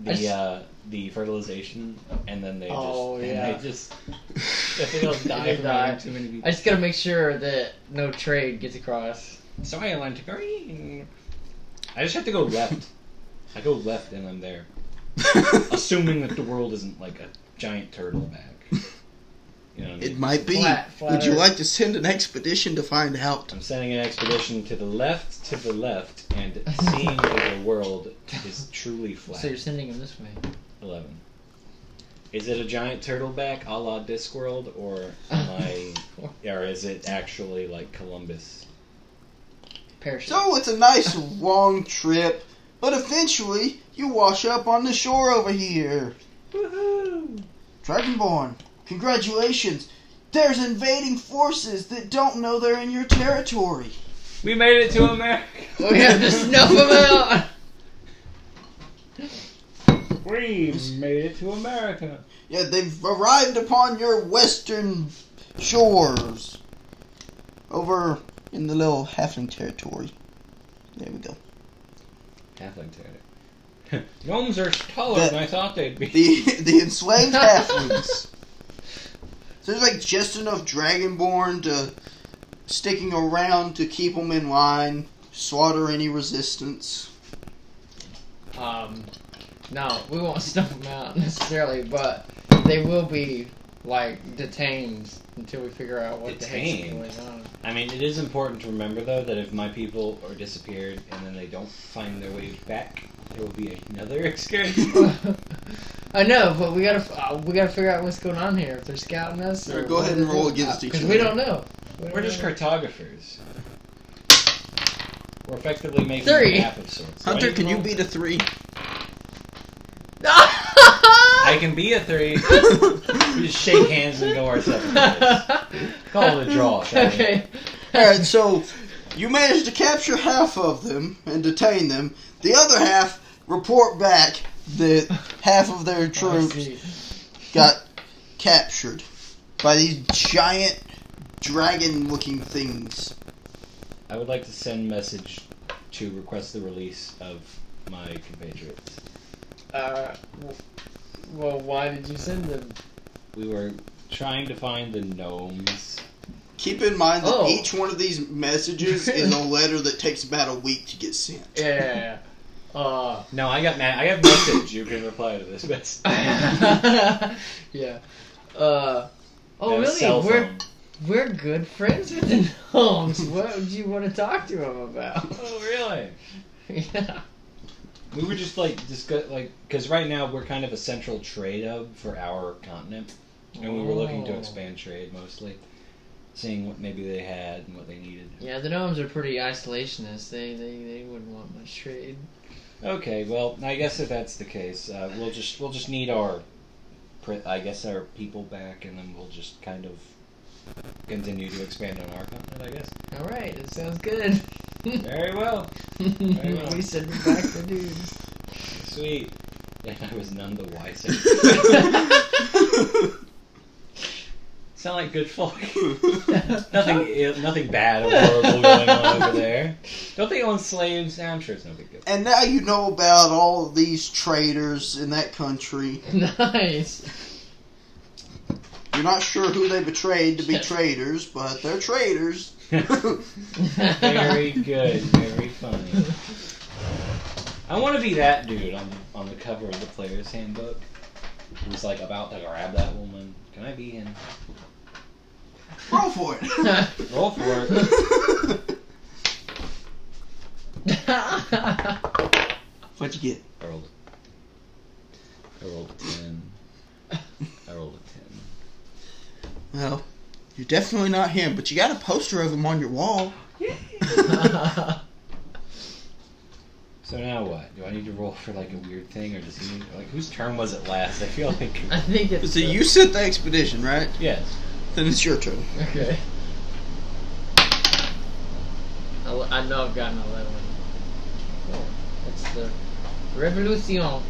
L: the
C: I just-
L: uh, the fertilization, and then they just
C: Oh,
L: and
C: yeah.
L: they just if they don't die
C: They
L: from
C: die.
L: eating too many people.
C: I just gotta make sure that no trade gets across.
L: Sorry, I went green. I just have to go left. I go left and I'm there. Assuming that the world isn't like a giant turtle back. You know what I
B: It
L: mean?
B: might be.
C: Flat, flat
B: Would you
C: Earth.
B: like to send an expedition to find out?
L: I'm sending an expedition to the left, to the left, and seeing that the world is truly flat.
C: So you're sending him this way.
L: 11. Is it a giant turtle back a la Discworld, or am I. or is it actually like Columbus?
C: Parachute.
B: So it's a nice long trip, but eventually you wash up on the shore over here.
L: Woohoo!
B: Dragonborn, congratulations! There's invading forces that don't know they're in your territory.
L: We made it to America!
C: we have to Oh, snuff him out.
D: We made it to America.
B: Yeah, they've arrived upon your western shores. Over in the little halfling territory. There we go.
L: Halfling territory. Gnomes are taller than I thought they'd be.
B: The the enslaved halflings. So there's like just enough dragonborn to sticking around to keep them in line, slaughter any resistance.
C: Um, no, we won't snuff them out necessarily, but they will be like detained until we figure out what
L: Detained?
C: the heck's going on.
L: I mean, it is important to remember, though, that if my people are disappeared and then they don't find their way back, there will be another excursion.
C: I know, but we gotta f- uh, we gotta figure out what's going on here. If they're scouting us, or
B: Sure, go ahead and roll against each
C: Because
B: other.
C: we don't know. We don't
L: We're just
C: know.
L: cartographers. We're effectively making
C: Three.
L: a map of sorts.
B: Hunter,
L: right?
B: can you beat a three?
L: I can be a three. we just shake hands and go our separate ways. Call it a draw, shall we?
C: Okay.
B: Alright, so you managed to capture half of them and detain them. The other half report back that half of their troops got captured by these giant dragon looking things.
L: I would like to send message to request the release of my compatriots.
C: Uh, w- well, why did you send them?
L: We were trying to find the gnomes.
B: Keep in mind that
C: Oh.
B: each one of these messages is a letter that takes about a week to get sent.
C: Yeah. Uh.
L: No, I got mad. I have message. You can reply to this message.
C: yeah. Uh. Oh,
L: And a
C: really? We're
L: phone.
C: We're good friends with the gnomes. What would you want to talk to him about?
L: Oh, really?
C: yeah.
L: We were just like discuss like because right now we're kind of a central trade hub for our continent, and we were looking to
C: Oh.
L: expand trade mostly, seeing what maybe they had and what they needed.
C: Yeah, the gnomes are pretty isolationist. They they, they wouldn't want much trade.
L: Okay, well I guess if that's the case, uh, we'll just we'll just need our, pri- I guess our people back, and then we'll just kind of continue to expand on our continent. I guess.
C: All right, it sounds good.
L: Very well. well.
C: we send them back the dudes.
L: Sweet. And I was none the wiser. Sound like good folk. nothing, ill, nothing bad or horrible going on over there. Don't they own slaves? Nah, I'm sure it's no big deal.
B: and now you know about all these traitors in that country.
C: nice.
B: You're not sure who they betrayed to be traitors, but they're traitors.
L: Very good. Very funny. I want to be that dude on on the cover of the player's handbook. Who's like about to grab that woman? Can I be him?
B: Roll for it.
L: Roll for it.
B: What'd you get?
L: I rolled. I rolled a ten. I rolled a ten.
B: Well, you're definitely not him, but you got a poster of him on your wall.
L: So now what? Do I need to roll for like a weird thing, or does he need like whose turn was it last? I feel like
C: I think it's
B: So you sent the expedition, right?
L: yes.
B: Then it's your turn.
C: okay. I, I know I've gotten eleven. Cool. That's the revolution.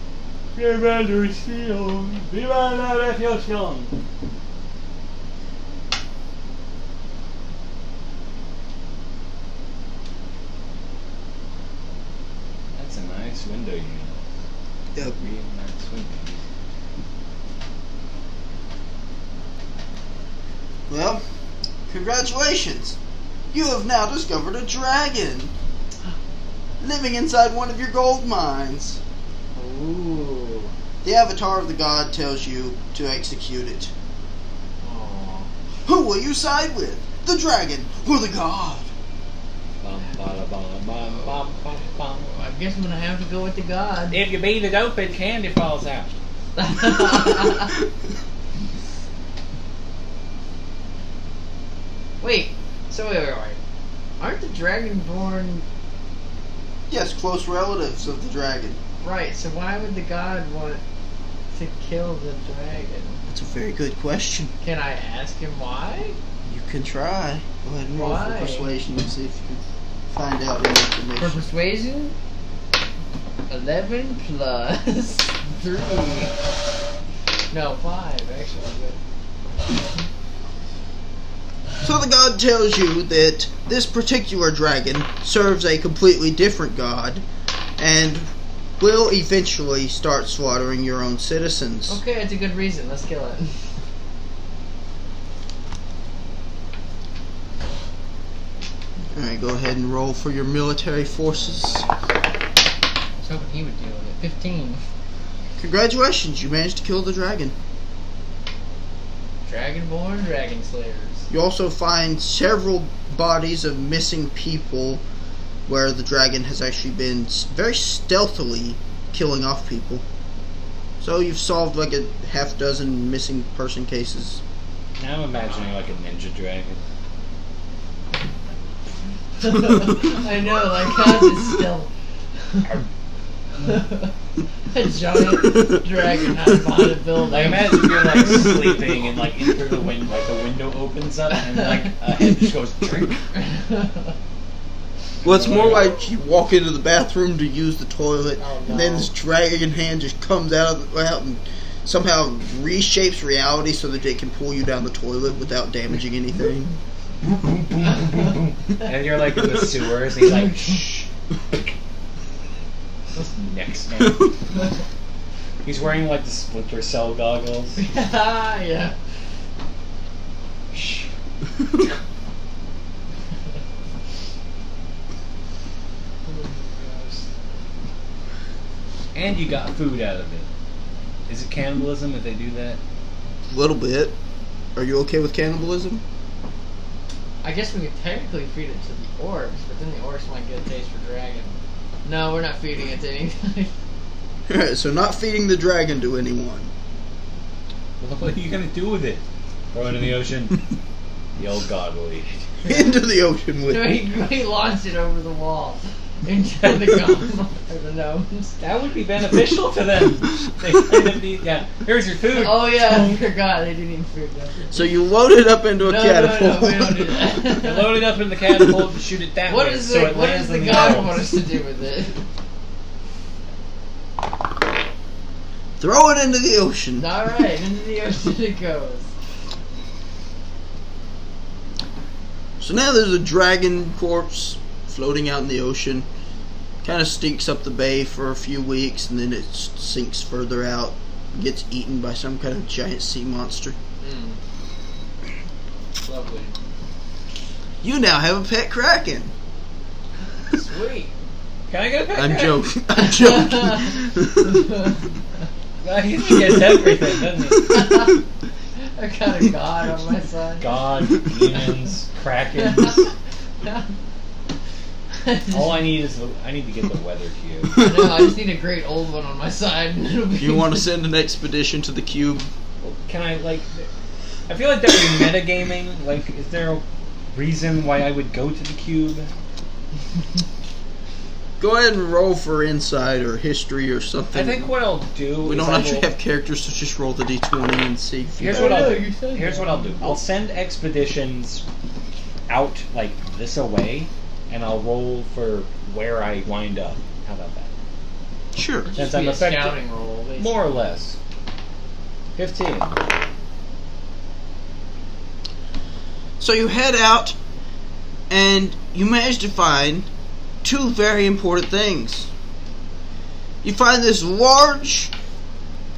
L: That's a nice window unit.
B: Yep.
L: Real nice window.
B: Well, congratulations. You have now discovered a dragon living inside one of your gold mines.
C: Ooh.
B: The avatar of the god tells you to execute it.
C: Aw.
B: Who will you side with? The dragon or the god?
L: Bum, bada, bum, bum, bum, bum, bum.
C: I guess I'm gonna have to go with the god.
L: If you beat it open, candy falls out.
C: Wait, so wait, wait, wait. Aren't the dragonborn
B: yes, close relatives of the dragon.
C: right? So why would the god want to kill the dragon?
B: That's a very good question.
C: Can I ask him why?
B: You can try. Go ahead and roll
C: Why?
B: for persuasion and see if you can find out any
C: For
B: information.
C: persuasion, eleven plus three. No, five actually.
B: So the god tells you that this particular dragon serves a completely different god and will eventually start slaughtering your own
C: but-
B: citizens.
C: Okay, it's a good reason. Let's kill it.
B: Alright, go ahead and roll for your military forces.
C: I was hoping he would deal with it. Fifteen.
B: Congratulations, you managed to kill the dragon.
C: Dragonborn, dragon slayers.
B: You also find several bodies of missing people where the dragon has actually been s- very stealthily killing off people. So you've solved like a half dozen missing person cases.
L: Now I'm imagining like a ninja dragon.
C: I know, like how's it still a giant dragon out of on a building.
L: Like imagine you're like sleeping and like in through the window, like the window opens up and like a head just goes drink.
B: Well, it's more like you walk into the bathroom to use the toilet,
C: Oh,
B: and then
C: no.
B: this dragon hand just comes out of the, out and somehow reshapes reality so that it can pull you down the toilet without damaging anything.
L: And you're like in the sewers and he's like, shh. What's next man? He's wearing like the Splinter Cell goggles.
C: yeah.
L: Shh. And you got food out of it. Is it cannibalism if they do that?
B: A little bit. Are you okay with cannibalism?
C: I guess we could technically feed it to the orcs, but then the orcs might get a taste for dragon. No, we're not feeding it to anything.
B: Alright, so not feeding the dragon to anyone.
L: What are you gonna do with it? Throw it in the ocean. the old god will eat it.
B: Into the ocean with
C: so he,
B: it.
C: he launched it over the wall into the goblin or the gnomes.
L: That would be beneficial to them. They say them need, yeah. Here's your food.
C: Oh yeah, I forgot they didn't even food that.
B: So you load it up into a
C: No, no, no,
B: catapult.
C: we don't do
L: You
C: that.
L: Load it up in the catapult and shoot it that
C: what
L: way.
C: is
L: so
C: the
L: it
C: what
L: lands
C: does the
L: on
C: god
L: ground.
C: want us to do with it?
B: Throw it into the ocean.
C: All right, into the ocean it goes.
B: So now there's a dragon corpse floating out in the ocean. Kind of stinks up the bay for a few weeks and then it s- sinks further out. Gets eaten by some kind of giant sea monster.
L: Hmm.
C: Mm. Lovely.
B: You now have a pet kraken.
C: Sweet.
L: Can I get a pet
B: I'm
L: kraken?
B: joking. I'm joking.
L: God, he gets everything, doesn't he?
C: I got a god on my side.
L: God, demons, kraken. All I need is the, I need to get the weather cue.
C: no, I just need a great old one on my side. And it'll be
B: You want to send an expedition to the cube?
L: Well, Can I like? I feel like that would be metagaming. Like, is there a reason why I would go to the cube?
B: Go ahead and roll for insight or history or
L: I
B: something.
L: think what I'll do.
B: we
L: is
B: don't
L: I
B: actually
L: will-
B: have characters, so just roll the d20 and see. If you
L: Here's
B: got
L: what
C: Oh,
L: I'll
C: no,
L: do.
C: you said
L: Here's
C: that.
L: what I'll do. I'll send expeditions out like this away, and I'll roll for where I wind up. How about that?
B: it. Sure.
C: Just
L: Since
C: be
L: I'm
C: a
L: affected-
C: scouting role. basically.
L: More or less. Fifteen.
B: So you head out, and you manage to find two very important things. You find this large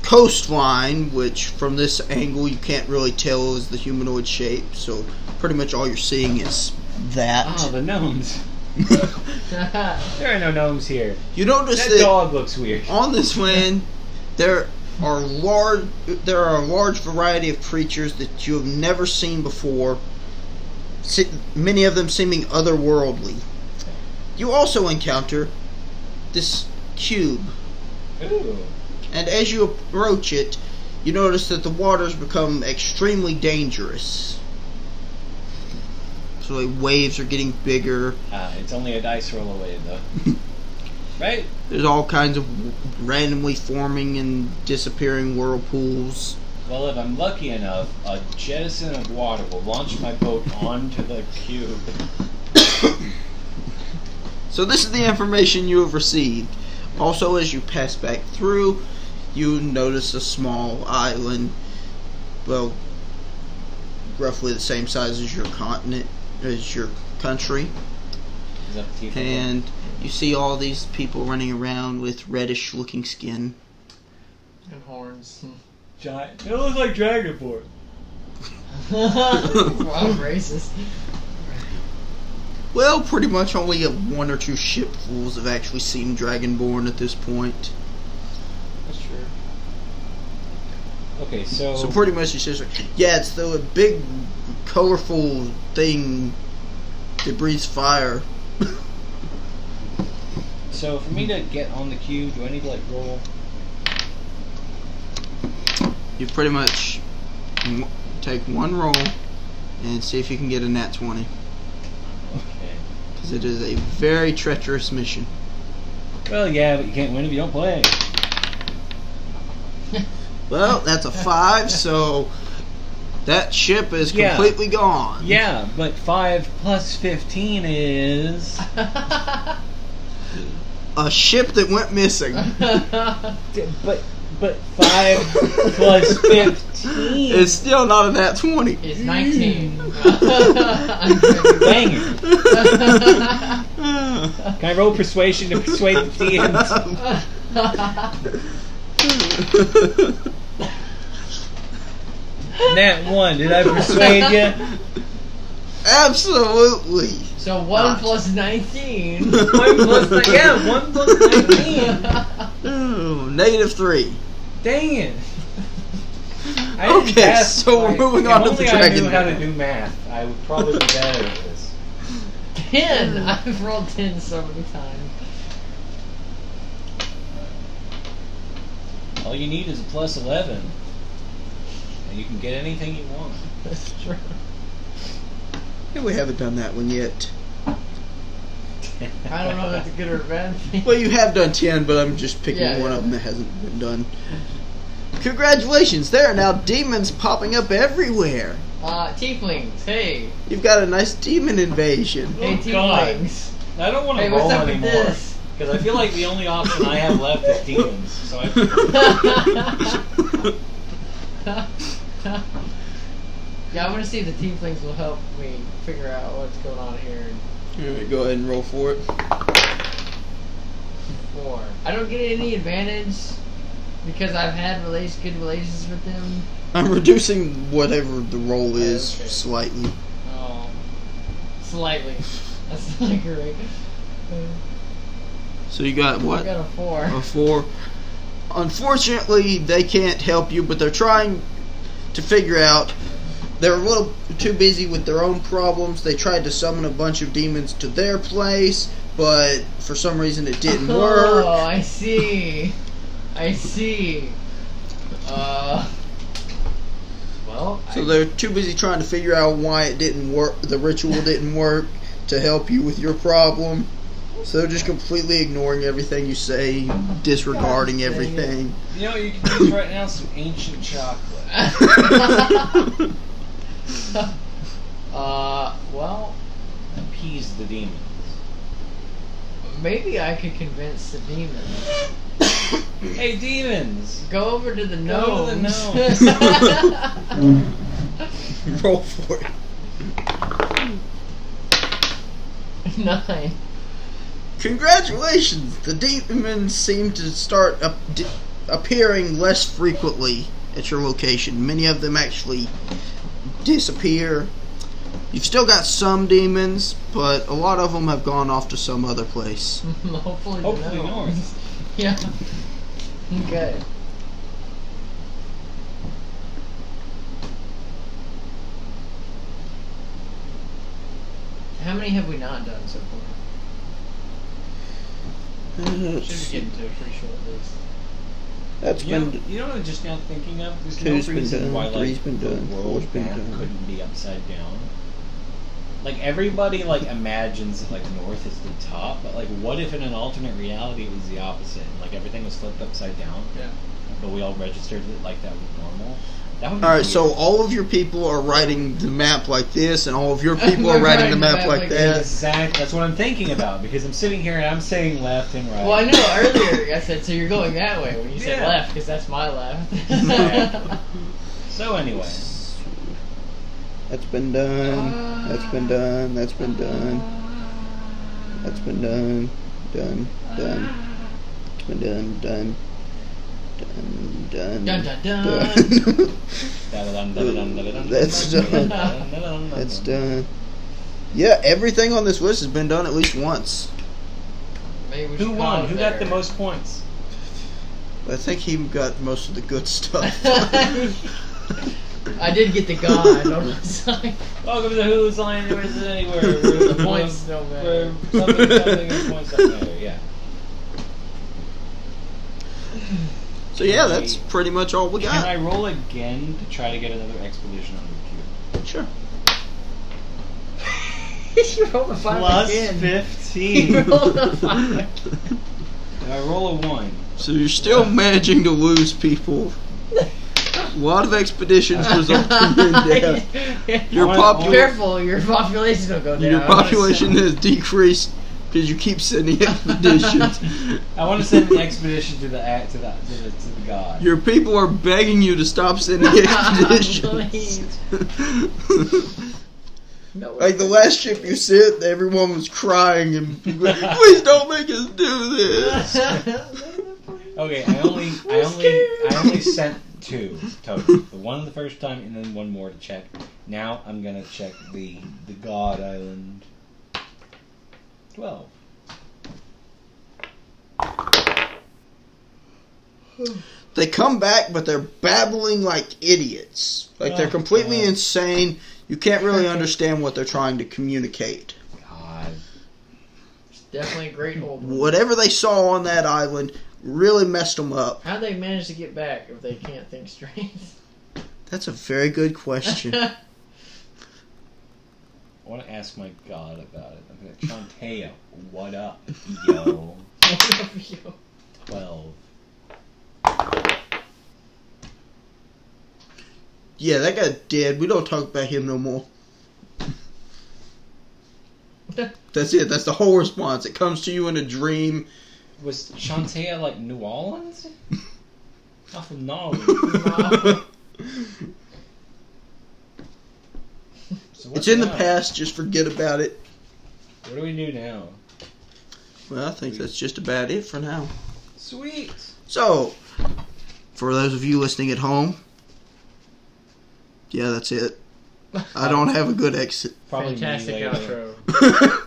B: coastline, which from this angle you can't really tell is the humanoid shape, so pretty much all you're seeing is that.
L: Ah, the gnomes. There are no gnomes here.
B: you notice
L: That
B: that
L: dog looks weird.
B: on this land there are large there are a large variety of creatures that you have never seen before se- many of them seeming otherworldly you also encounter this cube
L: Ooh.
B: and as you approach it you notice that the waters become extremely dangerous so the waves are getting bigger
L: Ah, it's only a dice roll away though. right?
B: there's all kinds of randomly forming and disappearing whirlpools
L: Well, if I'm lucky enough, a jettison of water will launch my boat onto the cube.
B: So this is the information you have received. Also, as you pass back through, you notice a small island, well, roughly the same size as your continent, as your country,
L: Is that the
B: and you see all these people running around with reddish-looking skin.
C: and horns.
L: giant? It looks like Dragonborn.
C: wow, racist.
B: Well, pretty much only one or two shipfuls have actually seen Dragonborn at this point.
C: That's true.
L: Okay, so,
B: So pretty much it's just like, yeah, it's the big, colorful thing that breathes fire.
L: so for me to get on the cube, do I need to like roll?
B: You pretty much w- take one roll and see if you can get a nat 20.
L: Okay.
B: Because it is a very treacherous mission.
L: Well, yeah, but you can't win if you don't play.
B: Well, that's a 5, so that ship is
L: Yeah.
B: completely gone.
L: Yeah, but five plus fifteen is
B: A ship that went missing.
L: D- but but five plus fifteen.
B: It's still not a nat 20.
C: it's 19. I'm joking.
L: Dang it! Can I roll persuasion to persuade the DM? Nat one. Did I persuade you?
B: Absolutely.
C: so 1 plus 19.
L: One plus ni- yeah, one plus nineteen.
B: Ooh, negative 3.
L: Dang it! I
B: Okay,
P: Yes,
B: so we're
P: like,
B: moving
P: if
B: on to the
P: only I
B: dragon.
P: knew how to do math. I would probably be better at this.
C: Ten. I've rolled ten so many times.
L: All you need is a plus 11. And you can get anything you want.
C: That's true.
B: Yeah, we haven't done that one yet.
C: I don't know if that's a good or a bad thing.
B: Well, you have done 10, but I'm just picking
C: Yeah,
B: one
C: yeah.
B: of them that hasn't been done. Congratulations, there are now demons popping up everywhere.
C: Uh, tieflings. Hey,
B: You've got a nice demon invasion.
C: hey,
L: Oh, God.
C: tieflings.
L: I don't want to
C: Hey,
L: roll
C: what's up with
L: anymore.
C: this?
L: Because I feel like the only option I have left is demons. So I
B: That's
C: yeah, I want to see if the tieflings will help me figure out what's going on here.
B: Alright, go ahead and roll for it.
C: Four. I don't get any advantage because I've had relations, good relations with them.
B: I'm reducing whatever the roll is
C: Okay.
B: slightly.
C: Oh, slightly. That's not great.
B: So you got
C: I
B: what? Oh,
C: got a four.
B: A four. Unfortunately, they can't help you, but they're trying to figure out. They're a little too busy with their own problems. They tried to summon a bunch of demons to their place, but for some reason it didn't
C: Oh,
B: work.
C: I see. I see. Uh, well, I-
B: So they're too busy trying to figure out why it didn't work. The ritual didn't work to help you with your problem. So they're just completely ignoring everything you say, disregarding
C: God dang it.
B: everything.
L: You know, you can use right now some ancient chocolate.
C: uh, well,
L: Appease the demons.
C: maybe I could convince the demons.
L: Hey, demons!
C: Go over to the
L: Go to the
C: gnomes.
B: roll for it.
C: Nine.
B: Congratulations! The demons seem to start up, d- appearing less frequently at your location. Many of them actually disappear. You've still got some demons, but a lot of them have gone off to some other place.
C: Hopefully, the
L: Hopefully
C: gnomes.
L: north.
C: Yeah. Okay. How many have we not done so far? Should be
B: That's
C: getting to a pretty short list.
L: You know,
B: been.
L: you know what I'm just now thinking of? There's
B: Two's
L: no
B: been
L: reason
B: done,
L: why
B: three's
L: like
B: been
L: the
B: done,
L: world
B: four's been
L: map
B: done.
L: couldn't be upside down. Like everybody like imagines that like north is the top, but like what if in an alternate reality it was the opposite? and, Like everything was flipped upside down.
C: Yeah.
L: But we all registered it like that was normal. That would be
B: Alright, so
L: weird.
B: all of your people are writing the map like this, and all of your people are writing the map like that.
L: Exactly. That's what I'm thinking about because I'm sitting here and I'm saying left and right.
C: Well, I know earlier I said so you're going that way when you said
L: Yeah.
C: left because that's my left.
L: Yeah. So anyway,
B: That's been done. That's been done. That's been done. That's been done. Done. Done. It's been done. Done. Done. Done.
C: Dun, dun, dun.
B: That's uh, done. That's done. Yeah, everything on this list has been done at least once.
C: Maybe we
L: Who
C: should
L: won?
C: call it
L: Who got the
C: there.
L: most points?
B: I think he got most of the good stuff.
C: I did get the god on my side.
L: Welcome to Who's Line Versus Anywhere.
B: The
L: Where
C: The points don't
L: Where
C: matter.
L: something, something, and points don't matter. Yeah.
B: so yeah, that's pretty much all we
L: Can
B: got.
L: I roll again to try to get another expedition on the
B: Sure.
C: you rolled a
L: cube?
C: five
L: Plus
C: again. You
L: fifteen.
C: rolled a five.
L: I roll a one.
B: So you're still managing to lose people. A lot of expeditions resulting in death. Your,
L: Or-
B: popu-
C: Careful, your population will go down.
B: your population has decreased because you keep sending expeditions.
L: I want to send an expedition to the act to the to the, to the god.
B: Your people are begging you to stop sending expeditions.
C: No,
B: like the last ship you sent, everyone was crying and please don't make us do this.
L: Okay, I only I only I only sent two total. The one the first time and then one more to check. Now I'm gonna check the the God Island. Twelve.
B: They come back, but they're babbling like idiots. Like they're
L: Oh,
B: completely
L: God.
B: insane. You can't really understand what they're trying to communicate.
L: God.
C: It's definitely a great old one.
B: Whatever they saw on that island really messed them up.
C: How'd they manage to get back if they can't think straight?
B: That's a very good question.
L: I want to ask my God about it. I'm going to Chonteo, what up, yo? 12.
B: yeah, that guy dead. We don't talk about him no more. That's it. That's the whole response. It comes to you in a dream.
L: Was Chantea like New Orleans? Not from Norway.
C: Wow.
B: it's
L: So what's
B: in the
L: now?
B: past. Just forget about it.
L: What do we do now?
B: Well, I think that's just about it for now.
L: Sweet.
B: So, for those of you listening at home, yeah, that's it. I don't have a good exit.
L: Probably me
C: Fantastic
L: later.
C: outro.
B: All